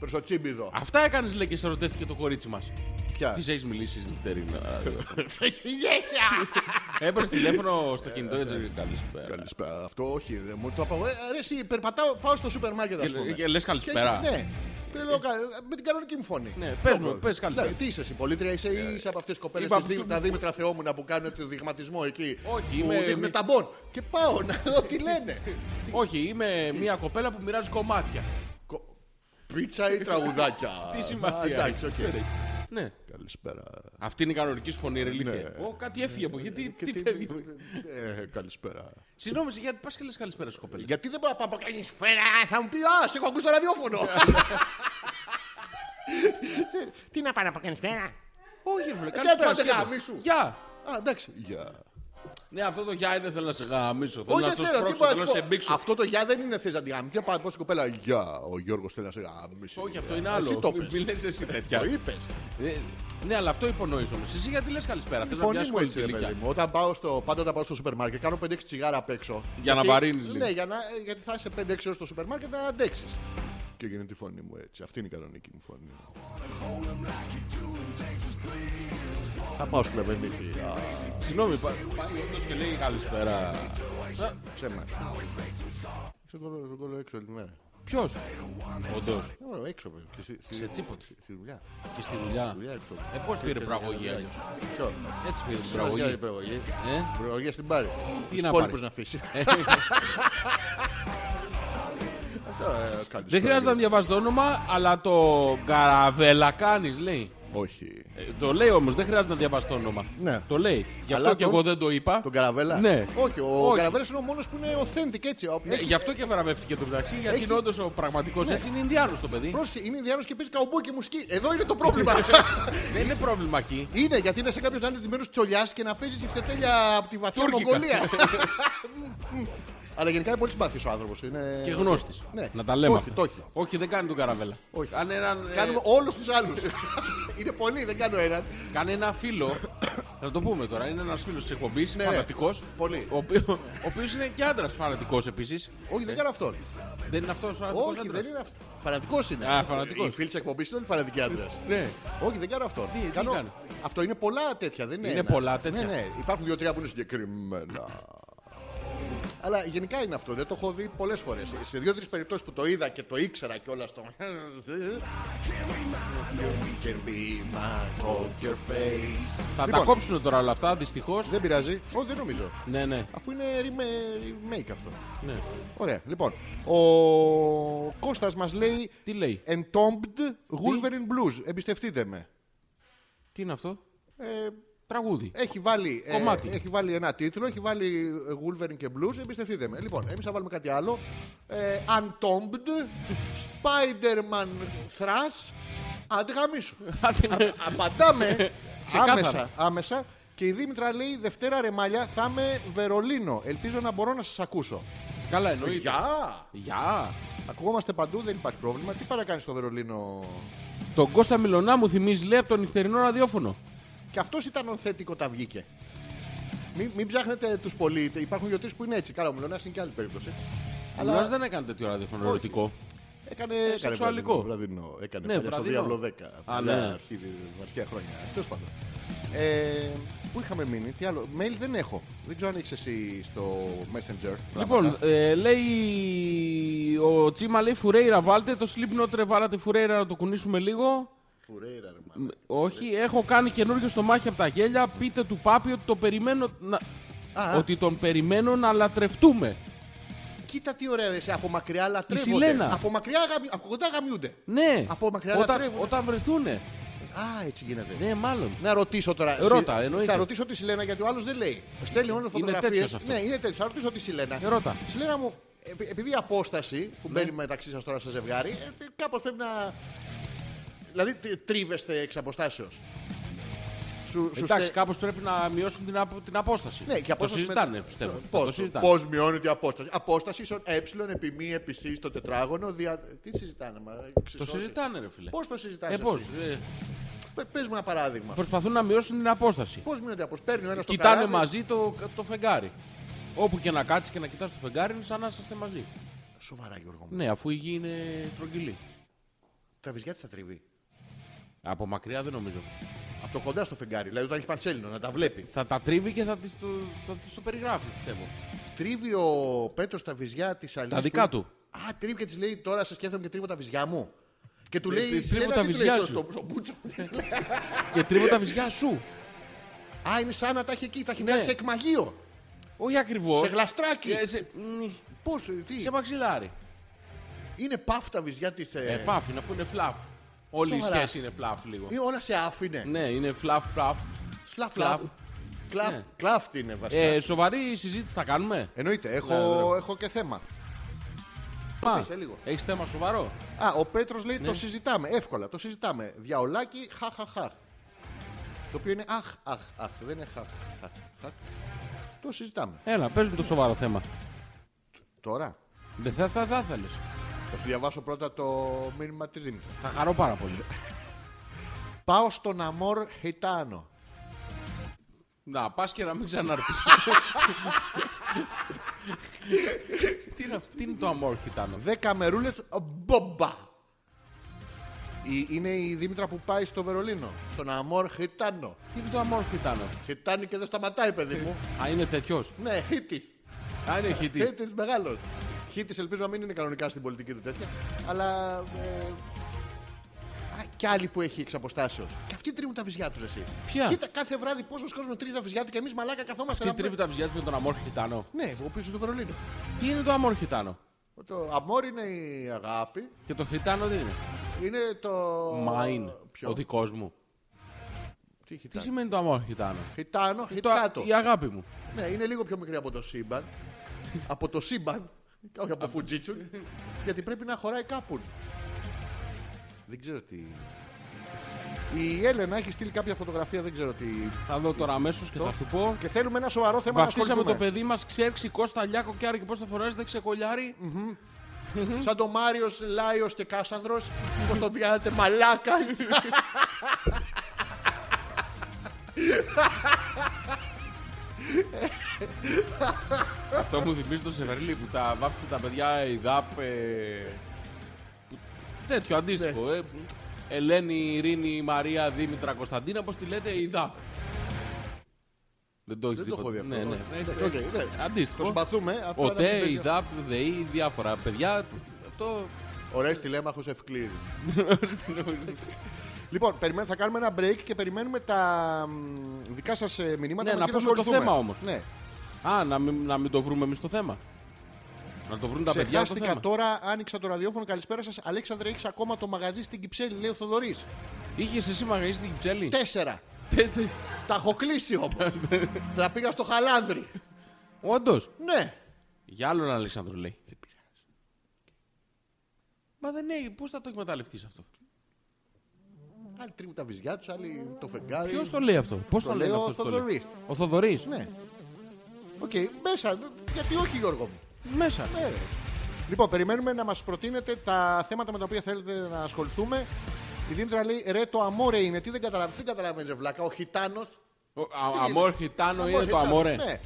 S1: πρεσοτσίμπιδο.
S2: Αυτά έκανες, λέει και σε ρωτήθηκε το κορίτσι μας.
S1: Ποια.
S2: Τη έχεις μιλήσει, Δευτέρινα.
S6: Γεια.
S2: Έπαιρνες τηλέφωνο στο κινητό και λέει Καλησπέρα.
S1: Καλησπέρα. Αυτό όχι, δεν μου το απαγορεύει. Ε, ρε, εσύ, περπατάω, πάω στο σούπερ μάρκετ, ας
S2: Και-
S1: πούμε.
S2: και λες καλησπέρα.
S1: Και- Ναι. Και λέω, κα- με την κανονική μου φωνή.
S2: Ναι, πες μου,
S1: Λέω,
S2: πες καλησπέρα. Ε,
S1: Ναι, Τι είσαι, εσύ, πολίτρια, είσαι ή είσαι από αυτές τις κοπέλες
S2: Είπα
S1: Δήμ,
S2: αυτό-
S1: τα Δήμητρα Θεόμουνα που κάνουν το δειγματισμό εκεί.
S2: Όχι,
S1: που
S2: είμαι-
S1: δείχνουν
S2: μη-
S1: ταμπον. Και πάω να δω τι λένε.
S2: Όχι, είμαι μια κοπέλα που μοιράζει κομμάτια.
S1: Κο- Πίτσα ή τραγουδάκια.
S2: Τι σημασία
S1: Α, Εντάξει, οκ.
S2: έχει. Ναι,
S1: Καλησπέρα.
S2: αυτή είναι η κανονική σου φωνή, ρε ηλίθεια.
S1: Ναι.
S2: Ω, κάτι έφυγε από εκεί. Τι-
S1: Και
S2: Τι
S1: τι-
S2: φεύγει.
S1: Ε, Καλησπέρα.
S2: Συγγνώμη, γιατί πας και λες καλησπέρα στις κοπέλες.
S1: Γιατί δεν μπορώ να πάω καλησπέρα, θα μου πει Α, σε έχω ακούσει το ραδιόφωνο.
S6: Τι να πάω να πω καλησπέρα.
S2: Όχι, ρε φίλε,
S1: Δεν
S2: καλησπέρα.
S1: πάτε
S2: σκέτο.
S1: γαμίσου.
S2: Γεια.
S1: Α, εντάξει. Γεια.
S2: Ναι, αυτό το γεια δεν θέλω να σε γαμίσω. Θέλω
S1: Όχι,
S2: να
S1: δεν
S2: στο
S1: θέλω, τι μπορώ
S2: σπρώξω, θέλω
S1: να
S2: να
S1: σου
S2: σε
S1: πω.
S2: μπήξω.
S1: Αυτό το γεια δεν είναι θες να τη γάμψει. Τι να πάει πω στην κοπέλα, Γεια, ο Γιώργος θέλει να σε γάμψει.
S2: Όχι, αυτό είναι άλλο.
S1: Εσύ το
S2: Μην-
S1: πες.
S2: Μην λες εσύ τέτοια.
S1: Το είπες.
S2: Ε, Ναι, αλλά αυτό υπονοείς όμως. Εσύ γιατί λες καλησπέρα.
S1: Η
S2: Θες να
S1: φωνή
S2: πιάσεις
S1: μου
S2: όλη
S1: έτσι,
S2: την
S1: ρε παιδί
S2: ηλικία.
S1: μου. Όταν πάω στο, πάντα όταν πάω στο σούπερ μάρκετ, κάνω 5-6 τσιγάρα απ' έξω.
S2: Για να
S1: Γιατί-
S2: βαρύνεις λίγο.
S1: Ναι, για να, γιατί θα είσαι 5-6 ώρες στο σούπερ μάρκετ να αντέξεις. Και γίνεται η φωνή μου έτσι. Αυτή είναι η κανονική μου φωνή. Θα πάω στο Λεβενίτη.
S2: Συγγνώμη, πα- πάει αυτός και λέει καλησπέρα. Ε,
S1: Ψέμα. Είσαι κόλλο- τον κόλλο έξω όλη μέρα.
S2: Ποιος. Όντως.
S1: Ε, ωραία, Έξω, βέβαια. Και στη- στη-
S2: Σε τσίποτε.
S1: στη- Στη δουλειά.
S2: Και στη δουλειά.
S1: Δουλειά έξω.
S2: Ε, πώς πήρε προαγωγή αλλιώς.
S1: Ποιο.
S2: Έτσι πήρε την
S1: Προαγωγή.
S2: προαγωγή.
S1: Προαγωγή.
S2: Ε,
S1: Προαγωγή στην πάρη. Τους
S2: να
S1: υπόλοιπους
S2: πάρει.
S1: να αφήσει.
S2: ε,
S1: Αυτό, ε, κάνεις
S2: Δεν χρειάζεται να
S1: προαγωγή.
S2: διαβάζεις το όνομα, αλλά το καραβέλα κάνεις, λέει.
S1: Όχι.
S2: Ε, Το λέει όμως, δεν χρειάζεται να διαβάσει το όνομα.
S1: Ναι.
S2: Το λέει. Γι'
S1: Αλλά
S2: αυτό και
S1: τον-
S2: εγώ δεν το είπα.
S1: Τον Καραβέλα.
S2: Ναι.
S1: Όχι, ο
S2: Όχι.
S1: Καραβέλα είναι ο μόνος που είναι authentic έτσι. Ο-
S2: Ναι,
S1: έχει-
S2: γι' αυτό και βραβεύτηκε το μεταξύ, γιατί
S1: Έχει- Ναι.
S2: είναι όντως ο πραγματικός έτσι. Είναι Ινδιάνος το παιδί.
S1: Πρόσεχε, είναι Ινδιάνος και παίζει καουμπό και μουσική. Εδώ είναι το πρόβλημα.
S2: Δεν είναι πρόβλημα εκεί.
S1: είναι γιατί είναι σε κάποιος να είναι εντυμένος τσολιάς και να παίζει φτετέλια από τη βαθιά
S2: Τούρκικα.
S1: Μογγολία. Μμμ. Αλλά γενικά είναι πολύ συμπαθή ο άνθρωπος. Είναι...
S2: Και γνώστης.
S1: Ναι.
S2: Να τα λέμε.
S1: Το έχει,
S2: αυτά.
S1: το έχει.
S2: Όχι, δεν κάνει τον καραβέλα.
S1: Όχι.
S2: Κάνε έναν, ε,
S1: Κάνουμε όλους τους άλλους. είναι πολλοί, δεν κάνω έναν.
S2: κάνε ένα φίλο. Να το πούμε τώρα. Είναι ένας φίλος της εκπομπής,
S1: Ναι,
S2: φανατικός.
S1: πολύ.
S2: Ο οποίος είναι και άντρας φανατικός επίσης.
S1: Όχι, δεν κάνω αυτόν.
S2: Δεν είναι αυτός ο φανατικός
S1: Όχι,
S2: άντρας.
S1: δεν είναι αυτός. Φανατικός είναι.
S2: Α, φανατικός.
S1: Οι φίλοι της εκπομπής είναι όλοι φανατικοί άντρες.
S2: Ναι.
S1: Όχι, δεν κάνω αυτό.
S2: τι
S1: κάνω...
S2: κάνεις?
S1: Αυτό είναι πολλά τέτοια, δεν είναι.
S2: Είναι
S1: ένα.
S2: πολλά τέτοια.
S1: Ναι, ναι. Υπάρχουν δύο-τρία που είναι συγκεκριμένα. Αλλά γενικά είναι αυτό. Δεν το έχω δει πολλές φορές. Σε δύο-τρει περιπτώσεις που το είδα και το ήξερα και όλα στο.
S2: Θα τα
S1: Λοιπόν.
S2: κόψουν τώρα όλα αυτά δυστυχώς.
S1: Δεν πειράζει. Όχι, δεν νομίζω.
S2: Ναι, ναι.
S1: Αφού είναι remake- remake αυτό.
S2: ναι.
S1: Ωραία. Λοιπόν, ο Κώστας μας λέει
S2: Τι λέει,
S1: Entombed Wolverine Blues. Εμπιστευτείτε με.
S2: τι είναι αυτό.
S1: Ε,
S2: Τραγούδι.
S1: Έχει βάλει, ε,
S2: Κομμάτι.
S1: έχει βάλει ένα τίτλο, έχει βάλει ε, Wolverine και Blues, εμπιστευτείτε με. Λοιπόν, εμείς θα βάλουμε κάτι άλλο. Ε, Untombed, Spider-Man Thrash, άντε γαμίσου. Α- Απαντάμε
S2: Ξεκάθαρα.
S1: άμεσα, άμεσα και η Δήμητρα λέει Δευτέρα ρε μαλλιά θα είμαι Βερολίνο. Ελπίζω να μπορώ να σας ακούσω.
S2: Καλά, εννοείται.
S1: Ε, Γεια!
S2: Γεια.
S1: Ακουγόμαστε παντού, δεν υπάρχει πρόβλημα. Τι παρακάνεις στο Βερολίνο.
S2: Τον Κώστα Μιλονά μου θυμίζει λέει από το νυχτερινό ραδιόφωνο.
S1: Και αυτός ήταν οθέτικο τα βγήκε. Μην, μην ψάχνετε τους πολύ. Υπάρχουν γιορτέ που είναι έτσι. Καλά, ο Μιλονάς είναι και άλλη περίπτωση.
S2: Αλλά...
S1: Αλλά
S2: δεν έκανε τέτοιο ραδιόφωνο ερωτικό.
S1: έκανε.
S2: σεξουαλικό.
S1: Βραδινό. βραδινό. Έκανε
S2: Ναι,
S1: ναι, παλιά στο
S2: βραδινό.
S1: Διάβλο 10.
S2: Α,
S1: παλιά,
S2: ναι.
S1: αρχή, αρχαία χρόνια. Τέλος πάντων. Ε, πού είχαμε μείνει, τι άλλο. Mail δεν έχω. Δεν ξέρω αν έχεις εσύ στο Messenger.
S2: Λοιπόν,
S1: πράγματα.
S2: ε, λέει ο Τσίμα λέει Φουρέιρα βάλτε το Sleep Not ρε βάλατε Φουρέιρα να το κουνήσουμε λίγο.
S1: Φουρέιρα, ρε, μάνα.
S2: Μ, Όχι, έχω κάνει καινούριο στο μάχη από τα γέλια. Πείτε του Πάπη ότι, το περιμένω να...
S1: Α,
S2: ότι τον περιμένω να λατρευτούμε.
S1: κοίτα τι ωραία. ρε, εσύ. από μακριά λατρεύονται.
S2: Σιλένα.
S1: Από μακριά γαμι... από κοντά γαμιούνται.
S2: Ναι,
S1: Από μακριά
S2: όταν,
S1: λατρεύουν.
S2: όταν βρεθούνε.
S1: Α, έτσι γίνεται.
S2: Ναι, μάλλον.
S1: Να ρωτήσω τώρα.
S2: Ρώτα,
S1: Συ-
S2: εννοείται.
S1: Θα ρωτήσω τη Σιλένα γιατί ο άλλος δεν λέει. Στέλνει μόνο φωτογραφίες.
S2: τέτοιος αυτός.
S1: Ναι, είναι τέτοιος. Θα ρωτήσω τη Σιλένα.
S2: Ε, Ναι. Ρώτα.
S1: Σιλένα μου, επει- επειδή η απόσταση που μπαίνει μεταξύ σας τώρα σε ζευγάρι, κάπως πρέπει να. Δηλαδή τ- τρίβεστε εξ αποστάσεως. Σου, σου
S2: Εντάξει,
S1: στε-
S2: κάπως πρέπει να μειώσουν την, απο- την απόσταση.
S1: Ναι, και η
S2: το
S1: απόσταση
S2: συζητάνε,
S1: μετα-
S2: πιστεύω. Θα Το
S1: Πώς,
S2: συζητάνε.
S1: πώς μειώνεται η απόσταση. Απόσταση ίσον ε επί μη επί συ στο τετράγωνο. Δια... Τι συζητάνε, μα,
S2: Το συζητάνε, ρε φίλε.
S1: Πώς το συζητάνε,
S2: Ε, πώς, ε,
S1: Πε μου ένα παράδειγμα.
S2: προσπαθούν να μειώσουν την απόσταση.
S1: Πώς μειώνεται η απόσταση. Παίρνει ο ένας το
S2: Κοιτάνε
S1: καράβι.
S2: μαζί το, το φεγγάρι. Όπου και να κάτσεις και να κοιτάς το φεγγάρι, είναι σαν να είσαστε μαζί.
S1: Σοβαρά, Γιώργο μου.
S2: Ναι, αφού η γη είναι στρογγυλή.
S1: Τραβιζιά της θα τριβεί.
S2: Από μακριά δεν νομίζω.
S1: Από το κοντά στο φεγγάρι, δηλαδή όταν έχει παντσέλινο, να τα βλέπει.
S2: Θα τα τρίβει και θα τη το, θα της το περιγράφει, πιστεύω.
S1: Τρίβει ο Πέτρος τα βυζιά της Αλήνη.
S2: Τα δικά του.
S1: Α, τρίβει και της λέει τώρα σε σκέφτομαι και τρίβω τα βυζιά μου. Και του λέει:
S2: Ε, τρίβω
S1: «Σιλένα,
S2: τα
S1: τι του
S2: βυζιά
S1: λες,
S2: σου».
S1: στο- στο μπούτσο.
S2: και τρίβω τα βυζιά σου.
S1: Α, είναι σαν να τα έχει εκεί, τα έχει
S2: Ναι.
S1: κάνει σε εκμαγείο.
S2: Όχι ακριβώς.
S1: Σε γλαστράκι.
S2: σε, μ,
S1: Πώς, τι.
S2: σε μαξιλάρι.
S1: Είναι παφ τα βυζιά της.
S2: Ε, παφ είναι, αφού είναι φλαφ. Όλη η
S1: Σοβαρά. Ε.
S2: σχέση είναι φλαφ λίγο.
S1: Όλα σε άφηνε.
S2: Ναι, είναι φλαφ, φλαφ.
S1: Σλαφ,
S2: Κλαφ.
S1: κλαφ.
S2: Ναι.
S1: Κλαφ, κλαφτ είναι βασικά.
S2: Ε, σοβαρή συζήτηση θα κάνουμε.
S1: Εννοείται,
S2: Ναι,
S1: έχω,
S2: ναι.
S1: έχω και θέμα.
S2: Μα,
S1: πες, ε, λίγο.
S2: έχεις θέμα σοβαρό.
S1: Α, ο Πέτρος λέει το συζητάμε. Εύκολα, το συζητάμε. Διαολάκι, χαχαχά. Το οποίο είναι αχ, αχ, αχ. Δεν είναι χαχ, χαχ, χαχ. Το συζητάμε.
S2: Έλα, πες μου το σοβαρό θέμα.
S1: Τώρα
S2: Δεν θα, θα, θα ήθελες.
S1: θα σου διαβάσω πρώτα το μήνυμα τη Δήμητρα.
S2: Θα χαρώ πάρα πολύ.
S1: Πάω στον Αμόρ Χιτάνο.
S2: Να, πας και να μην ξανάρθεις. τι, είναι, αυτό- τι είναι το αμόρ, κοιτάνω.
S1: Δέκα μερούλες μπομπα. Η- Είναι η Δήμητρα που πάει στο Βερολίνο. Στον Αμόρ Χιτάνο.
S2: Τι είναι το αμόρ, κοιτάνω.
S1: Χιτάνει και δεν σταματάει, παιδί μου.
S2: Α, είναι τέτοιος.
S1: Ναι, χίτης.
S2: Α,
S1: Ε,
S2: είναι χιτής.
S1: Χίτης μεγάλος. Χίτη ελπίζω να μην είναι κανονικά στην πολιτική του τέτοια. Αλλά. Ε, α, κι άλλη που έχει εξ αποστάσεως. Και αυτοί τρίβουν τα βυζιά τους, εσύ.
S2: Ποια?
S1: Κοίτα κάθε βράδυ πόσο κόσμος τρίβει τα βυζιά του και εμείς μαλάκα καθόμαστε
S2: Τι τρίβει τα βυζιά της με τον αμόρ, κοιτάνω.
S1: Ναι, εγώ πίσω στο Βερολίνο.
S2: Τι είναι το αμόρ, κοιτάνω.
S1: Το αμόρ είναι η αγάπη.
S2: Και το χιτάνο τι είναι.
S1: Είναι το.
S2: Μάιν.
S1: Ποιο?
S2: Ο δικός μου.
S1: Τι
S2: Τι
S1: χιτάνο.
S2: σημαίνει το αμόρ, κοιτάνω.
S1: Χιτάνο,
S2: Το-
S1: χιτάτο.
S2: Η αγάπη μου.
S1: Ναι, είναι λίγο πιο μικρή από το σύμπαν. από το σύμπαν. Όχι από Φουτζίτσου. γιατί πρέπει να χωράει κάπου.
S7: Δεν ξέρω τι.
S1: Η Έλενα έχει στείλει κάποια φωτογραφία, δεν ξέρω τι.
S2: Θα δω τώρα αμέσως και θα σου πω.
S1: Και θέλουμε ένα σοβαρό θέμα
S2: Βαφτίσαμε
S1: να
S2: το
S1: ασχοληθούμε.
S2: παιδί μας, ξέρξει Κώστα Λιάκο και άρηκε πώ το φοράει, δεν ξεκολιάρει.
S1: Σαν το Μάριος, Λάιος και Κάσανδρος. Πώς τον πιάνετε, μαλάκας.
S2: Αυτό μου θυμίζει το Σεβερλί που τα βάφτισε τα παιδιά η ΔΑΠ. ε, που- τέτοιο αντίστοιχο. ε, που- Ελένη, Ειρήνη, Μαρία, Δήμητρα, Κωνσταντίνα, πώς τη λέτε, η ΔΑΠ. Δεν το έχεις
S1: δεν το έχω δει αυτό.
S2: Ναι, ναι.
S1: Εντάξει, οκ, ναι. Το
S2: Αντίστοιχο.
S1: συμπαθούμε. αυτά να μην
S2: ΟΤΕ,
S1: παίζει.
S2: η ΔΑΠ, ΔΕΗ, διάφορα παιδιά. Αυτό.
S1: Ωραίος τηλέμαχος ευκλήδης. Λοιπόν, περιμένουμε, θα κάνουμε ένα break και περιμένουμε τα μ, δικά σας ε, μηνύματα.
S2: Ναι,
S1: με
S2: να
S1: τι
S2: πούμε το
S1: ασχοληθούμε.
S2: θέμα όμως.
S1: Ναι.
S2: Α, να μην, να μην το βρούμε εμείς το θέμα. Να το βρουν τα παιδιά το
S1: Ξεχάστηκα
S2: θέμα.
S1: τώρα, άνοιξα το ραδιόφωνο. Καλησπέρα σας. Αλέξανδρε, έχεις ακόμα το μαγαζί στην Κυψέλη, λέει ο Θοδωρής.
S2: Είχες εσύ μαγαζί στην Κυψέλη.
S1: Τέσσερα. Τα έχω κλείσει όμως. Τα πήγα στο χαλάνδρι.
S2: Όντως.
S1: Ναι.
S2: Για άλλον Αλέξανδρο λέει. Δεν πειράζει. Μα δεν έχει, πώς θα το εκμεταλλευτείς αυτό.
S1: Άλλοι τρίβουν τα βυζιά τους, άλλοι το φεγγάρι.
S2: Ποιος το λέει αυτό, πώς
S1: Το
S2: το, λέει
S1: λέει ο
S2: αυτός.
S1: Θοδωρής.
S2: Ο Θοδωρής.
S1: Ναι. Οκ, μέσα. Γιατί όχι, Γιώργο μου.
S2: Μέσα.
S1: Ναι, ρε. Λοιπόν, περιμένουμε να μας προτείνετε τα θέματα με τα οποία θέλετε να ασχοληθούμε. Η Δήμητρα λέει ρε το αμόρε είναι. Τι δεν καταλαβαίνει, τι καταλαβαίνεις, ρε βλάκα. Ο Χιτάνος.
S2: Ο- α- Αμόρ Χιτάνο είναι το αμόρε.
S1: Ναι.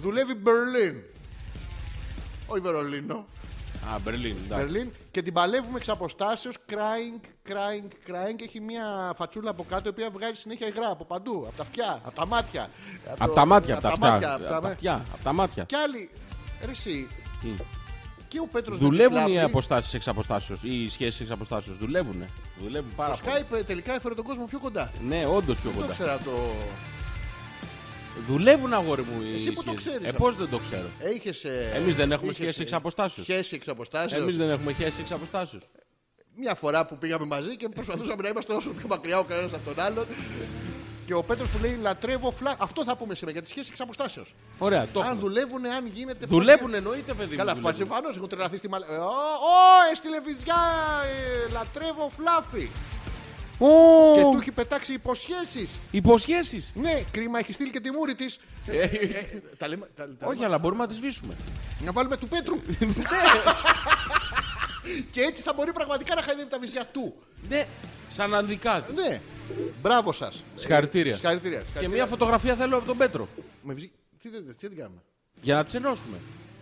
S1: Δουλεύει Μπερλίν. Όχι Βερολίνο.
S2: Α, Μπερλίν. εντάξει.
S1: Μπερλίν. Και την παλεύουμε εξ αποστάσεω. Crying, crying, crying. Έχει μια φατσούλα από κάτω η οποία βγάζει συνέχεια υγρά από παντού. Από τα αυτιά, από τα μάτια.
S2: Απ'
S1: το-
S2: τα μάτια, απ'
S1: απ'
S2: τα
S1: μάτια,
S2: αυτιά.
S1: απ' τα
S2: Απ' τα
S1: μάτια.
S2: αυτιά, απ' τα μάτια.
S1: Κι άλλοι. Ρε, εσύ,
S2: Τι.
S1: και ο Πέτρος
S2: Δουλεύουν οι
S1: Βενιζέλαφη-
S2: αποστάσεις εξ αποστάσεως, ή οι σχέσεις εξ αποστάσεως. Δουλεύουν. Δουλεύουν πάρα
S1: Το
S2: πολύ.
S1: Skype ε, τελικά έφερε τον κόσμο πιο κοντά.
S2: Ναι, όντως πιο
S1: Δεν το
S2: κοντά.
S1: ξέρα το.
S2: Δουλεύουν αγόρι μου οι
S1: Εσύ που το
S2: σχέσεις.
S1: ξέρεις
S2: Ε,
S1: αυτό.
S2: πώ δεν το ξέρω.
S1: Έχεις, ε,
S2: Εμείς δεν έχουμε
S1: είχες,
S2: σχέση εξ
S1: ε,
S2: αποστάσεως.
S1: Σχέση εξ αποστάσεως.
S2: Εμείς δεν έχουμε σχέση εξ αποστάσεως.
S1: Μια φορά που πήγαμε μαζί και προσπαθούσαμε να είμαστε όσο πιο μακριά ο καθένα από τον άλλον. και ο Πέτρος που λέει Λατρεύω φλα. Αυτό θα πούμε σήμερα για τη σχέση εξ αποστάσεως.
S2: Ωραία, το
S1: Αν
S2: έχουμε.
S1: δουλεύουν, αν γίνεται. πώς
S2: Δουλεύουν
S1: γίνεται.
S2: εννοείται, παιδί μου.
S1: Καλά,
S2: δουλεύουν.
S1: προφανώ έχω τρελαθεί στη μαλα. Ε, Ω, ω, έστειλε βυζιά, ε, λατρεύω φλάφι.
S2: Ω,
S1: Και του έχει πετάξει υποσχέσεις.
S2: Υποσχέσεις.
S1: Ναι, κρίμα, έχει στείλει και τη μούρη της. ε, τα λέμε. τα- τα
S2: Όχι, αλλά μπορούμε να τις σβήσουμε.
S1: Να βάλουμε του Πέτρου.
S2: Ναι.
S1: και έτσι θα μπορεί πραγματικά να χαϊδεύει τα βυζιά του.
S2: Ναι, σαν αντικά του.
S1: Ναι. Μπράβο σας.
S2: Συγχαρητήρια.
S1: Συγχαρητήρια.
S2: Και
S1: συγχαρητήρια.
S2: μια φωτογραφία θέλω από τον Πέτρο.
S1: Με βυζι- Τι, δεν- τι, δεν κάνουμε.
S2: Για να τις ενώσουμε.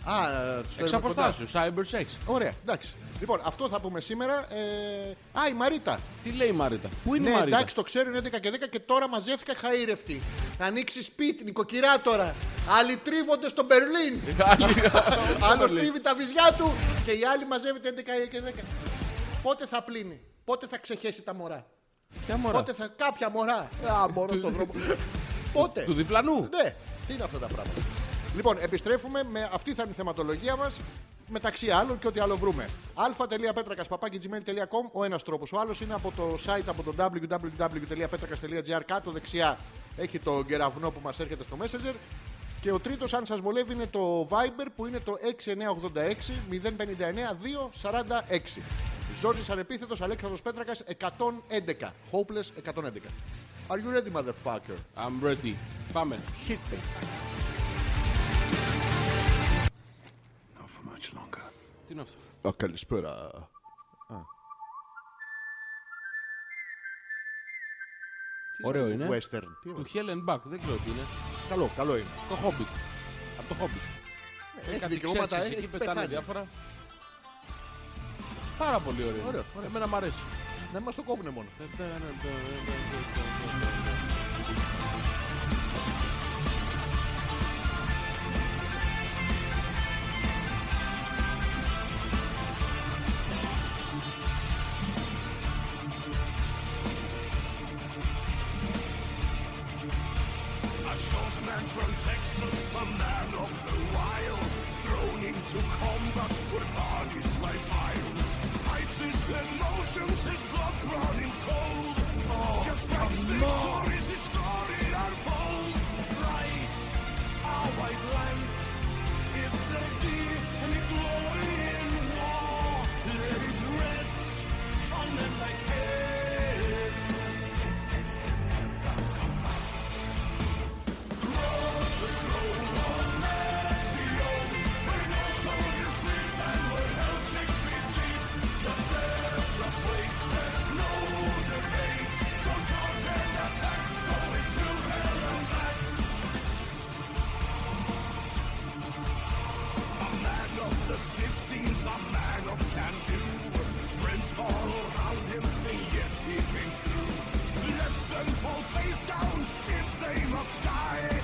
S1: Α, ε, τους
S2: Εξ
S1: φέρνουμε κοντά.
S2: αποστάσεως, cyber sex.
S1: Ωραία, εντάξει. Λοιπόν, αυτό θα πούμε σήμερα. Ε... Α, η Μαρίτα.
S2: Τι λέει η Μαρίτα. Πού είναι
S1: ναι,
S2: η Μαρίτα.
S1: εντάξει, το ξέρω, είναι 11 και 10 και τώρα μαζεύτηκα χαήρευτη. Θα ανοίξει σπίτι, νοικοκυρά τώρα. Άλλοι τρίβονται στο Μπερλίν. Άλλο τρίβει τα βυζιά του και η άλλη μαζεύεται 11 και 10. Πότε θα πλύνει, πότε θα ξεχέσει τα μωρά.
S2: Ποια μωρά.
S1: Πότε θα. Κάποια μωρά. Α, μωρό στον δρόμο. Πότε.
S2: Του διπλανού.
S1: Ναι, τι είναι αυτά τα πράγματα. Λοιπόν, επιστρέφουμε με αυτή θα είναι η θεματολογία μας. Μεταξύ άλλων και ό,τι άλλο βρούμε. α.πέτρακα.gmail.com ο ένας τρόπος. Ο άλλος είναι από το site από το www.petrakas.gr. Κάτω δεξιά έχει το κεραυνό που μας έρχεται στο Messenger. Και ο τρίτος, αν σας βολεύει, είναι το Viber που είναι το 6986 059 246. Ζόρζη Ανεπίθετος Αλέξανδρος Πέτρακας 111. Hopeless 111. Are you ready, motherfucker?
S2: I'm ready. Πάμε.
S1: Hit me.
S2: Τι είναι αυτό.
S1: Α, καλησπέρα.
S2: Ωραίο είναι.
S1: Western. Τι
S2: Του
S1: ωραίο.
S2: Helen Buck, δεν ξέρω τι είναι.
S1: Καλό, καλό είναι.
S2: Το Hobbit. Από το Hobbit.
S1: Έχει
S2: Ε, Κάτι
S1: δικαιώματα,
S2: ξέψεις
S1: έχει
S2: εκεί, πετάνε
S1: πεθάνει.
S2: διάφορα. Πάρα πολύ ωραίο.
S1: Ωραίο,
S2: είναι.
S1: ωραίο.
S2: Ε, Εμένα μου αρέσει.
S1: Να μας το κόβουνε μόνο.
S5: A short man from Texas, a man of the wild, thrown into combat with armies like mine. Hides his emotions, his blood's running cold. Just like his victories, his story unfolds. Light, our white light, if there be any glory in war, let it rest on men like him. face down if they must die.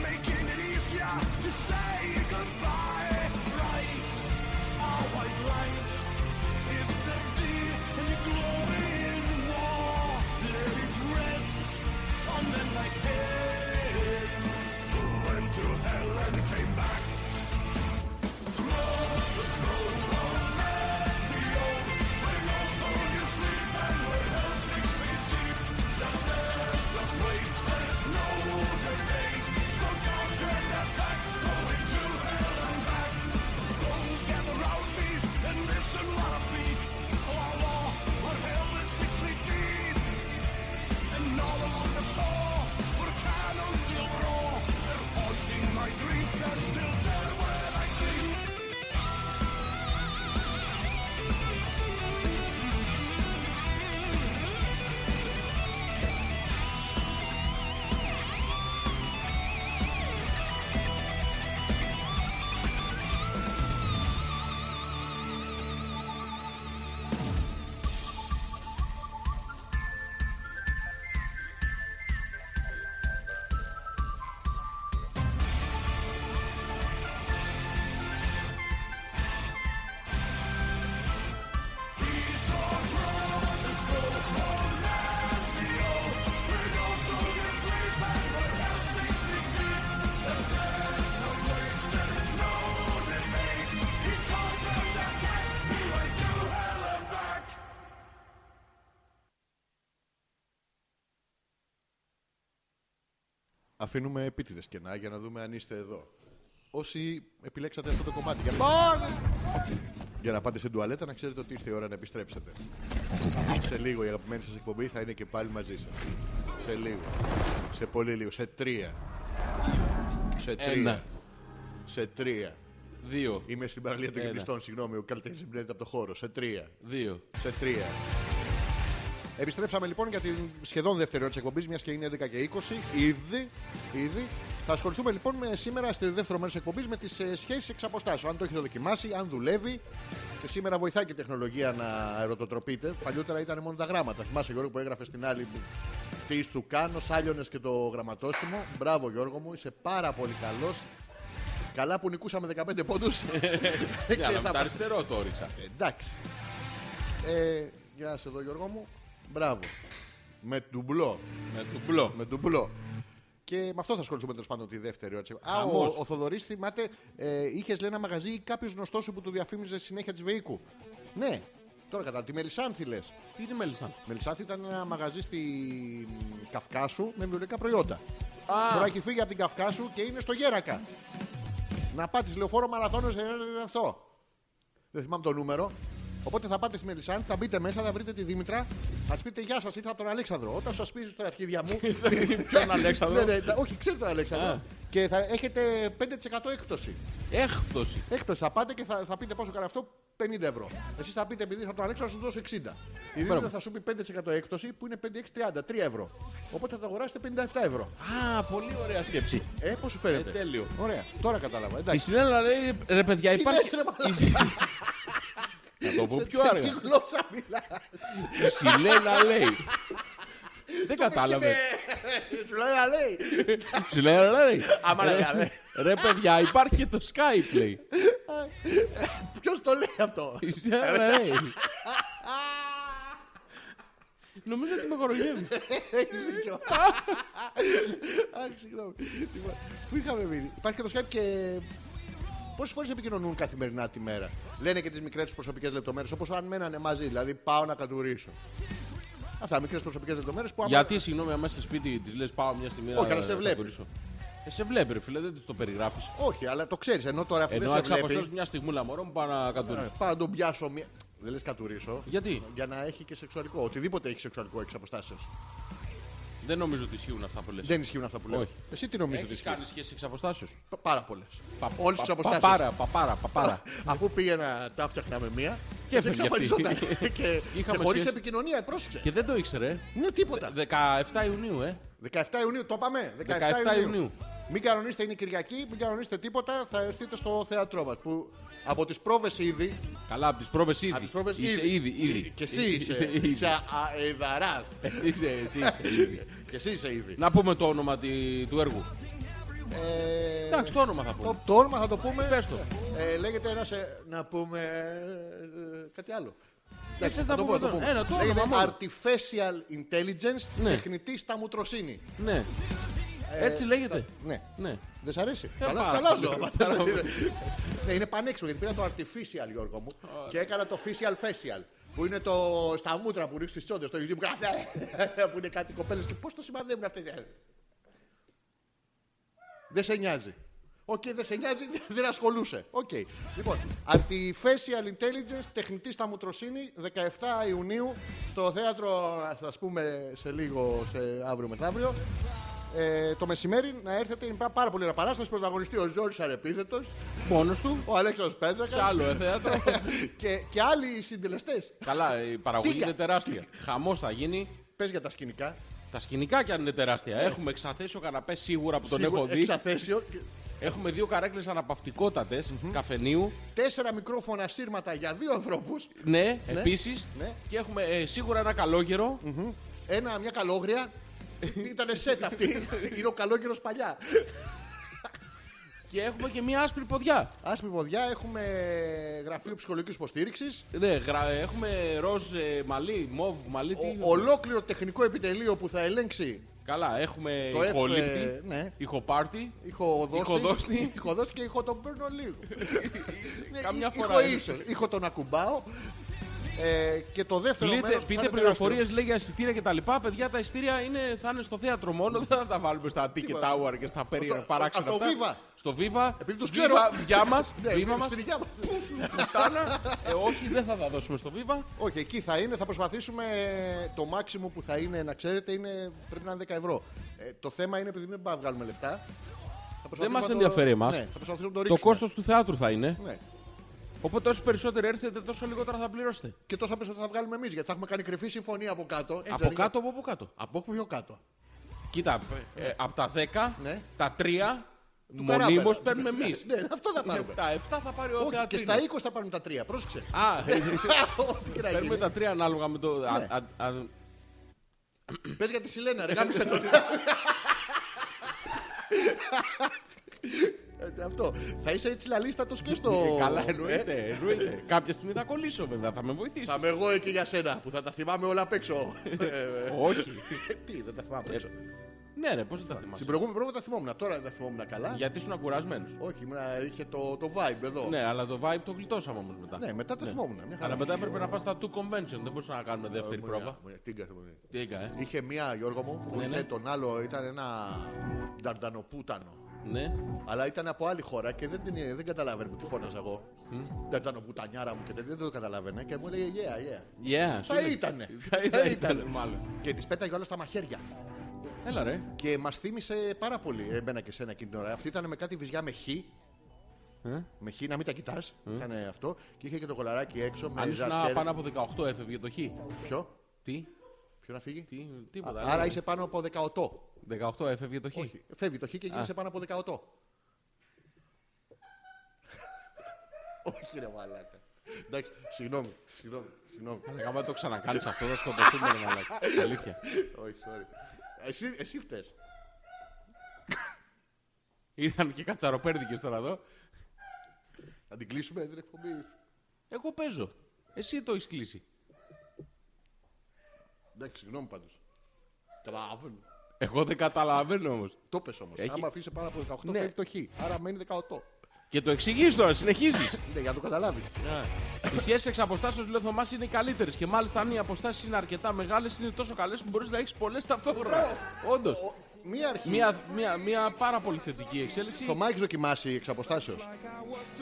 S5: Making it easier to say goodbye. Right, our white light. If there be any glory in war, let it rest on men like him. Who went to hell and came back. Cross was grown on Ezio, where no soldiers sleep and where hell six feet deep. Let's wait, there's no debate. So charge and attack, go into hell and back. Go gather round me and listen oh, while I speak. Our law, what hell is six feet deep. And all along the shore, where cannons still roar. They're haunting my dreams, they're still there when I sleep.
S1: Αφήνουμε επίτηδες κενά για να δούμε αν είστε εδώ. Όσοι επιλέξατε αυτό το κομμάτι για να, για να πάτε στην τουαλέτα, να ξέρετε ότι ήρθε η ώρα να επιστρέψετε. Σε λίγο η αγαπημένη σας εκπομπή θα είναι και πάλι μαζί σας. Σε λίγο. Σε πολύ λίγο. Σε τρία. Σε τρία.
S2: Ένα.
S1: Σε τρία.
S2: Δύο.
S1: Είμαι στην παραλία των
S2: Ένα.
S1: γεμιστών, συγγνώμη. Ο καλλιτέχνη εμπνέεται από το χώρο. Σε τρία.
S2: Δύο.
S1: Σε τρία. Επιστρέψαμε λοιπόν για την σχεδόν δεύτερη ώρα της εκπομπής, μιας και είναι 11 και 20. Ήδη, ήδη. Θα ασχοληθούμε λοιπόν με, σήμερα στη δεύτερο μέρο της εκπομπής με τις ε, σχέσεις εξ αποστάσεω. Αν το έχετε δοκιμάσει, αν δουλεύει. Και σήμερα βοηθάει και η τεχνολογία να ερωτοτροπείτε. Παλιότερα ήταν μόνο τα γράμματα. Θυμάσαι Γιώργο που έγραφες στην άλλη τι σου κάνω, σάλιονε και το γραμματόσημο. Μπράβο Γιώργο μου, είσαι πάρα πολύ καλός. Καλά που νικούσαμε 15 πόντους.
S2: Ναι, αλλά με το αριστερό το όρισα.
S1: Εντάξει. Ε, για να σε δω Γιώργο μου. Μπράβο. Με ντουμπλό.
S2: Με το μπλο.
S1: Με ντουμπλό. Και με αυτό θα ασχοληθούμε τέλος πάντων τη δεύτερη ώρα. της εκπομπής. Α, ο,
S2: Χαμός.
S1: ο Θοδωρής θυμάται, ε, είχες λέει ένα μαγαζί ή κάποιος γνωστός σου που το διαφήμιζες συνέχεια της Βεϊκού. Ναι, τώρα κατά τη Μελισάνθη λες.
S2: Τι είναι μέλισσα.
S1: Μελισάνθη ήταν ένα μαγαζί στη μ, Καυκάσου με βιολογικά προϊόντα.
S2: Α.
S1: Τώρα έχει φύγει από την Καυκάσου και είναι στο Γέρακα. Να πάτε λεωφόρο μαραθώνες, ε, ε, ε, αυτό. Δεν θυμάμαι το νούμερο. Οπότε θα πάτε στη Μελισάνη, θα μπείτε μέσα, θα βρείτε τη Δήμητρα, θα της πείτε Γεια σας, ήρθα από τον Αλέξανδρο. Όταν σας πει στα αρχίδια μου.
S2: Ποιον Αλέξανδρο?
S1: Ναι, ναι, ναι, όχι, ξέρετε τον Αλέξανδρο.
S2: Α.
S1: Και θα έχετε 5% έκπτωση.
S2: Έκπτωση.
S1: Έκπτωση θα πάτε και θα, θα πείτε πόσο κάνει αυτό, 50 ευρώ. Εσείς θα πείτε επειδή θα τον ανοίξω, θα σου δώσω 60. Η Δήμητρα θα σου πει 5% έκπτωση που είναι 5-6-30, 3 ευρώ. Οπότε θα το αγοράσετε 57 ευρώ.
S2: Α, πολύ ωραία σκέψη.
S1: Ε, πώς σου
S2: Ε,
S1: φαίνεται.
S2: τέλειο.
S1: Ωραία, τώρα κατάλαβα.
S2: Η
S1: Εντάξει.
S2: Σινέλα λέει ρε παιδιά,
S1: Τι
S2: υπάρχει.
S1: λες, ρε μαλάκα?
S2: Η Σι- Θα το πω
S1: Σε
S2: πιο
S1: τι
S2: αργά.
S1: γλώσσα μιλάς.
S2: Η Σιλένα λέει. Δεν κατάλαβε.
S1: Του λέει να λέει.
S2: Η Σιλένα λέει.
S1: Άμα
S2: Ρε-
S1: λέει, ρε.
S2: Ρε παιδιά, υπάρχει και το Skype λέει.
S1: Ποιος το λέει αυτό.
S2: Η Σιλένα λέει. Νομίζω ότι με κοροϊδεύεις.
S1: Έχεις δίκιο. Αχ, συγγνώμη. Λοιπόν, Πού είχαμε μείνει. Υπάρχει και το Skype και. Πόσες φορές επικοινωνούν καθημερινά τη μέρα. Λένε και τις μικρές τους προσωπικές λεπτομέρειες. Όπως αν μένανε μαζί. Δηλαδή πάω να κατουρίσω. Αυτά, μικρές προσωπικές λεπτομέρειες που άμα-
S2: Γιατί, συγγνώμη, άμα στο σπίτι τη λες πάω μια στιγμή. να-
S1: Όχι, αλλά σε
S2: να
S1: βλέπει.
S2: τουρίσω». Ε, σε βλέπει, ρε φίλε, δεν της το περιγράφεις.
S1: Όχι, αλλά το ξέρεις. Ενώ τώρα που
S2: Ενώ
S1: δεν σε
S2: εξαπαστώ
S1: βλέπει.
S2: μια στιγμούλα μωρό μου πάω να
S1: ε,
S2: κατουρίσω.
S1: Πάω να τον πιάσω μία. Δεν λες κατουρίσω.
S2: Γιατί
S1: Για να έχει και σεξουαλικό. Οτιδήποτε έχει σεξουαλικό εξ αποστάσεω.
S2: δεν νομίζω ότι ισχύουν αυτά που λες.
S1: Δεν ισχύουν αυτά που λέω.
S2: Όχι.
S1: Εσύ τι νομίζεις ότι
S2: Έχεις
S1: ισχύει.
S2: κάνει σχέση εξ αποστάσεως.
S1: Πα- Πάρα πολλές.
S2: Πα-
S1: Όλες τις
S2: πα-
S1: αποστάσεις.
S2: Παπάρα, παπάρα, παπάρα.
S1: Αφού πήγαινα, τα φτιάχνα με μία.
S2: Και
S1: δεν
S2: έφευγε αυτή.
S1: εξαφανιζόταν. και και
S2: Είχαμε
S1: χωρίς
S2: σχέση.
S1: επικοινωνία, πρόσεξε.
S2: Και δεν το ήξερε.
S1: Ναι, τίποτα.
S2: 17 Ιουνίου, ε.
S1: 17 Ιουνίου, το είπαμε. 17,
S2: 17
S1: Ιουνίου.
S2: Ιουνίου.
S1: Μην κανονίστε, είναι Κυριακή, μην κανονίστε τίποτα, θα έρθετε στο θέατρό μας. Που από τις πρόβες ήδη.
S2: Καλά, από τις πρόβες ήδη.
S1: Από τις πρόβες
S2: Είσαι ήδη, ήδη.
S1: Και εσύ είσαι.
S2: ήδη.
S1: Είσαι αεδαρά.
S2: Εσύ είσαι, εσύ είσαι ήδη.
S1: Και εσύ είσαι ήδη.
S2: Να πούμε το όνομα τη- του έργου.
S1: Ε,
S2: Εντάξει, το όνομα θα
S1: το,
S2: πούμε.
S1: το όνομα θα το πούμε.
S2: Πες το.
S1: Ε, λέγεται ένας. Ε, να πούμε. ε, κάτι άλλο. Εντάξει,
S2: θες
S1: θα
S2: να
S1: το
S2: πούμε
S1: πούμε, θα το
S2: τώρα.
S1: πούμε.
S2: Ένα, το όνομα
S1: Λέγεται
S2: μόνο.
S1: Artificial Intelligence,
S2: Ναι.
S1: τεχνητή στα μουτροσύνη.
S2: Ναι.
S1: Ε,
S2: Έτσι λέγεται.
S1: Ναι.
S2: Ναι.
S1: Δεν σ' αρέσει.
S2: Ε,
S1: καλά,
S2: πάρα
S1: καλά
S2: πολύ.
S1: λέω. άμα θες. ναι, είναι πανέξυπνο γιατί πήρα το artificial Γιώργο μου και έκανα το facial facial. Που είναι το στα μούτρα που ρίχνεις τι τσόντες. Το YouTube
S2: Ναι.
S1: που είναι κάτι κοπέλες. Και πώς το σημαδεύουν δηλαδή. αυτέ. Δεν σε νοιάζει. Οκ, δεν σε νοιάζει, δεν ασχολούσε. Οκ. Λοιπόν, Artificial Intelligence, τεχνητή στα μουτροσύνη, 17 Ιουνίου, στο θέατρο, ας πούμε, σε λίγο, σε αύριο μεθαύριο. Ε, το μεσημέρι να έρθετε, είναι πά- πάρα πολύ ωραία παράσταση. Πρωταγωνιστή ο Ζόρις Αρεπίθετος,
S2: Μόνος του.
S1: ο Αλέξανδρος
S2: Σε
S1: Πέτρακα
S2: άλλο ε, θέατρο.
S1: και, και άλλοι συντελεστές.
S2: Καλά, η παραγωγή
S1: Τίγκα.
S2: είναι τεράστια. Χαμός θα γίνει.
S1: Πες για τα σκηνικά.
S2: Τα σκηνικά κι αν είναι τεράστια.
S1: Ε.
S2: Έχουμε εξαθέσει ο καναπέ σίγουρα που τον
S1: Σίγουρα,
S2: έχω δει.
S1: Εξαθέσιο. και-
S2: Έχουμε δύο καρέκλες αναπαυτικότατες, καφενείου.
S1: Τέσσερα μικρόφωνα σύρματα για δύο ανθρώπους.
S2: Ναι, επίσης.
S1: ναι.
S2: Και έχουμε ε, σίγουρα ένα καλόγερο.
S1: Ένα, μια καλόγρια. Ήταν σετ αυτή. Είναι ο καλόγερος παλιά.
S2: Και έχουμε και μια άσπρη ποδιά.
S1: Άσπρη ποδιά, έχουμε γραφείο ψυχολογικής υποστήριξης.
S2: Ναι, γρα- έχουμε ροζ ε, μαλλί, μοβ μαλλί. τι-
S1: Ολόκληρο τεχνικό επιτελείο που θα ελέγξει
S2: Καλά, έχουμε
S1: Το F, ε,
S2: ηχολήπτη,
S1: ναι.
S2: ηχοπάρτι.
S1: ηχοδόστη.
S2: Ηχοδόστη.
S1: Ηχοδόστη και ηχο τον παίρνω λίγο. Ναι,
S2: Καμιά
S1: ή-
S2: φορά
S1: Ήχο
S2: είναι.
S1: ίσως. Ήχο τον ακουμπάω. Ε, και το δεύτερο
S2: Πείτε,
S1: μέρος που θα
S2: πείτε
S1: είναι τεράστιο.
S2: πληροφορίε, λέει για εισιτήρια και τα λοιπά. Παιδιά, τα εισιτήρια είναι, θα είναι στο θέατρο μόνο. Δεν θα τα βάλουμε στα Ticket
S1: Τίποτα.
S2: Tower και στα περίεργα
S1: Από το-
S2: παράξενα.
S1: από το
S2: αυτά.
S1: Viva.
S2: Στο Viva.
S1: Επειδή τους
S2: Viva,
S1: ξέρω.
S2: Γεια μας.
S1: Ναι,
S2: Viva μα.
S1: στη δικιά μας.
S2: Πουτάνα. Ε, όχι, δεν θα τα δώσουμε στο Viva.
S1: Όχι, εκεί θα είναι. Θα προσπαθήσουμε. ε, Το μάξιμο που θα είναι, να ξέρετε, είναι, πρέπει να είναι 10 ευρώ. Ε, το θέμα είναι επειδή δεν πάμε να βγάλουμε λεφτά. θα προσπαθήσουμε
S2: μας
S1: να το-
S2: ενδιαφέρει εμάς.
S1: Ναι, θα προσπαθήσουμε να το
S2: Το
S1: ρίξουμε.
S2: κόστος του θεάτρου θα είναι.
S1: Ναι.
S2: Οπότε όσο περισσότερο έρθετε, τόσο λιγότερα θα πληρώσετε.
S1: Και τόσο περισσότερο θα βγάλουμε εμείς γιατί θα έχουμε κάνει κρυφή συμφωνία από κάτω. Έτσι,
S2: από
S1: δεν είναι.
S2: κάτω, από πού κάτω.
S1: Από πιο κάτω.
S2: Κοίτα, ε, από τα 10,
S1: Ναι.
S2: τα 3 μονίμω
S1: Παράπερα.
S2: παίρνουμε εμείς.
S1: Ναι, αυτό θα πάρουμε.
S2: Τα 7 θα πάρει ο
S1: Όχι, και στα
S2: θεατρίνος.
S1: 20 θα πάρουν τα τρία. Πρόσεξε.
S2: Α, ε,
S1: Ό,τι και να
S2: παίρνουμε
S1: γίνει.
S2: τα 3 ανάλογα με το. α-
S1: Ναι.
S2: α- α-
S1: Πες για τη Σιλένα, ρε γάμισε το. Ε, Αυτό. Θα είσαι έτσι λαλίστατος και στο.
S2: Καλά,
S1: Ε,
S2: εννοείται, εννοείται. Κάποια στιγμή θα κολλήσω βέβαια, θα με βοηθήσεις.
S1: Θα είμαι εγώ εκεί για σένα που θα τα θυμάμαι όλα απ' έξω. Ε,
S2: Όχι. Ε,
S1: Τι, δεν τα θυμάμαι απ' έξω.
S2: Ναι, ρε, πώς δεν τα θυμάσαι.
S1: Στην προηγούμενη πρόβα τα θυμόμουν, τώρα δεν τα θυμόμουν καλά.
S2: Γιατί ήσουν ακουρασμένος.
S1: Όχι, ήμουνα- είχε το, το vibe εδώ.
S2: Ναι, αλλά το vibe το γλιτώσαμε όμως μετά.
S1: Ναι, μετά τα θυμόμουν. Μια χαρά. Ε,
S2: Αλλά μετά έπρεπε να πα στα two convention, δεν μπορούσαμε να κάνουμε δεύτερη
S1: Μου-
S2: πρόβα.
S1: μου- την καθόμουν.
S2: Τι έκα, ε.
S1: Είχε μία, Γιώργο μου, που
S2: Ναι,
S1: είχε
S2: ναι.
S1: τον άλλο, ήταν ένα νταρντανοπούτανο.
S2: Ναι.
S1: Αλλά ήταν από άλλη χώρα και δεν, την, δεν καταλάβαινε που τη φώναζα εγώ. Δεν ήταν ο κουτανιάρα μου και τέτοια, δεν το καταλάβαινε. Και μου έλεγε yeah, yeah.
S2: Yeah,
S1: Θα ήτανε.
S2: Θα
S1: Θα
S2: ήτανε,
S1: ήτανε.
S2: μάλλον.
S1: Και της πέταγε όλα στα μαχαίρια.
S2: Έλα ρε.
S1: Και μας θύμισε πάρα πολύ εμένα και σένα εκείνη την ώρα. Αυτή ήταν με κάτι βυζιά με χ.
S2: Ε?
S1: Με χ, να μην τα κοιτάς. Ήταν αυτό. Και είχε και το κολαράκι έξω με
S2: Αν ήσουν
S1: ζαρτέρ.
S2: πάνω από 18 έφευγε το χ.
S1: Ποιο,
S2: Τι,
S1: ποιο να φύγει.
S2: τι,
S1: Α,
S2: τίποτα. ε.
S1: Άρα
S2: ρε.
S1: είσαι πάνω από 18.
S2: 18 έφευγε το χ.
S1: Όχι. Φεύγει το χ και γίνεσαι πάνω από 18. Όχι ρε μαλάκα. Εντάξει, συγγνώμη, συγγνώμη, συγγνώμη.
S2: Άρα γάμα το ξανακάνεις αυτό θα σκοτωθούμε ρε μαλάκα. Αλήθεια.
S1: Όχι, sorry. Εσύ, εσύ φταίς.
S2: Ήρθαν και κατσαροπέρδικες τώρα εδώ.
S1: Να την κλείσουμε την εκπομπή.
S2: Εγώ παίζω. Εσύ το έχεις κλείσει.
S1: Εντάξει, συγγνώμη πάντως. Καταλαβαίνω.
S2: Εγώ δεν καταλαβαίνω όμως.
S1: Το πες όμως.
S2: Έχει-
S1: Άμα αφήσει πάνω από 18
S2: Ναι.
S1: φεύγει το χ. Άρα μένει 18.
S2: Και το εξηγείς τώρα, συνεχίζεις.
S1: Ναι, για να το καταλάβεις.
S2: Οι σχέσεις εξ αποστάσεως λέω Θωμάς είναι οι καλύτερες. Και μάλιστα αν οι αποστάσεις είναι αρκετά μεγάλες, είναι τόσο καλές που μπορείς να έχεις πολλές ταυτόχρονα. Όντως.
S1: Ο- Μία αρχή.
S2: Μια, μια, μια πάρα πολύ θετική εξέλιξη.
S1: Το Μάικ δοκιμάσει εξ αποστάσεως.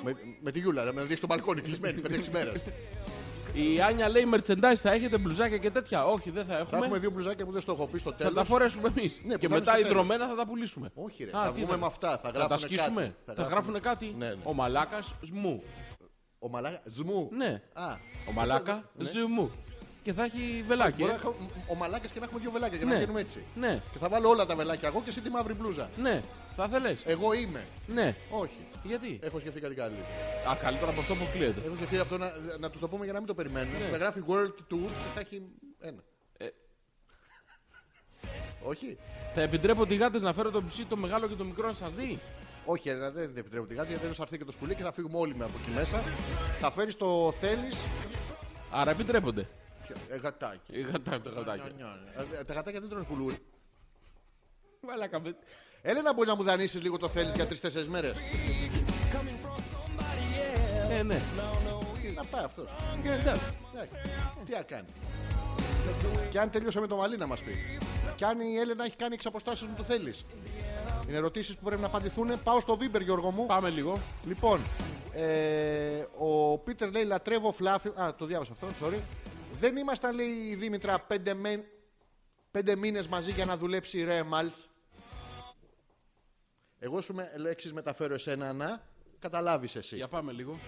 S1: Με, με τη Γιούλα, να με δείξει στο μπαλκόνι κλεισμένη 5-6 μέρες.
S2: Ναι. Η Άνια λέει merchandise θα έχετε μπλουζάκια και τέτοια. Όχι, δεν θα
S1: Θα
S2: έχουμε.
S1: έχουμε δύο μπλουζάκια που δεν στο έχω πει στο
S2: Θα τα
S1: τέλος.
S2: φορέσουμε εμείς.
S1: Ναι,
S2: και
S1: που θα είναι
S2: μετά
S1: στο τέλος.
S2: ιδρωμένα θα τα πουλήσουμε.
S1: Όχι, ρε.
S2: Α,
S1: θα
S2: τι
S1: βγούμε
S2: θα-
S1: με αυτά. Θα
S2: Θα
S1: γράφουν
S2: τα σκίσουμε.
S1: Κάτι.
S2: Θα, γράφουν κάτι.
S1: Ναι, ναι.
S2: Ο μαλάκας μου.
S1: Ο Μαλάκα. Ζμού.
S2: Ναι.
S1: Α,
S2: Ο μαλάκα
S1: Ναι.
S2: μου. Και θα έχει βελάκι.
S1: Μπορεί
S2: ε.
S1: να έχω ο Μαλάκα και να έχουμε δύο βελάκια και
S2: Ναι.
S1: να γίνουμε έτσι.
S2: Ναι,
S1: Και θα βάλω όλα τα βελάκια εγώ και εσύ τη μαύρη μπλούζα.
S2: ναι. Θα θέλες.
S1: Εγώ είμαι.
S2: Ναι.
S1: Όχι.
S2: Γιατί.
S1: Έχω σκεφτεί κάτι καλύτερο.
S2: Α, καλύτερα από αυτό που κλείεται.
S1: Έχω σκεφτεί αυτό να, να τους το πούμε για να μην το περιμένουν. Θα γράφει World Tour και θα έχει ένα.
S2: Ε.
S1: Όχι.
S2: Θα επιτρέπω οι γάτες να φέρω το ψί, το μεγάλο και το μικρό να σας δει.
S1: Όχι, ρε, δεν δεν επιτρέπω τη γάτα γιατί δεν θα έρθει και το σκουλί και θα φύγουμε όλοι με από εκεί μέσα. Θα φέρεις το θέλεις.
S2: Άρα επιτρέπονται.
S1: Ε, γατάκι.
S2: Οι γατά- Τα γατάκια.
S1: Ε, Τα γατάκια δεν τρώνε κουλούρι.
S2: Μαλάκα, με-
S1: Έλενα, μπορείς να μου δανείσεις λίγο το θέλεις για τρει-τέσσερι μέρε.
S2: Ναι, ναι.
S1: Να πάει αυτός.
S2: Ε, εντάξει.
S1: Τι να κάνει. Και αν τελείωσε με το μαλλί να μας πει. Και αν η Έλενα έχει κάνει εξ αποστάσεως με το θέλεις. Είναι ερωτήσεις που πρέπει να απαντηθούν. Πάω στο Βίμπερ, Γιώργο μου.
S2: Πάμε λίγο.
S1: Λοιπόν, ε, ο Πίτερ λέει λατρεύω φλάφι. Α, το διάβασα αυτό, sorry. Δεν ήμασταν, λέει η Δήμητρα, πέντε, με... πέντε μήνες μαζί για να δουλέψει ρε Μάλτς. Εγώ σου με λέξεις μεταφέρω εσένα να καταλάβεις εσύ.
S2: Για πάμε λίγο.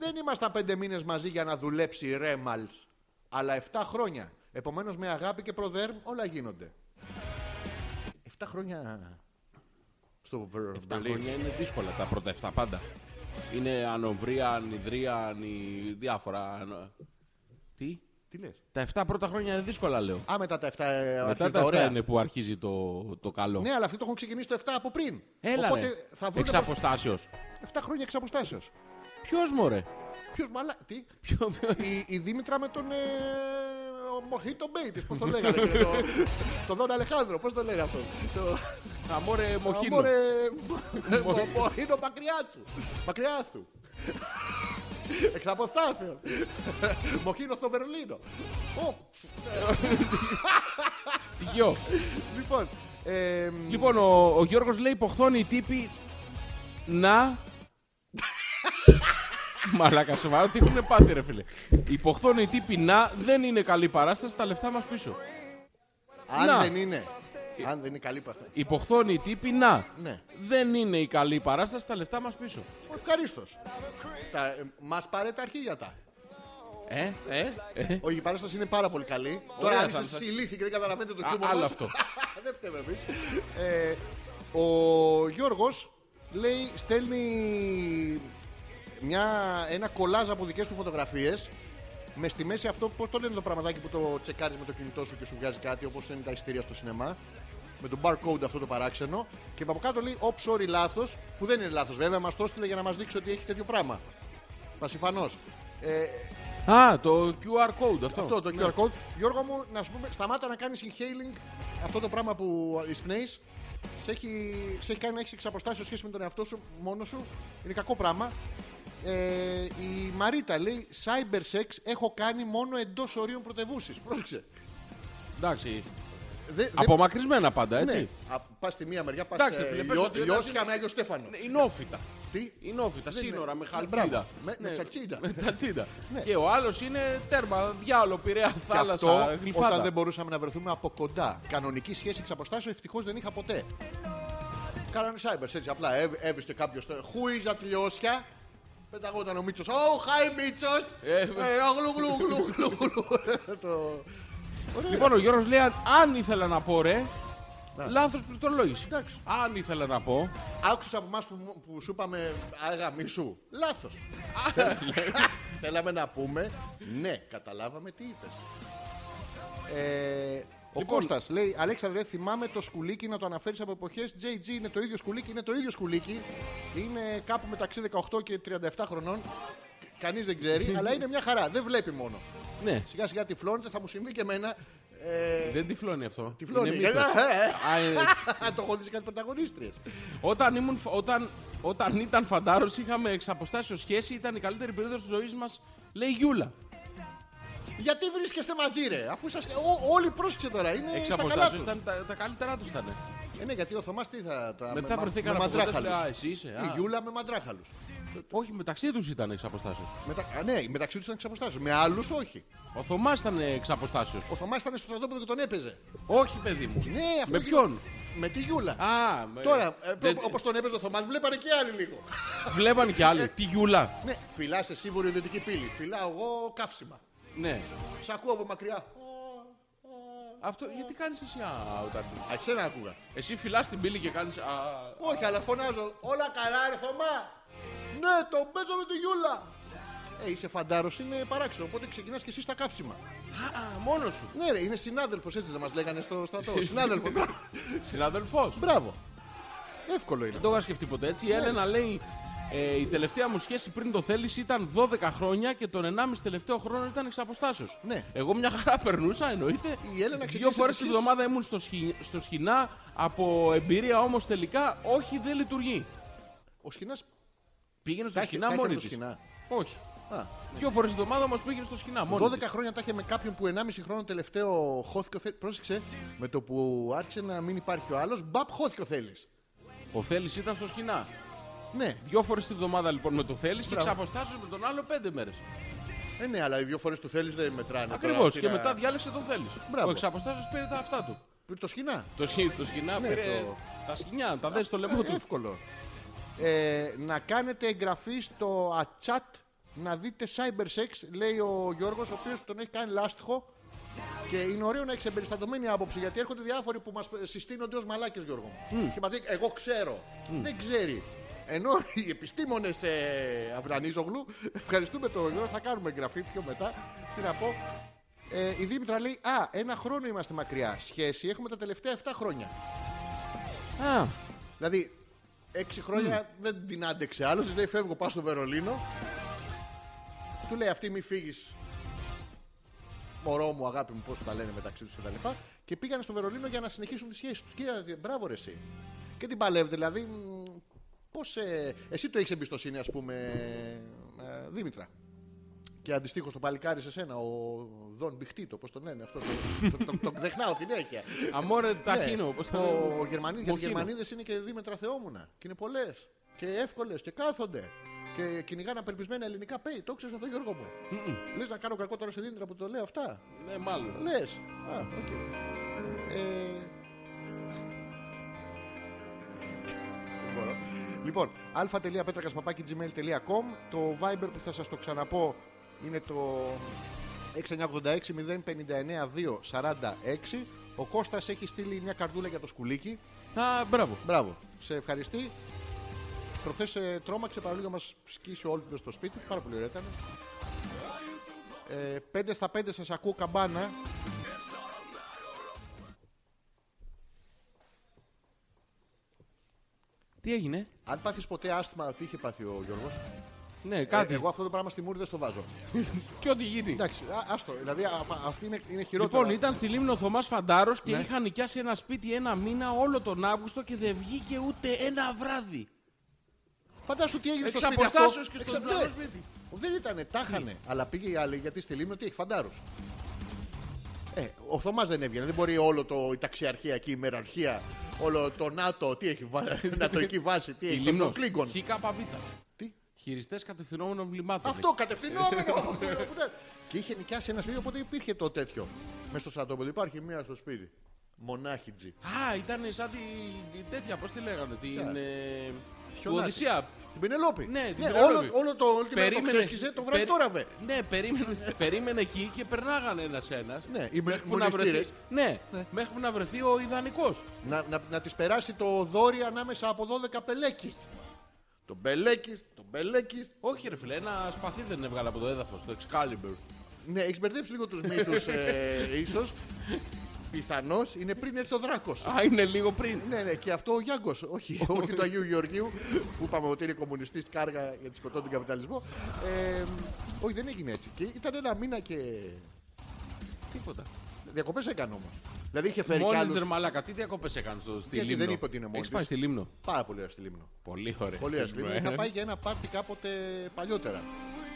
S1: Δεν ήμασταν πέντε μήνες μαζί για να δουλέψει ρε Μάλτς, αλλά 7 χρόνια. Επομένως με αγάπη και προδέρμ όλα γίνονται. 7 χρόνια. Στο Βερ-
S2: Τα
S1: Βερολίνο.
S2: χρόνια είναι δύσκολα τα πρώτα 7 πάντα. Είναι ανοβρία, ανιδρία, ανι... διάφορα. ανο- Τι.
S1: Τι λες.
S2: Τα 7 πρώτα χρόνια είναι δύσκολα, λέω.
S1: Α, μετά τα 7 ε,
S2: Μετά
S1: αρχίζουν
S2: τα
S1: τα
S2: 7
S1: ωραία.
S2: είναι που αρχίζει το, το καλό.
S1: Ναι, αλλά αυτοί το έχουν ξεκινήσει το 7 από πριν.
S2: Έλα,
S1: Οπότε
S2: ρε.
S1: θα βρουν
S2: Εξ αποστάσεως.
S1: 7 χρόνια εξ αποστάσεως.
S2: Ποιος, μωρέ.
S1: Ποιος μαλά. Τι.
S2: Ποιο, ποιο...
S1: η, η Δήμητρα με τον. Ε, ο Μοχίτο Μπέιτης, πώς το λέγανε. κύριε, το, τον Δον Αλεχάνδρο, πώς το λέγανε αυτό. Το,
S2: Αμόρε, μοχίνο.
S1: Μωρέ, Μωρίνο Μακριάτσου. Μακριάθου. Εξ αποστάσεων. Μοχίνο στο Βερολίνο. Ω,
S2: Γιο.
S1: Λοιπόν, ε,
S2: Λοιπόν, ο, ο Γιώργος λέει υποχθώνει οι τύποι να... Μαλάκα, σοβαρά, τι έχουν πάθει ρε φίλε. Υποχθώνει οι τύποι να δεν είναι καλή παράσταση, τα λεφτά μας πίσω. να.
S1: αν δεν είναι. Αν δεν είναι καλή παθή.
S2: Υποχθώνει οι τύποι να
S1: Ναι.
S2: δεν είναι η καλή παράσταση, τα λεφτά μας πίσω.
S1: Ευχαρίστως. Μα ε, πάρε τα αρχίδια
S2: Ε, ε, ε.
S1: Όχι, η παράσταση είναι πάρα πολύ καλή.
S2: Ωραία,
S1: Τώρα, αν
S2: θα-
S1: είστε
S2: θα-
S1: συλλήθη και δεν καταλαβαίνετε το
S2: Α,
S1: χιούμορ.
S2: άλλο
S1: μας,
S2: αυτό.
S1: δεν φταίμε εμείς. Ε, ο Γιώργος λέει, στέλνει μια, ένα κολάζ από δικές του φωτογραφίες. Με στη μέση αυτό, πώς το λένε το πραγματάκι που το τσεκάρεις με το κινητό σου και σου βγάζει κάτι, όπως είναι τα ειστήρια στο σινεμά. Με τον barcode αυτό το παράξενο. Και από κάτω λέει, Ωπ, sorry, λάθος. Που δεν είναι λάθος, βέβαια, μας το έστειλε για να μας δείξει ότι έχει τέτοιο πράγμα. Πασιφανώ. Ε,
S2: Α, το QR code αυτό. Ναι,
S1: αυτό το QR code. Γιώργο μου, να σου πούμε, σταμάτα να κάνεις inhaling αυτό το πράγμα που εισπνέεις. Σε έχει, σε έχει κάνει να έχεις εξαποστάσεις σχέση με τον εαυτό σου μόνος σου. Είναι κακό πράγμα. Ε, η Μαρίτα λέει: Cyber sex έχω κάνει μόνο εντός ορίων πρωτευούσης. Πρόσεξε.
S2: Εντάξει,
S8: δεν- δεν-
S2: Απομακρυσμένα πάντα,
S8: Ναι.
S2: έτσι.
S8: Πας στη μία μεριά, πας
S2: Εντάξει, φίλε,
S8: στη
S2: πες ότι εντάξει.
S8: Λιώσια με Άγιο Στέφανο.
S2: Ναι. Ινόφυτα.
S8: Τι,
S2: Ινόφυτα,
S1: Ναι,
S2: σύνορα, με Ναι. χαλμπρίδα.
S8: μπράβο, με- με τσατσίδα.
S2: Με τσατσίδα. Και ο άλλος είναι τέρμα, διάλο, πειραιά,
S1: Και
S2: θάλασσα,
S1: όταν δεν
S2: γλυφάδα.
S1: μπορούσαμε να βρεθούμε από κοντά. Κανονική σχέση εξ αποστάσεως ευτυχώς δεν είχα ποτέ. Κάνανε cyber έτσι απλά. Έβ- Έβρισκε κάποιο. Χούιζα τη λιώσια. Πεταγόταν ο Μίτσος. Ω, χάι Μίτσος!
S2: Ε,
S1: Γλου γλου γλου γλου γλου. Το-
S2: Λοιπόν, ο Γιώργος λέει: Αν ήθελα να πω, ρε. Λάθος πληκτρολόγηση.
S1: Εντάξει.
S2: Αν ήθελα να πω.
S1: Άκουσε από εμάς που, που σου είπαμε αγαμί σου. Λάθος. Θέλαμε να πούμε, ναι, καταλάβαμε τι είπες. Ε, ο
S2: Λοιπόν.
S1: Κώστας λέει: Αλέξανδρε, θυμάμαι το σκουλίκι να το αναφέρεις από εποχές. JG είναι το ίδιο σκουλίκι, είναι το ίδιο σκουλίκι. Είναι κάπου μεταξύ 18 και 37 χρονών. Κανείς δεν ξέρει, αλλά είναι μια χαρά. Δεν βλέπει μόνο.
S2: Ναι,
S1: Σιγά σιγά τυφλώνεται, θα μου συμβεί και εμένα. Ε,
S2: δεν τυφλώνει αυτό.
S1: τυφλώνει.
S2: Είναι μύθος. Α, ε,
S1: το έχω δει σε κάτι πρωταγωνίστριες.
S2: Όταν, ήμουν, φα- όταν, όταν ήταν φαντάρος, είχαμε εξ αποστάσεως σχέση, ήταν η καλύτερη περίοδος της ζωής μας, λέει η Γιούλα.
S1: Γιατί βρίσκεστε μαζί, ρε, αφού σας... Ο- όλοι πρόσεξε τώρα, είναι
S2: Εξ
S1: Ε, στα καλά
S2: αποστάσεως
S1: τους.
S2: ήταν τα, τα καλύτερά τους ήταν.
S1: Ε, ναι, γιατί ο Θωμάς τι θα... Τα...
S2: Μετά
S1: μα-
S2: βρεθήκαν
S1: με Ε,
S2: από κοντά, λέει,
S1: μαντράχαλους.
S2: Α, εσύ είσαι.
S1: Η
S2: α».
S1: Γιούλα με μαντράχαλους.
S2: Όχι, μεταξύ τους ήταν εξ αποστάσεως.
S1: Μετα... Α, ναι, μεταξύ τους ήταν εξ αποστάσεως. Με άλλους όχι.
S2: Ο Θωμάς ήταν εξ αποστάσεως.
S1: Ο Θωμάς ήταν στο στρατόπεδο και τον έπαιζε.
S2: Όχι, παιδί μου.
S1: Ναι, αυτό
S2: Με
S1: γι-
S2: ποιον.
S1: Με τη Γιούλα.
S2: Α, με-
S1: Τώρα, ε, προ-
S2: δεν-
S1: όπως τον έπαιζε ο Θωμάς, βλέπανε και άλλοι λίγο.
S2: Βλέπαν και άλλοι. Τη Γιούλα.
S1: ναι, φυλάσαι εσύ βορειοδυτική πύλη. Φυλάω εγώ καύσιμα.
S2: Ναι.
S1: Σ' ακούω από μακριά.
S2: Αυτό γιατί κάνεις εσύ α, όταν.
S1: Α, εσένα ακούγα.
S2: Εσύ φυλάς την πύλη και κάνεις.
S1: Όχι, αλλά φωνάζω. Όλα καλά, ρε Θωμά. Ναι, το παίζω με τη Γιούλα. Ε, είσαι φαντάρος, είναι παράξενο. Οπότε ξεκινάς και εσύ στα καύσιμα.
S2: Μόνος σου.
S1: Ναι, ρε, είναι συνάδελφος, έτσι δεν μας λέγανε στο στρατό. συνάδελφο. μπρά-
S2: Συναδελφό.
S1: Μπράβο. Εύκολο είναι.
S2: Δεν το είχα σκεφτεί ποτέ έτσι. Η Έλενα λέει: ε, Η τελευταία μου σχέση πριν το θέλεις ήταν 12 χρόνια και τον 1,5 τελευταίο χρόνο ήταν εξ αποστάσεως.
S1: Ναι.
S2: Εγώ μια χαρά περνούσα, εννοείται.
S1: Η Έλενα
S2: Δύο
S1: ξεκίνησε
S2: φορές
S1: τη
S2: τη
S1: σχέση.
S2: βδομάδα ήμουν στο, σχοι... στο σχοινά από εμπειρία όμως τελικά όχι δεν λειτουργεί.
S1: Ο σκηνά.
S2: Πήγαινε στο
S1: Τα είχε- τα
S2: σχοινά
S1: είχε
S2: μόνη
S1: με το
S2: της.
S1: σκηνά.
S2: Όχι.
S1: Α,
S2: Δύο φορές τη βδομάδα μα πήγαινε στο σχοινά μόνη.
S1: 12
S2: της.
S1: χρόνια τα είχε με κάποιον που 1,5 χρόνο τελευταίο χώθηκε ο Θέλης. Πρόσεξε, με το που άρχισε να μην υπάρχει ο άλλος, μπαπ χώθηκε ο Θέλης.
S2: Ο Θέλει ήταν στο σχοινά.
S1: Ναι,
S2: Δύο φορές τη βδομάδα λοιπόν με το Θέλει και εξ αποστάσεως με τον άλλο πέντε μέρες.
S1: ε, ναι, αλλά οι δύο φορές του Θέλει δεν μετράνε. τώρα,
S2: Ακριβώς.
S1: τι
S2: Και
S1: να-
S2: μετά διάλεξε τον Θέλει.
S1: Μπράβο.
S2: Ο εξ αποστάσεως πήρε τα αυτά του.
S1: Το σκηνά.
S2: Το, σχοι, το σκηνά πήρε
S1: το-
S2: τα σκηνιά, τα δες στο λαιμό του.
S1: Ναι, Εύκολο. Ε, να κάνετε εγγραφή στο ατσάτ να δείτε cyber sex, λέει ο Γιώργος, ο οποίος τον έχει κάνει λάστιχο. Και είναι ωραίο να έχεις εμπεριστατωμένη άποψη γιατί έρχονται διάφοροι που μας συστήνονται ως μαλάκες Γιώργο μου. Και μας λέει, εγώ ξέρω. Δεν ξέρει. Ενώ οι επιστήμονες ε, Αυρανίζογλου, ευχαριστούμε τον Γιώργο, θα κάνουμε εγγραφή πιο μετά. Τι να πω. Ε, η Δήμητρα λέει, α, ένα χρόνο είμαστε μακριά. Σχέση έχουμε τα τελευταία 7 χρόνια.
S2: Α,
S1: Δηλαδή, έξι χρόνια δεν την άντεξε άλλο. Της λέει: Φεύγω, πάω στο Βερολίνο. Του λέει αυτή: Μη φύγεις. Μωρό μου, αγάπη μου, πώς τα λένε μεταξύ τους κτλ. Και, και πήγανε στο Βερολίνο για να συνεχίσουν τη σχέση τους. Και είδατε, μπράβο, ρε, εσύ. Και την παλεύετε, δηλαδή. Πώς. Ε, εσύ το έχεις εμπιστοσύνη, ας πούμε, ε, Δήμητρα. Και αντιστοίχως το παλικάρι σε σένα, ο Δον Μπιχτήτο, πώς τον λένε αυτό. Το, το, το, το ξεχνάω συνέχεια.
S2: αμόρε
S1: Ναι.
S2: ταχύνο, όπω το
S1: Ο Γερμανίδη, γιατί οι Γερμανίδες είναι και δίμετρα θεόμουνα. Και είναι πολλές. Και εύκολες και κάθονται. Και κυνηγάνε απελπισμένα ελληνικά pay. Το ξέρεις αυτό, Γιώργο μου. Λες να κάνω κακό τώρα σε δίντρα που το λέω αυτά.
S2: Ναι, μάλλον.
S1: Λες. Α, οκ. Ε, Δεν μπορώ. Λοιπόν, α.πέτρακα.gmail.com Το Viber που θα σας το ξαναπώ είναι το 6986-059-246. Ο Κώστας έχει στείλει μια καρδούλα για το σκουλίκι.
S2: Α, μπράβο.
S1: Μπράβο. Σε ευχαριστεί. Προχθές ε, τρόμαξε παρόλο που μας σκίσει όλο στο σπίτι. Πάρα πολύ ωραία ήταν. Ε, 5 στα 5 σας ακούω καμπάνα.
S2: Τι έγινε.
S1: Αν πάθεις ποτέ άσθμα ότι είχε πάθει ο Γιώργος.
S2: Ναι, κάτι.
S1: ε, εγώ αυτό το πράγμα στη μούρη δεν στο βάζω.
S2: Και ό,τι γίνει.
S1: Εντάξει, α, άστο. Δηλαδή α, α, αυτή είναι, είναι χειρότερα. Ναι.
S2: Λοιπόν, ήταν στη Λίμνο ο Θωμάς Φαντάρος και είχαν νοικιάσει ένα σπίτι ένα μήνα όλο τον Αύγουστο και δεν βγήκε ούτε ένα βράδυ.
S1: Φαντάσου τι έγινε
S2: Εξ
S1: στο σπίτι αυτό.
S2: αποστάσεως και στο Ναι.
S1: Εξα-
S2: διπλανό
S1: ναι.
S2: σπίτι.
S1: Δεν ήτανε, τα χανε. Αλλά πήγε η άλλη γιατί στη Λίμνη ότι έχει φαντάρου. Ε, ο Θωμάς δεν έβγαινε. Δεν μπορεί όλο το, η ταξιαρχία εκεί, η μεραρχία, όλο το ΝΑΤΟ, τι έχει βα- η νατοική βάση, τι
S2: Η
S1: έχει. Ε, Το
S2: Λίμνος.
S1: Κλίγκον.
S2: ΧΚΒ.
S1: Τι?
S2: Χειριστές κατευθυνόμενων βλημάτων.
S1: Αυτό κατευθυνόμενο. και είχε νοικιάσει ένα σπίτι, οπότε υπήρχε το τέτοιο. Μέσα στο στρατόπεδο υπάρχει μία στο σπίτι. Μονάχιτζι.
S2: Α, ήταν σαν τη, τη τέτοια, πώς τη λέγανε, την... ε,
S1: Χιονάτη.
S2: του Οδυσσέα.
S1: Την Πενελόπη.
S2: Ναι, την
S1: όλο,
S2: Πενελόπη.
S1: όλο το, όλη τη μέρα το ξέσχιζε, το βράδυ
S2: περί-
S1: τώρα βε.
S2: Ναι, περίμενε, περίμενε εκεί και περνάγανε ένα-ένα.
S1: Ναι, οι
S2: μέχρι που να βρεθεί.
S1: μονιστήρες.
S2: Ναι, μέχρι που να βρεθεί ο ιδανικός.
S1: Να, να, να της περάσει το δόρυ ανάμεσα από 12 πελέκι. Το μπελέκι, το μπελέκι.
S2: Όχι, ρε φίλε, ένα σπαθί δεν έβγαλε από το έδαφος, το Excalibur.
S1: Ναι, έχεις μπερδέψει λίγο τους μύθους, ε, ίσως. Πιθανώς είναι πριν έρθει ο Δράκος.
S2: Α, είναι λίγο πριν.
S1: Ναι, ναι, και αυτό ο Γιάνγκος. Όχι, όχι του Αγίου Γεωργίου που είπαμε ότι είναι κομμουνιστής κάργα γιατί σκοτώνει τον καπιταλισμό. Ε, όχι, δεν έγινε έτσι. Και ήταν ένα μήνα και.
S2: Τίποτα.
S1: Διακοπές έκανε όμως. Δηλαδή είχε φέρει
S2: Μόλις
S1: κάλους
S2: ρε μαλάκα, τι διακοπές έκανε στο στη
S1: Γιατί
S2: Λίμνο.
S1: δεν είπε ότι είναι μόνη
S2: Έχεις
S1: της.
S2: πάει στη Λίμνο.
S1: Πάρα πολύ ωραία στη Λίμνο.
S2: Πολύ ωραία.
S1: Πολύ ωραία στη Λίμνο.
S2: Ε,
S1: Είχα πάει για ένα πάρτι κάποτε παλιότερα.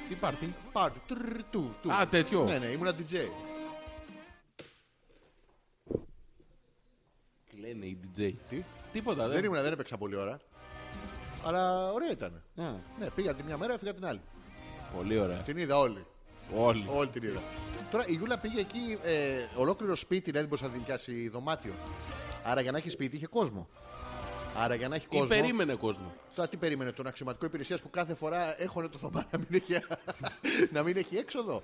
S2: Τι πάρτι.
S1: Πάρτι. τρρρ, του, του.
S2: Α, τέτοιο.
S1: Ναι, ναι, ήμουνα DJ.
S2: Λένε οι DJ.
S1: Τι?
S2: Τίποτα,
S1: Δεν
S2: δεν.
S1: ήμουνα, δεν έπαιξα πολύ ώρα. Αλλά ωραία ήταν.
S2: Α,
S1: Ναι, πήγα τη μια μέρα, έφυγα την άλλη.
S2: πολύ ωραία.
S1: Την είδα όλη.
S2: Όλοι.
S1: Όλη την είδα. Τώρα η Γιούλα πήγε εκεί ε, ολόκληρο σπίτι, δηλαδή μπορούσε να δικιάσει δωμάτιο. Άρα για να έχει σπίτι είχε κόσμο. Άρα για να έχει κόσμο.
S2: Ή περίμενε κόσμο.
S1: Τώρα τι περίμενε, τον αξιωματικό υπηρεσίας που κάθε φορά έχωνε το θωμά να μην έχει, να μην έχει έξοδο.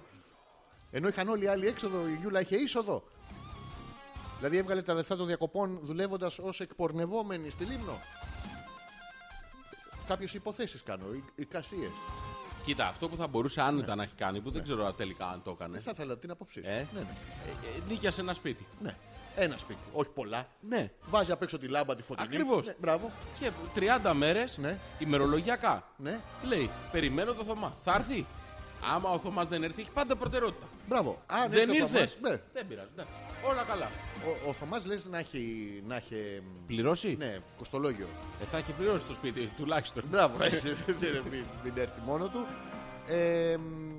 S1: Ενώ είχαν όλοι οι άλλοι έξοδο, η Γιούλα είχε είσοδο. Δηλαδή έβγαλε τα λεφτά των διακοπών δουλεύοντας ως εκπορνευόμενη στη Λίμνο. Κάποιες υποθέσεις κάνω, εικασίε.
S2: Κοίτα, αυτό που θα μπορούσε άνετα να έχει κάνει, που δεν ξέρω τελικά αν το έκανε.
S1: Ναι. Δεν θα ήθελα την άποψή σου.
S2: Ναι. Ε.
S1: Ναι, ναι.
S2: Ε, ε, Νίκιασε ένα σπίτι.
S1: ναι. Ένα σπίτι, όχι πολλά.
S2: Ναι.
S1: Βάζει απ' έξω τη λάμπα τη φωτεινή.
S2: Ακριβώς.
S1: Ναι, μπράβο.
S2: Και 30 μέρες
S1: Ναι.
S2: ημερολογιακά.
S1: Ναι.
S2: Λέει, περιμένω το Θωμά. Θα έρθει. Άμα ο Θωμάς δεν έρθει, έχει πάντα προτεραιότητα.
S1: Μπράβο. Αν
S2: δεν
S1: έρθει ο
S2: ήρθε.
S1: Θωμάς, ναι.
S2: Δεν πειράζει. εντάξει. Όλα καλά.
S1: Ο, ο Θωμάς λες να έχει, να έχει μ,
S2: Πληρώσει.
S1: ναι, κοστολόγιο.
S2: Ε, θα έχει πληρώσει το σπίτι τουλάχιστον.
S1: Μπράβο, έτσι. δεν- μην, μην έρθει μόνο του. Ε, μ,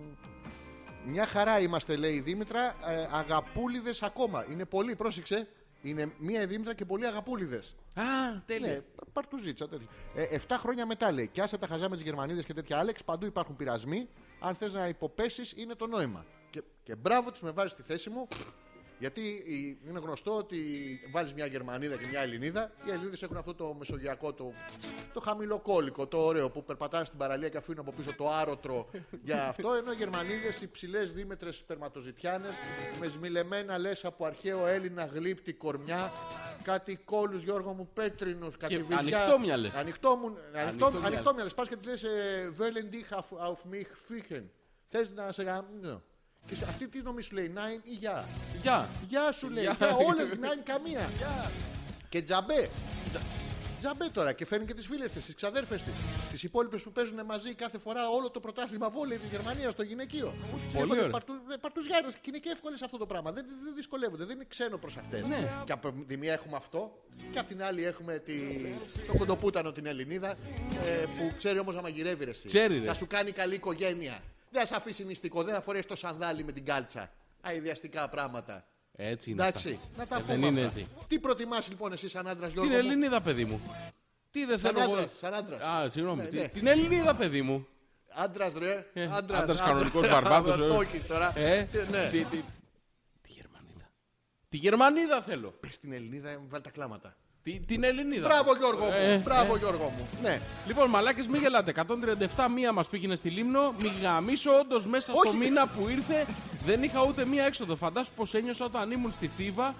S1: μια χαρά είμαστε, λέει η Δήμητρα. Ε, αγαπούλιδες ακόμα. Είναι πολύ, πρόσεξε. Είναι μία η Δήμητρα και πολλοί αγαπούλιδες.
S2: Α,
S1: Ναι,
S2: τέλεια.
S1: παρτουζίτσα. τέτοιο. Ε, 7 χρόνια μετά λέει. Και άσε τα χαζά με τις Γερμανίδες και τέτοια, Άλεξ. Παντού υπάρχουν πειρασμοί. Αν θες να υποπέσεις, είναι το νόημα. Και, και μπράβο, τη με βάζεις στη θέση μου. Γιατί η- είναι γνωστό ότι βάζει μια Γερμανίδα και μια Ελληνίδα. Οι Ελληνίδες έχουν αυτό το μεσογειακό, το, το χαμηλοκόλικο, το ωραίο που περπατάνε στην παραλία και αφήνουν από πίσω το άρωτρο για αυτό. Ενώ οι Γερμανίδες, υψηλέ δίμετρες σπερματοζητιάνες, με σμιλεμένα λες από αρχαίο Έλληνα γλύπτη κορμιά, κάτι κόλου Γιώργο μου πέτρινους, κάτι
S2: Και
S1: βυζιά.
S2: ανοιχτόμυαλες.
S1: Ανοιχτό μου, ανοιχτό,
S2: Ανοιχτόμυαλες.
S1: ανοιχτό μυαλες. Πας και τη λε Βέλεν dich auf, auf mich fichen. Θες να σε γαμίσω. Και σε- αυτή τι νομίζεις σου λέει, Νάιν ή Γεια.
S2: Γεια.
S1: Γεια σου λέει, Ε,
S2: Γεια.
S1: Γεια, όλες Νάιν καμία. Και τζαμπέ. Τζα- Τζαμπέ τώρα και φέρνει και τις φίλες της, τις ξαδέρφες της. Τις υπόλοιπες που παίζουν μαζί κάθε φορά όλο το πρωτάθλημα βόλεϊ της Γερμανίας στο γυναικείο. Έρχονται
S2: ωραία.
S1: παρτου- ε, Παρτουζιάρες και είναι και εύκολες αυτό το πράγμα. Δεν, δεν δυσκολεύονται, δεν είναι ξένο προς αυτές.
S2: Ναι.
S1: Και από τη μία έχουμε αυτό, και από την άλλη έχουμε τη... το κοντοπούτανο την Ελληνίδα ε, που ξέρει όμως να μαγειρεύει ρε, εσύ.
S2: Ξέρει, ρε.
S1: Θα σου κάνει καλή οικογένεια. Δεν θα σε αφήσει νηστικό, δεν θα φορέσεις το σανδάλι με την κάλτσα. Αειδιαστικά πράγματα.
S2: Έτσι είναι. αυτά.
S1: Εντάξει, να τα
S2: Ε,
S1: πούμε.
S2: Δεν είναι
S1: αυτά.
S2: έτσι.
S1: Τι προτιμάς λοιπόν εσύ σαν άντρας, Γιώργο.
S2: Την
S1: μου?
S2: Ελληνίδα, παιδί μου. Τι δεν
S1: Σαν
S2: θέλω εγώ.
S1: άντρας, σαν άντρας.
S2: Α, συγγνώμη.
S1: Ναι,
S2: Τι-
S1: ναι.
S2: Την Ελληνίδα, παιδί μου.
S1: Άντρας, ρε.
S2: Ε,
S1: Άντρας,
S2: άντρας
S1: άντρας.
S2: κανονικός βαρβάτος, ε.
S1: Όχι τώρα.
S2: Ε,
S1: Τι- Ναι.
S2: τι- τι- Τη Γερμανίδα. Τη Γερμανίδα θέλω.
S1: Πες στην Ελληνίδα, ε, βάλει τα κλάματα.
S2: Τι- Την Ελληνίδα.
S1: Μπράβο Γιώργο
S2: Ε,
S1: μου, μπράβο Γιώργο μου. Ναι.
S2: Λοιπόν, μαλάκες, μην γελάτε. 137 μία μας πήγαινε στη Λίμνο. Μη γαμίσω, όντως μέσα στο
S1: Όχι.
S2: μήνα που ήρθε δεν είχα ούτε μία έξοδο. Φαντάσου πώ ένιωσα όταν ήμουν στη Θήβα,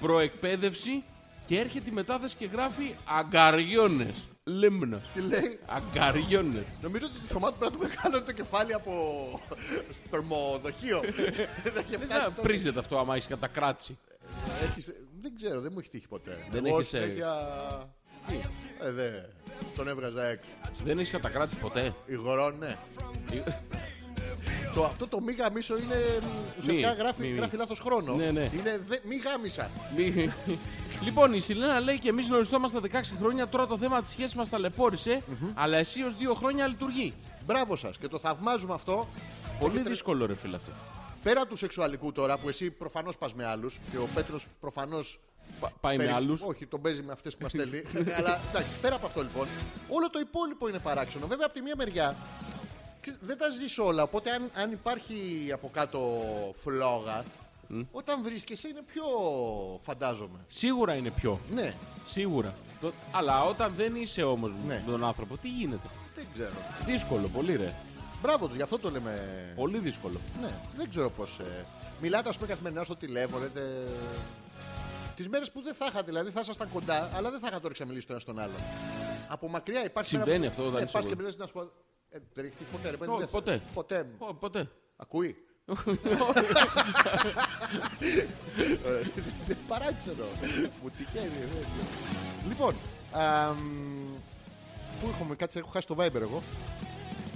S2: προεκπαίδευση και έρχεται η μετάθεση και γράφει Αγκαριώνες. Λίμνος.
S1: Τι λέει.
S2: Αγκαριώνες.
S1: Νομίζω ότι το θωμάτο πρέπει να του μεγάλωνε το κεφάλι από σπερμοδοχείο. Δεν είχε
S2: Ε. Δεν
S1: φτάσει
S2: ξέρω,
S1: τότε.
S2: πρίζεται αυτό άμα έχεις κατακράτηση.
S1: Έχεις- Δεν ξέρω, δεν μου έχει τύχει ποτέ.
S2: Δεν
S1: Εγώ
S2: έχεις, ε,
S1: συνέχεια- Ε, δε. Τον έβγαζα έξω.
S2: Δεν έχεις κατακράτηση ποτέ.
S1: Υγρό, ναι. Το, αυτό το μη γαμίσω είναι. μ, Ουσιαστικά
S2: Μη,
S1: γράφει,
S2: μη, μη.
S1: γράφει λάθος χρόνο.
S2: Ναι, ναι.
S1: Είναι δε, μη γάμισα.
S2: Μη- λοιπόν, η Σιλένα λέει και εμείς γνωριστόμαστε 16 χρόνια. Τώρα το θέμα της σχέσης μας ταλαιπώρησε, αλλά εσύ ως δύο χρόνια λειτουργεί.
S1: Μπράβο σας και το θαυμάζουμε αυτό.
S2: Πολύ
S1: Έχετε-
S2: δύσκολο, ρε φίλε αυτό.
S1: Πέρα του σεξουαλικού τώρα που εσύ προφανώς πας με άλλους και ο Πέτρος προφανώς.
S2: Πα- Πάει Ε, με άλλους.
S1: Όχι, τον παίζει με αυτές που μας στέλνει. Ε, ναι, Αλλά εντάξει, πέρα από αυτό λοιπόν, όλο το υπόλοιπο είναι παράξενο. Βέβαια, από τη μία μεριά ξέρεις, δεν τα ζεις όλα. Οπότε, αν, αν υπάρχει από κάτω φλόγα, όταν βρίσκεσαι είναι πιο φαντάζομαι.
S2: Σίγουρα είναι πιο.
S1: Ναι,
S2: Σίγουρα. Το- Αλλά όταν δεν είσαι όμως
S1: Ναι.
S2: με τον άνθρωπο, τι γίνεται.
S1: δεν ξέρω.
S2: Δύσκολο, πολύ ρε.
S1: Ναι. Μπράβο τους, γι' αυτό το λέμε.
S2: Πολύ δύσκολο.
S1: Ναι, δεν ξέρω πώς. Ε... Μιλάτε, ας πούμε, καθημερινά στο τηλέφωνο. Λέτε... Τις μέρες που δεν θα είχατε, δηλαδή θα ήσασταν κοντά, αλλά δεν θα είχατε όρεξη να μιλήσετε ένα τον άλλον. Από μακριά υπάρχει.
S2: Συμβαίνει
S1: μέρα
S2: αυτό, δεν
S1: ναι,
S2: είναι
S1: πας και
S2: σίγουρο.
S1: μιλάς να σου πω. Ε, δεν έχει τύχει ποτέ, ρε παιδί.
S2: Ω,
S1: δεν θα-
S2: ποτέ.
S1: Ποτέ.
S2: Ω, ποτέ.
S1: Ακούει. Ωραία, είναι Παράξενο. Μου τυχαίνει. δεν ξέρω. Λοιπόν, αμ, πού έχουμε κάτι, έχω χάσει το Viber εγώ.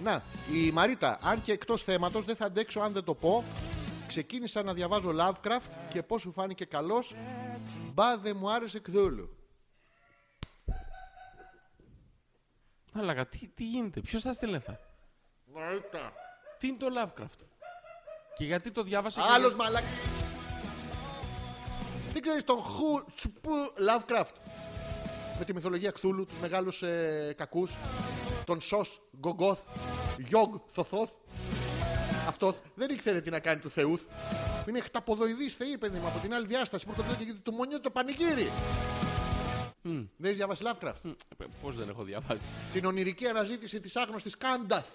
S1: Να, η Μαρίτα, αν και εκτός θέματος, δεν θα αντέξω αν δεν το πω. Ξεκίνησα να διαβάζω Lovecraft και πώς σου φάνηκε καλός. Μπα δεν μου άρεσε καθόλου.
S2: Αλλά τι, τι γίνεται, ποιος τα στέλνει αυτά.
S1: Μαρίτα.
S2: Τι είναι το Lovecraft. Και γιατί το διάβασε. και
S1: Άλλος
S2: γιατί-
S1: μαλάκι. Δεν ξέρεις τον Χου Τσουπού Lovecraft. Με τη μυθολογία Κθούλου, τους μεγάλους ε, κακούς. Τον Σος Γκογκόθ. Γιόγκ Θοθόθ. Αυτός δεν ήξερε τι να κάνει του Θεούθ. Είναι χταποδοειδής θεοί, παιδί μου, από την άλλη διάσταση που έρχονται και του μονιό το πανηγύρι. Δεν έχει διαβάσει Lovecraft.
S2: Ε, Πώς δεν έχω διαβάσει.
S1: Την ονειρική αναζήτηση της άγνωστης Κάνταθ.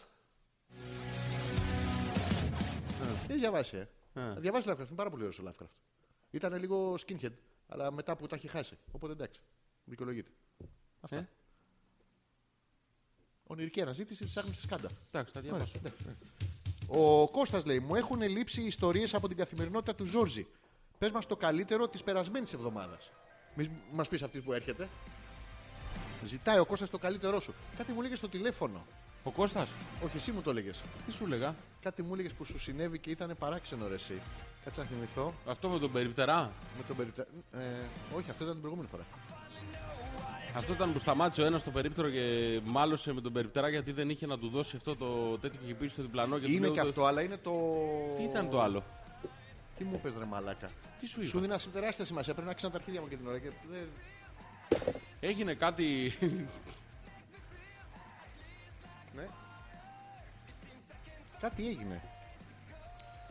S1: Δεν έχεις διαβάσει, ε.
S2: Ε.
S1: Διαβάσει Lovecraft, είναι πάρα πολύ ωραίος ο Lovecraft. Ήταν λίγο skinhead, αλλά μετά που τα έχει χάσει. Οπότε εντάξει, δικαιολογείται. Αυτά.
S2: Ε.
S1: Ονειρική αναζήτηση της άγνωστης Κάνταθ.
S2: Εντάξει, θα διαβάσω.
S1: ναι. Ο Κώστας λέει: Μου έχουν λείψει ιστορίες από την καθημερινότητα του Ζόρζη. Πες μας το καλύτερο της περασμένης εβδομάδας. Μη μας πεις αυτής που έρχεται. Ζητάει ο Κώστας το καλύτερό σου. Κάτι μου λέγες στο τηλέφωνο.
S2: Ο Κώστας,
S1: Όχι, εσύ μου το έλεγε.
S2: τι σου λέγα.
S1: Κάτι μου έλεγε που σου συνέβη και ήταν παράξενο ρε εσύ. Κάτσε να θυμηθώ
S2: Αυτό με τον περιπτερά.
S1: με τον περιπτα... Ε, όχι, αυτό ήταν την προηγούμενη φορά.
S2: Αυτό ήταν που σταμάτησε ο ένας στο περίπτερο και μάλωσε με τον περιπτερά γιατί δεν είχε να του δώσει αυτό το τέτοιο και είχε πει στο διπλανό. Και του
S1: είναι
S2: λέω
S1: και
S2: το-
S1: αυτό, αλλά είναι το.
S2: Τι ήταν το άλλο.
S1: Τι μου πες ρε μαλάκα.
S2: Τι σου είπα.
S1: Σου δίνα τεράστια σημασία. Πρέπει να ξέρω τα αρχίδια μου και την ώρα. Και δεν...
S2: Έγινε κάτι.
S1: Ναι. Κάτι έγινε.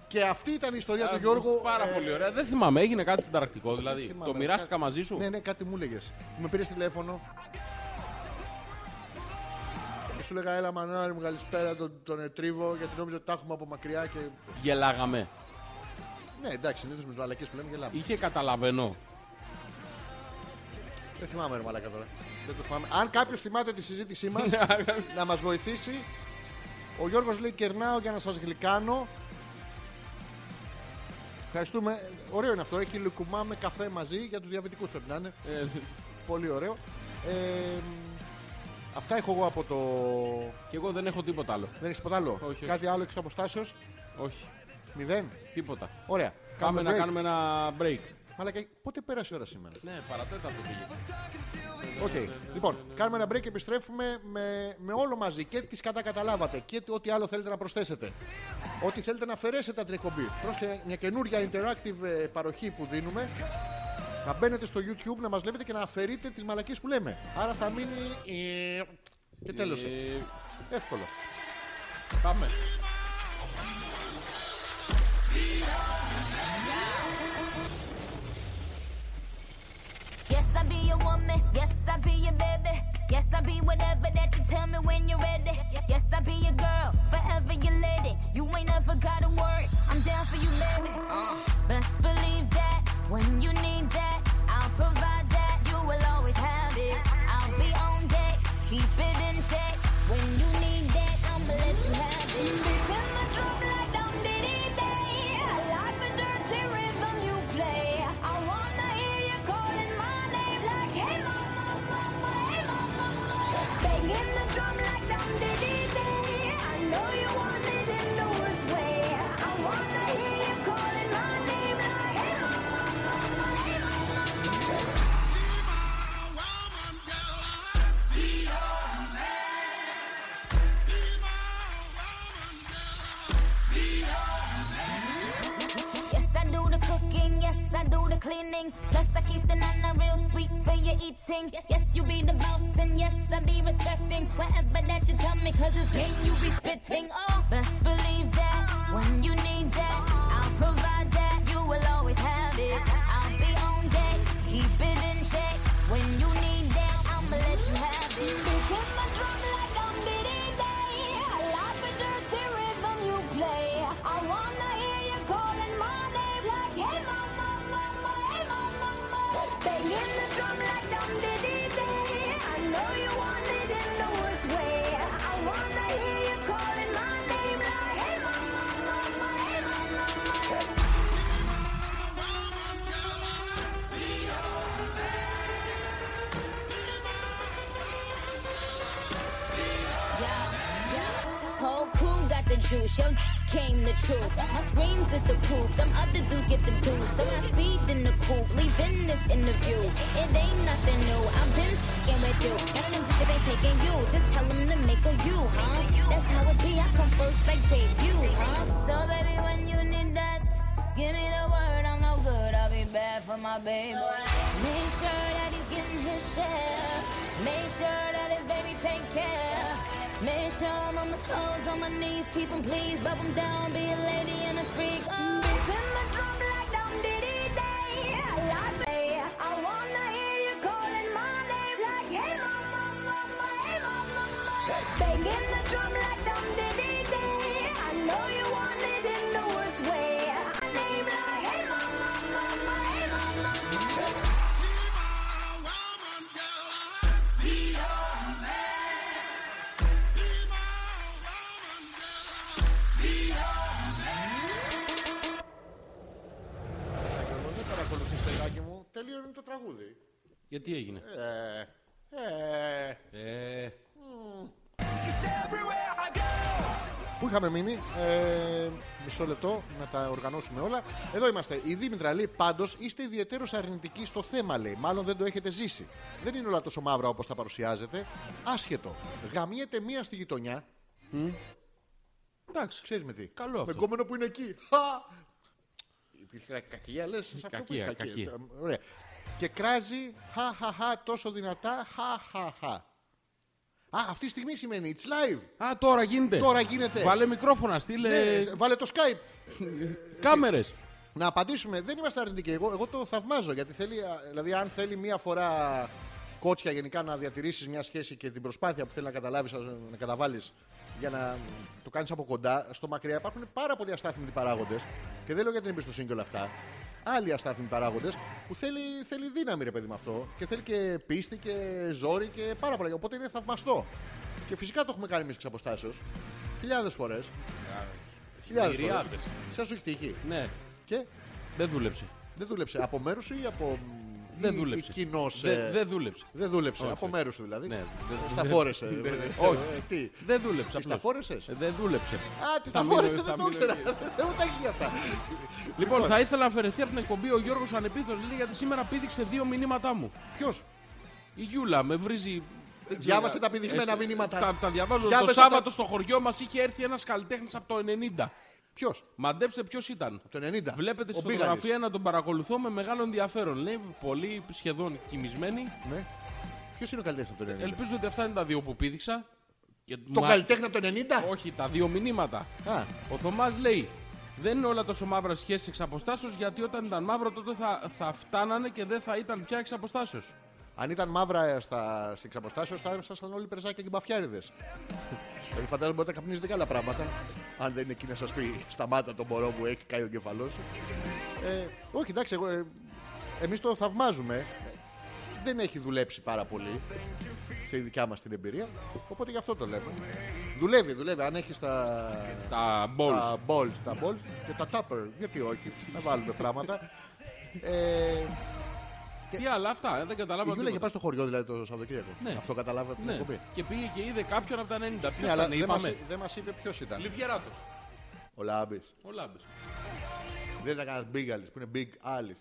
S1: Και αυτή ήταν η ιστορία του Γιώργου.
S2: Πάρα
S1: ε,
S2: πολύ ωραία. Δεν θυμάμαι. Έγινε κάτι συνταρακτικό. Δηλαδή
S1: θυμάμαι.
S2: το μοιράστηκα μαζί σου.
S1: Ναι, ναι, κάτι μου έλεγε. Με πήρες τηλέφωνο. Και σου λέγα, έλα μανάρι μου, καλησπέρα, τον, τον ετρίβω, γιατί νόμιζα ότι τα έχουμε από μακριά και...
S2: Γελάγαμε.
S1: Ναι, εντάξει, συνήθως με τις μαλακές που λέμε γελάμε.
S2: Είχε καταλαβαίνω.
S1: Δεν θυμάμαι ρε μαλάκα τώρα. Δεν το θυμάμαι. Αν κάποιος θυμάται τη συζήτησή μας, να μας βοηθήσει. Ο Γιώργος λέει: Κερνάω για να σας γλυκάνω. Ευχαριστούμε. Ωραίο είναι αυτό. Έχει λουκουμά με καφέ μαζί για τους διαβητικούς πρέπει να είναι.
S2: Ε,
S1: Πολύ ωραίο. Ε, αυτά έχω εγώ από το.
S2: Κι εγώ δεν έχω τίποτα άλλο.
S1: Δεν έχεις τίποτα άλλο.
S2: Όχι, όχι.
S1: Κάτι άλλο εξ αποστάσεως.
S2: Όχι.
S1: Μηδέν.
S2: Τίποτα.
S1: Ωραία.
S2: Πάμε να
S1: break.
S2: κάνουμε ένα break.
S1: Μαλάκα, πότε πέρασε η ώρα σήμερα.
S2: Ναι, παρατέταρτο πήγε.
S1: Οκ. Λοιπόν, κάνουμε ένα break και επιστρέφουμε με, με όλο μαζί και τις κατά καταλάβατε και τι- ό,τι άλλο θέλετε να προσθέσετε. Ό,τι θέλετε να αφαιρέσετε από την εκπομπή. Πρόσκειται μια καινούρια interactive ε, παροχή που δίνουμε. Να μπαίνετε στο YouTube να μας βλέπετε και να αφαιρείτε τις μαλακίες που λέμε. Άρα θα μείνει. ε, Και τέλειωσε.
S2: Ε,
S1: Εύκολο.
S2: Πάμε.
S9: Yes, I be your woman. Yes, I be your baby. Yes, I be whatever that you tell me when you're ready. Yes, I be your girl, forever your lady. You ain't never gotta worry. I'm down for you, baby. Uh, best believe that when you need that, I'll provide that. You will always have it. I'll be on deck, keep it in check. When you need that, I'ma let you have it. Tell my truth like I'm Diddy Day. I like the dirty rhythm you play. I wanna hear you calling my name like, hey mama, mama, hey mama. Banging the drum like I'm Diddy Day. I know you want it in the worst way. I wanna hear you calling my name like, hey mama, mama, hey mama.
S10: Be my woman, girl.
S9: I do the cleaning. Plus, I keep the nana real sweet for your eating. Yes, yes, you be the boss, and yes, I be respecting whatever that you tell me, cause it's game you be spitting. Oh, best believe that when you need that, I'll provide that. You will always have it. I'll be on deck, keep it in check. When you need that, I'ma let you have it. Beating my drum like I'm beating day. I love the dirty rhythm you play. I wanna hear you calling my name like, hey mama, mama, hey mama, mama. Banging the drum like I'm beating day. I know you want it in the worst way. I wanna hear you calling my name like, hey mama, mama, hey mama, mama. Whole crew got the juice, your came the truth. My screams is the proof, them other dudes get the deuce. So I speed in the coupe, leaving this interview. It ain't nothing new, I've been fucking with you. None of them tickets ain't taking you, just tell them to make a you, huh? That's how it be, I come first like debut, huh? So baby, when you need that, give me the word, I'm no good, I'll be bad for my baby. Make sure that he's getting his share, make sure that his baby take care. Make sure I'm on my toes, on my knees, keep them pleased, rub them down, be a lady and a freak. Oh. Mixing my drum like I'm Diddy Day. I like it. I wanna hear you calling my name like, hey mama, mama, hey mama, mama. Banging the drum like I'm Diddy Day. I know you want it in the worst way. My name like, hey mama, mama, hey mama, mama.
S1: Σάκη, Δεν παρακολουθείς τελάκι μου. Τελείωνε το τραγούδι.
S2: Γιατί έγινε.
S1: Ε, ε,
S2: Ε,
S1: Πού είχαμε μείνει, ε, μισό λεπτό να τα οργανώσουμε όλα. Εδώ είμαστε. Η Δήμητρα λέει πάντως είστε ιδιαίτερως αρνητικοί στο θέμα, λέει. Μάλλον δεν το έχετε ζήσει. Δεν είναι όλα τόσο μαύρα όπως τα παρουσιάζετε. Άσχετο. Γαμιέται μία στη γειτονιά.
S2: εντάξει.
S1: Ξέρεις με τι.
S2: Καλό αυτό.
S1: Με κόμενο που είναι εκεί. Χα! Υπήρχε ένα κακία, λες.
S2: Κακία, κακία.
S1: ε, Ωραία. Και κράζει χαχαχα τόσο δυνατά. Χαχαχα. Α, αυτή τη στιγμή σημαίνει it's live.
S2: Α, τώρα γίνεται.
S1: Τώρα γίνεται.
S2: Ε, Βάλε μικρόφωνα, στείλε
S1: Ναι, ναι, βάλε το Skype.
S2: κάμερες.
S1: Να απαντήσουμε. Δεν είμαστε αρνητικοί. Εγώ, εγώ το θαυμάζω γιατί θέλει, α, δηλαδή, αν θέλει μία φορά κότσια γενικά να διατηρήσεις μια σχέση και την προσπάθεια που θέλει να καταλάβεις, να καταβάλεις για να μ, το κάνεις από κοντά, στο μακριά υπάρχουν πάρα πολλοί αστάθμητοι παράγοντες. Και δεν λέω για την εμπιστοσύνη και όλα αυτά. Άλλοι αστάθμητοι παράγοντες που θέλει, θέλει δύναμη, ρε παιδί με αυτό. Και θέλει και πίστη και ζόρι και πάρα πολλά. Οπότε είναι θαυμαστό. Και φυσικά το έχουμε κάνει εμείς εξ αποστάσεως. Χιλιάδες φορές. Χιλιάδες φορές.
S2: Χιλιάδες.
S1: Σα έχει τύχει.
S2: Ναι,
S1: Και
S2: δεν δούλεψε.
S1: δεν δούλεψε. Από μέρους ή από.
S2: Δεν
S1: ή-
S2: δούλεψε.
S1: ή κοινός,
S2: Δεν-
S1: ε,
S2: Δεν δούλεψε.
S1: δεν δούλεψε.
S2: Όχι.
S1: από μέρους σου δηλαδή.
S2: Ναι, δεν-
S1: Στα φόρεσε.
S2: δεν-
S1: ε,
S2: δεν-
S1: ε,
S2: όχι.
S1: ε, Τι.
S2: Δεν δούλεψε.
S1: Τις τα
S2: απλώς.
S1: φόρεσες?
S2: Ε, Δεν δούλεψε.
S1: Α, τις
S2: Θα
S1: τα
S2: μείνω-
S1: φόρεσε.
S2: θα
S1: Δεν το
S2: μείνω
S1: ήξερα.
S2: εκεί.
S1: Δεν μου τα έχει αυτά.
S2: Λοιπόν, θα ήθελα να αφαιρεθεί από την εκπομπή ο Γιώργος Ανεπίθο, λέει, γιατί σήμερα πήδηξε δύο μηνύματά μου.
S1: Ποιος.
S2: Η Γιούλα με βρίζει. δεν ξέρω,
S1: Διάβασε τα πηδηγμένα
S2: εσύ-
S1: μηνύματα.
S2: Τα, τα διαβάζω.
S1: Διάβασε
S2: το
S1: τα-
S2: Σάββατο στο χωριό μας είχε έρθει ένας καλλιτέχνης από το 90.
S1: Ποιος.
S2: Μαντέψτε ποιος ήταν.
S1: Το 90.
S2: Βλέπετε στη
S1: Ο Μπίγαλης.
S2: φωτογραφία να τον παρακολουθώ με μεγάλο ενδιαφέρον. Λέει πολύ σχεδόν κοιμισμένη.
S1: Ναι. Ποιος είναι ο καλλιτέχνης από το 90.
S2: Ελπίζω ότι αυτά είναι τα δύο που πήδηξα. Και
S1: Το
S2: μου α-
S1: καλλιτέχνη από το 90.
S2: Όχι, τα δύο μηνύματα.
S1: Α,
S2: Ο Θωμάς λέει: Δεν είναι όλα τόσο μαύρα σχέσει εξ αποστάσεως, γιατί όταν ήταν μαύρο τότε θα, θα φτάνανε και δεν θα ήταν πια εξ αποστάσεως».
S1: αν ήταν μαύρα ε, στα, στην εξαποστάσεω, θα ήμασταν όλοι περσάκια και μπαφιάριδες. Δηλαδή φαντάζομαι μπορείτε να καπνίζετε και άλλα πράγματα. Αν δεν είναι εκεί να σας πει σταμάτα τον μωρό μου, έχει κάει ο κεφαλό σου. Ε, όχι, εντάξει, εγώ, ε, εμείς το θαυμάζουμε. Ε, Δεν έχει δουλέψει πάρα πολύ στη δικιά μας την εμπειρία. Οπότε γι' αυτό το λέμε. Δουλεύει, δουλεύει. Αν έχεις τα,
S2: Τα balls.
S1: τα balls, τα balls και τα tupper, γιατί όχι, να βάλουμε πράγματα. Ε,
S2: Τι άλλα αυτά, ε, δεν
S1: η
S2: καταλάβα
S1: Γιούλα είχε
S2: τίποτα.
S1: πάει στο χωριό δηλαδή το Σαββατοκύριακο.
S2: Ναι.
S1: Αυτό καταλάβατε την
S2: Ναι.
S1: εκπομπή.
S2: Και πήγε και είδε κάποιον από τα 90. Ποιος
S1: Ναι, αλλά
S2: ήταν,
S1: δεν μας,
S2: είπαμε.
S1: δεν μας είπε ποιος ήταν.
S2: Λιβιεράτο.
S1: Ο Λάμπης.
S2: Ο Λάμπης.
S1: Δεν ήταν κανένας Big Alice που είναι Big Alice.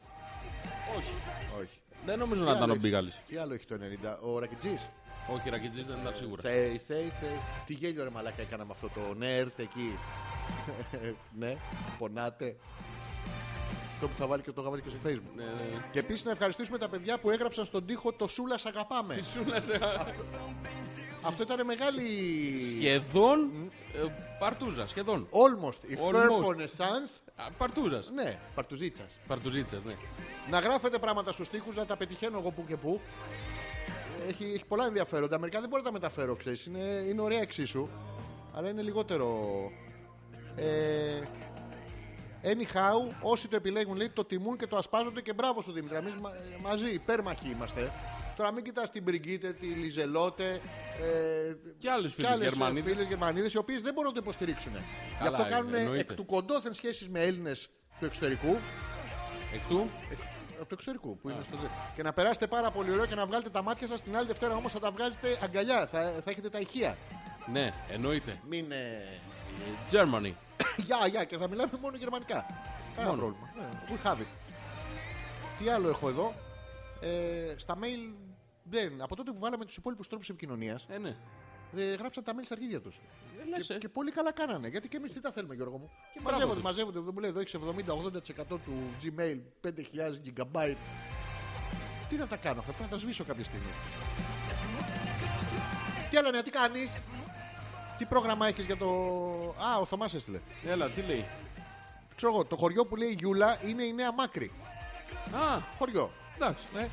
S2: Όχι.
S1: Όχι.
S2: Δεν νομίζω να
S1: Τι
S2: ήταν
S1: άλλο
S2: ο
S1: έχεις?
S2: Μπίγαλης.
S1: Τι άλλο έχει το 90. Ο Ρακιτζής.
S2: Όχι, Ρακιτζής δεν ήταν σίγουρα.
S1: Θέι, θέι, θέι. Τι γέλιο ρε μαλάκα έκανα με αυτό το νέρτ εκεί. ναι, πονάτε. Αυτό που θα βάλει και το είχα βάλει και στο facebook.
S2: Ναι, ναι, ναι.
S1: Και επίσης να ευχαριστήσουμε τα παιδιά που έγραψαν στον τοίχο το Σούλας Αγαπάμε.
S2: Τι σου ε, να σε-
S1: Αυτό ήταν μεγάλη.
S2: Σχεδόν ε, παρτούζα, σχεδόν.
S1: Almost. Η
S2: Almost.
S1: Fairpone Sans.
S2: Α, Παρτούζας.
S1: Ναι, παρτουζίτσας.
S2: Παρτουζίτσας, ναι.
S1: Να γράφετε πράγματα στους τοίχου, να τα πετυχαίνω εγώ που και που. Έχει, έχει πολλά ενδιαφέροντα. Μερικά δεν μπορώ να τα μεταφέρω, ξέρεις. Είναι, είναι ωραία εξίσου. Αλλά είναι λιγότερο. Ε, anyhow, όσοι το επιλέγουν, λέει, το τιμούν και το ασπάζονται και μπράβο σου Δήμητρα. Εμείς μαζί υπέρμαχοι είμαστε. Τώρα μην κοιτάς την Μπριγκίτε, τη Λιζελότε. Ε,
S2: Και άλλους
S1: και
S2: φίλου
S1: άλλε
S2: Γερμανίδες.
S1: φίλες Γερμανίδες, οι οποίες δεν μπορούν να το υποστηρίξουν. Γι' αυτό
S2: Καλά,
S1: κάνουν
S2: εννοείται.
S1: εκ του κοντόθεν σχέσεις με Έλληνες του εξωτερικού.
S2: Εκ του.
S1: Ε, Από το εξωτερικό που είναι στο δε. Και να περάσετε πάρα πολύ ωραίο και να βγάλετε τα μάτια σας την άλλη Δευτέρα όμως θα τα βγάζετε αγκαλιά. Θα, θα έχετε τα ηχεία.
S2: Ναι, εννοείται. Ε,
S1: Μην.
S2: Germany.
S1: Γεια, γεια και θα μιλάμε μόνο γερμανικά. Κανένα
S2: Μόνο.
S1: πρόβλημα. Ναι, We have it. Τι άλλο έχω εδώ. Ε, στα mail δεν. Από τότε που βάλαμε τους υπόλοιπους τρόπους επικοινωνίας,
S2: Ε, ναι.
S1: ε, γράψαν τα mail στα αρχίδια τους.
S2: Ε, λες,
S1: Και,
S2: ε.
S1: και, πολύ καλά κάνανε. Γιατί και εμείς τι τα θέλουμε, Γιώργο μου. Και
S2: μπράβο
S1: μαζεύονται,
S2: τους.
S1: μαζεύονται. Δεν μου λέει εδώ έχεις 70-80% του Gmail 5000 GB. Τι να τα κάνω αυτά, πρέπει να τα σβήσω κάποια στιγμή. Τι άλλο νέα, τι κάνεις. Τι πρόγραμμα έχεις για το. Α, ο Θωμάς έστειλε.
S2: Έλα, τι λέει.
S1: Ξέρω εγώ, το χωριό που λέει η Γιούλα είναι η Νέα Μάκρη.
S2: Α,
S1: Χωριό.
S2: εντάξει.
S1: Ναι.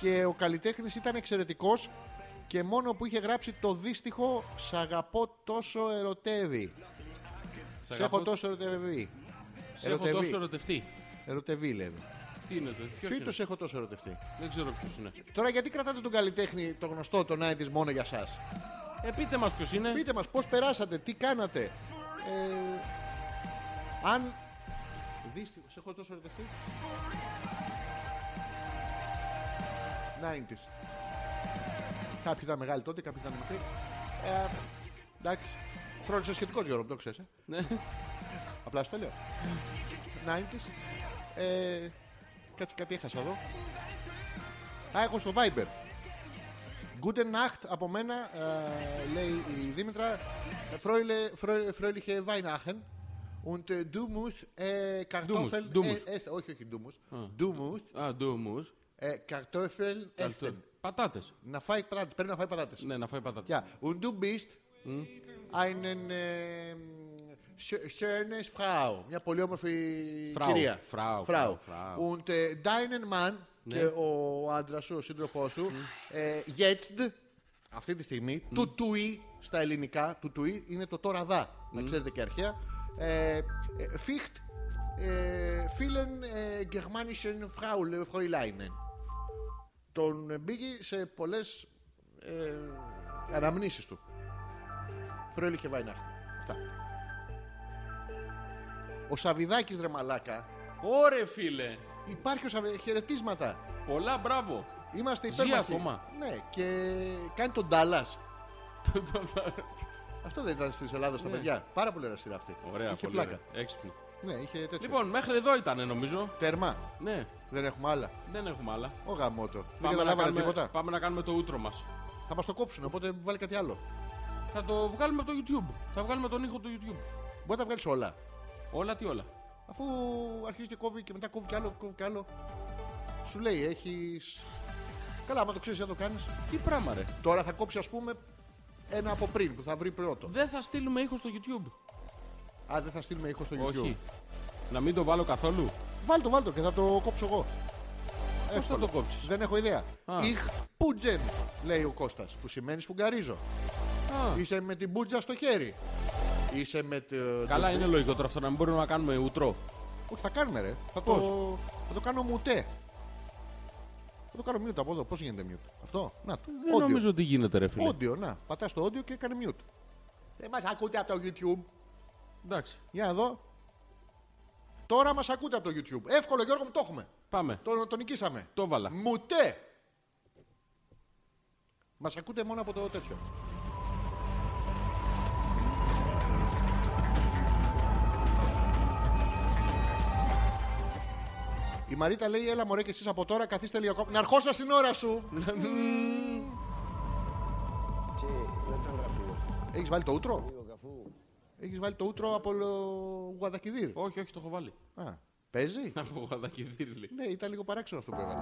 S1: Και ο καλλιτέχνης ήταν εξαιρετικός και μόνο που είχε γράψει το δύστιχο Σ' αγαπώ τόσο ερωτεύει.
S2: Σ'
S1: Σε έχω
S2: αγαπώ-
S1: τόσο ερωτευεί.
S2: σε έχω
S1: ερωτευεί.
S2: τόσο ερωτευτεί.
S1: Ερωτευεί, λέμε.
S2: Τι είναι το, ποιος
S1: Ποιο
S2: είναι.
S1: είναι το σε έχω τόσο ερωτευτεί.
S2: Δεν ξέρω ποιος είναι.
S1: Τώρα γιατί κρατάτε τον καλλιτέχνη, το γνωστό, τον 90s μόνο για εσά.
S2: Ε, πείτε μας ποιος είναι.
S1: Πείτε μας πώς περάσατε, τι κάνατε. Ε, αν. Δύστιχο, σε έχω τόσο ερωτευτεί. 90s. Κάποιοι ήταν μεγάλοι τότε, κάποιοι ήταν μικροί. Ε, εντάξει. Φρόντισε σχετικός Γιώργο, το ε. ξέρει.
S2: Ναι.
S1: Απλά σου το λέω. 90s. Ε, κάτσε κάτι έχασα εδώ. Α, έχω στο Viber. Guten Nacht από μένα, ε, λέει η Δήμητρα. Ε, Freude, Freude, freudige Weihnachten. Und äh, du musst äh, Kartoffeln
S2: du musst.
S1: äh, essen. Όχι, όχι, du musst. Du musst
S2: Α, ντούμου.
S1: äh, Kartoffeln essen.
S2: Πατάτες.
S1: Να φάει πατάτες. Πρέπει να φάει πατάτες.
S2: Ναι, να φάει πατάτες.
S1: Ja, und du bist einen, ähm, schö- schönes Frau. Μια πολύ όμορφη
S2: Frau.
S1: κυρία.
S2: Frau,
S1: Frau.
S2: Frau.
S1: Und äh, deinen Mann και ο άντρας σου, ο σύντροφός σου, ε, jetzt, αυτή τη στιγμή, του τουί στα ελληνικά, του τουί είναι το τώρα δα, να ξέρετε και αρχαία. Ε, ε, ficht, ε, vielen ε, germanischen Frau, Fräuleinen. Τον μπήκε σε πολλές ε, αναμνήσεις του. Φρέλη και Βαϊνάχτη. Αυτά. Ο Σαβιδάκης ρε μαλάκα.
S2: Ωρε φίλε.
S1: Υπάρχει ο Σαβι... Χαιρετίσματα.
S2: Πολλά μπράβο.
S1: Είμαστε
S2: Ζει
S1: υπέρμαχοι.
S2: ακόμα.
S1: Ναι, και κάνει τον Ντάλλας.
S2: Το- το- το-
S1: Αυτό δεν ήταν στις Ελλάδα στα
S2: Ναι.
S1: παιδιά. Πάρα πολύ ωραία σειρά αυτή.
S2: Ωραία,
S1: είχε
S2: πολύ
S1: πλάκα.
S2: ωραία. Έξυπνη.
S1: Ναι, είχε τέτοιο.
S2: Λοιπόν, μέχρι εδώ ήταν νομίζω.
S1: Τέρμα.
S2: Ναι,
S1: Δεν έχουμε άλλα.
S2: δεν έχουμε άλλα.
S1: Ο γαμότο. Δεν
S2: Πάμε να,
S1: καταλάβανε
S2: κάνουμε,
S1: τίποτα.
S2: πάμε να κάνουμε το ούτρο μας.
S1: Θα μας το κόψουν, οπότε βάλει κάτι άλλο.
S2: Θα το βγάλουμε από το YouTube. Θα βγάλουμε τον ήχο του YouTube.
S1: Μπορεί να τα βγάλεις όλα.
S2: Όλα τι όλα.
S1: Αφού αρχίζει και κόβει και μετά κόβει κι άλλο, κόβει κι άλλο. Σου λέει, έχεις. Καλά, άμα το ξέρεις, να το κάνεις.
S2: Τι πράγμα ρε.
S1: Τώρα θα κόψει, ας πούμε, ένα από πριν που θα βρει πρώτο.
S2: Δεν θα στείλουμε ήχο στο YouTube.
S1: Α, δεν θα στείλουμε ήχο στο YouTube.
S2: Όχι. Να μην το βάλω καθόλου.
S1: Βάλτο, βάλτο και θα το κόψω εγώ.
S2: Πώς θα το κόψεις.
S1: Δεν έχω ιδέα.
S2: Α.
S1: Ιχ πουτζεν, λέει ο Κώστας, που σημαίνει σφουγγαρίζω. Είσαι με την μπουτζα στο χέρι. Είσαι με. το-
S2: Καλά, είναι λογικό τώρα αυτό να μην μπορούμε να κάνουμε ούτρο.
S1: Όχι, θα κάνουμε ρε. Θα το, θα το κάνω μουτέ. Θα το κάνω mute από εδώ. Πώς γίνεται mute. Αυτό. Να το.
S2: Δεν
S1: Audio.
S2: νομίζω ότι γίνεται, ρε φίλε.
S1: Όντιο, να. Πατάς το όντιο και έκανε mute. Δεν μας ακούτε από το YouTube.
S2: Εντάξει.
S1: Για να δω. Τώρα μας ακούτε από το YouTube. Εύκολο, Γιώργο μου, το έχουμε.
S2: Πάμε.
S1: Το, το νικήσαμε.
S2: Το βάλα.
S1: Μουτέ. Μας ακούτε μόνο από το τέτοιο. Η Μαρίτα λέει, έλα μωρέ και εσείς από τώρα καθίστε λίγο ακόμα. Να αρχόσα στην ώρα σου.
S11: Che, no es tan rápido.
S1: Έχεις βάλει το ούτρο.
S11: Digo, Cafú,
S1: Έχεις βάλει το ούτρο από το Γουαδακιδίρ.
S2: Όχι, όχι, το έχω βάλει.
S1: Α, Παίζει.
S2: Από γαδακιδίρλι.
S1: ναι, ήταν λίγο παράξενο αυτό που έβαλες.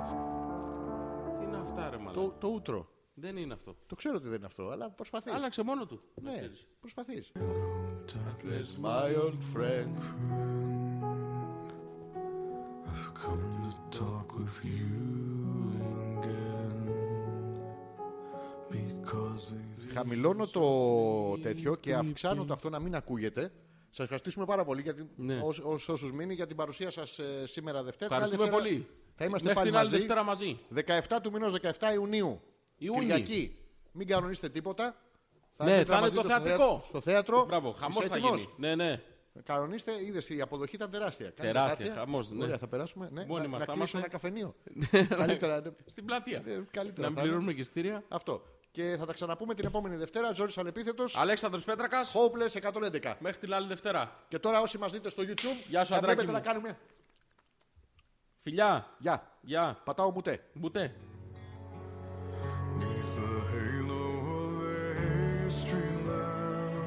S2: Τι είναι αυτά, ρε μαλάκα.
S1: Το, το ούτρο.
S2: Δεν είναι αυτό.
S1: Το ξέρω ότι δεν είναι αυτό, αλλά προσπαθείς.
S2: Άλλαξε μόνο του. να
S1: Ναι,
S2: ξέρεις.
S1: προσπαθείς.
S5: Let's
S1: My old friend.
S5: come to talk with you again because if
S1: Χαμηλώνω το τέτοιο και αυξάνω το αυτό να μην ακούγεται. Σας ευχαριστήσουμε πάρα πολύ για την...
S2: Ναι.
S1: ως, ως όσους μείνει για την παρουσία σας σήμερα Δευτέρα.
S2: Ευχαριστούμε
S1: Άλλη Δευτέρα
S2: πολύ.
S1: Θα είμαστε
S2: Μέχρι
S1: πάλι
S2: την άλλη
S1: μαζί.
S2: Δευτέρα μαζί.
S1: 17 του μηνός, 17 Ιουνίου.
S2: Ιούνιου.
S1: Κυριακή. Μην κανονίστε τίποτα.
S2: Ναι,
S1: έρθετε
S2: θα
S1: μαζί
S2: είναι το
S1: στο θέα-
S2: θεατρικό.
S1: Στο θέατρο.
S2: Μπράβο, χαμό
S1: Είσαι
S2: θα
S1: έτοιμος?
S2: γίνει. Ναι, ναι.
S1: Κανονίστε, είδες η αποδοχή ήταν τεράστια. Κάνεις
S2: Τεράστια,
S1: αχάθεια.
S2: χαμός, ναι.
S1: Ωραία, θα περάσουμε. Ναι.
S2: Μόνοι
S1: Να-
S2: μας
S1: να
S2: θα
S1: κλείσω
S2: είμαστε.
S1: ένα καφενείο. Καλύτερα. ναι.
S2: Στην πλατεία.
S1: Ε, καλύτερα
S2: Να μην
S1: θα είναι.
S2: πληρώνουμε και εισιτήρια.
S1: Αυτό. Και θα τα ξαναπούμε την επόμενη Δευτέρα. Ζόρι Ανεπίθετο.
S2: Αλέξανδρος Πέτρακας,
S1: Hopeless 111.
S2: μέχρι την άλλη Δευτέρα.
S1: Και τώρα όσοι μας δείτε στο YouTube,
S2: Γεια σου,
S1: θα
S2: Αντράκη
S1: βλέπετε
S2: μου.
S1: να κάνουμε...
S2: Φιλιά,
S1: Γεια.
S2: γεια,
S1: Πατάω μουτέ.
S2: μπουτέ.
S5: Neath the halo of a history lamp,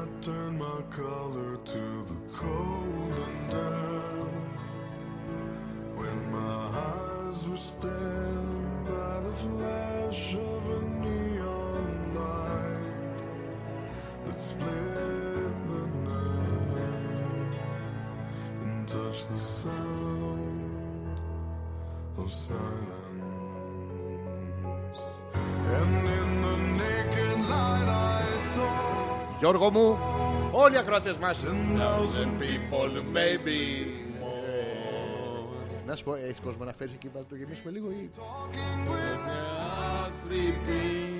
S5: I turn my collar to the cold and damp. When my eyes were stained by the flash of a neon light that split the night and touched the sound of silence. And in the naked light I saw
S1: Γιώργο μου, όλοι οι ακροατές μας.
S5: ten thousand
S1: People maybe. Να σου πω, έχεις κόσμο να φέρεις εκεί να το γεμίσουμε λίγο ή...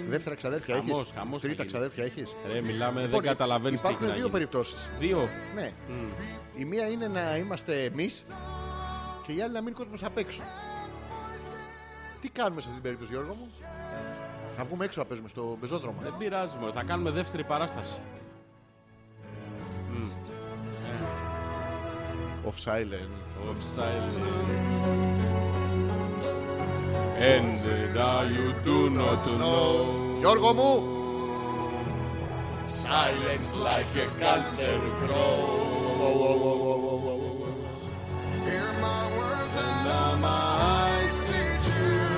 S1: Δεύτερα ξαδέρφια
S2: Χαμός,
S1: έχεις,
S2: χαμός θα
S1: τρίτα
S2: γίνει.
S1: ξαδέρφια έχεις.
S2: Ρε, μιλάμε, δεν
S1: Λοιπόν,
S2: καταλαβαίνεις τι έχει
S1: Υπάρχουν
S2: να
S1: δύο
S2: γίνει.
S1: περιπτώσεις.
S2: Δύο.
S1: Ναι.
S2: Mm.
S1: Η μία είναι να είμαστε εμείς και η άλλη να μείνει κόσμος απ' έξω. Τι κάνουμε σε αυτή την περίπτωση, Γιώργο μου. Θα βγούμε έξω να παίζουμε στο πεζόδρομο.
S2: Δεν πειράζει, μωρέ. θα κάνουμε δεύτερη παράσταση.
S1: Of silence.
S2: Of silence. And now you do not know.
S1: Γιώργο μου,
S5: silence like a cancer grows. Hear my words and I might teach you.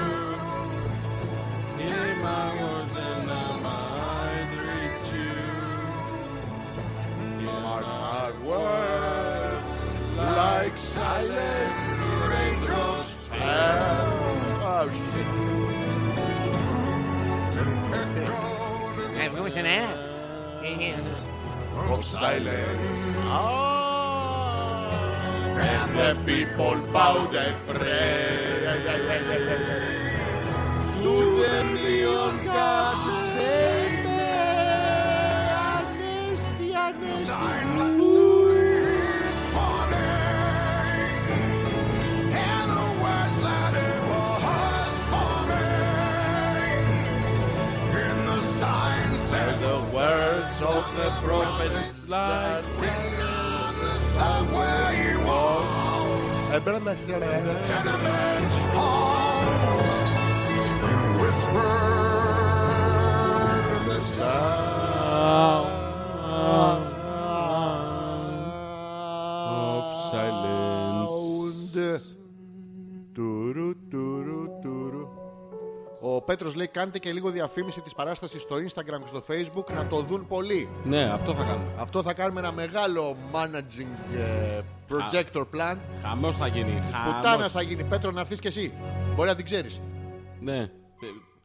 S5: Hear my words and I might reach you. Mark my words like silent raindrops
S1: Oh, shit.
S5: echo to
S6: Ε, Βγούμε σε νέα. Ε, ε.
S5: of silence. And the people bow their prayer to the neon god they made. Silence is falling, and the words that it was forming in the signs and the words of the prophets lies written on the subway walls, tenement halls, and whispered in the
S2: Of silence.
S1: Τουρου, τουρου, τουρου. Ο Πέτρος λέει κάντε και λίγο διαφήμιση της παράστασης στο Instagram και στο Facebook να το δουν πολλοί.
S2: Ναι, αυτό θα κάνουμε.
S1: Αυτό θα κάνουμε ένα μεγάλο managing ε, projector plan.
S2: Χαμός θα γίνει.
S1: Πουτάνα
S2: Χαμός.
S1: θα γίνει. Πέτρο να έρθεις κι εσύ. Μπορεί να την ξέρεις.
S2: Ναι. Ε,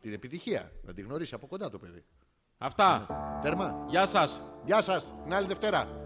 S1: Την επιτυχία. Να την γνωρίσεις από κοντά το παιδί.
S2: Αυτά.
S1: Τέρμα.
S2: Γεια σας.
S1: Γεια σας. Την άλλη Δευτέρα.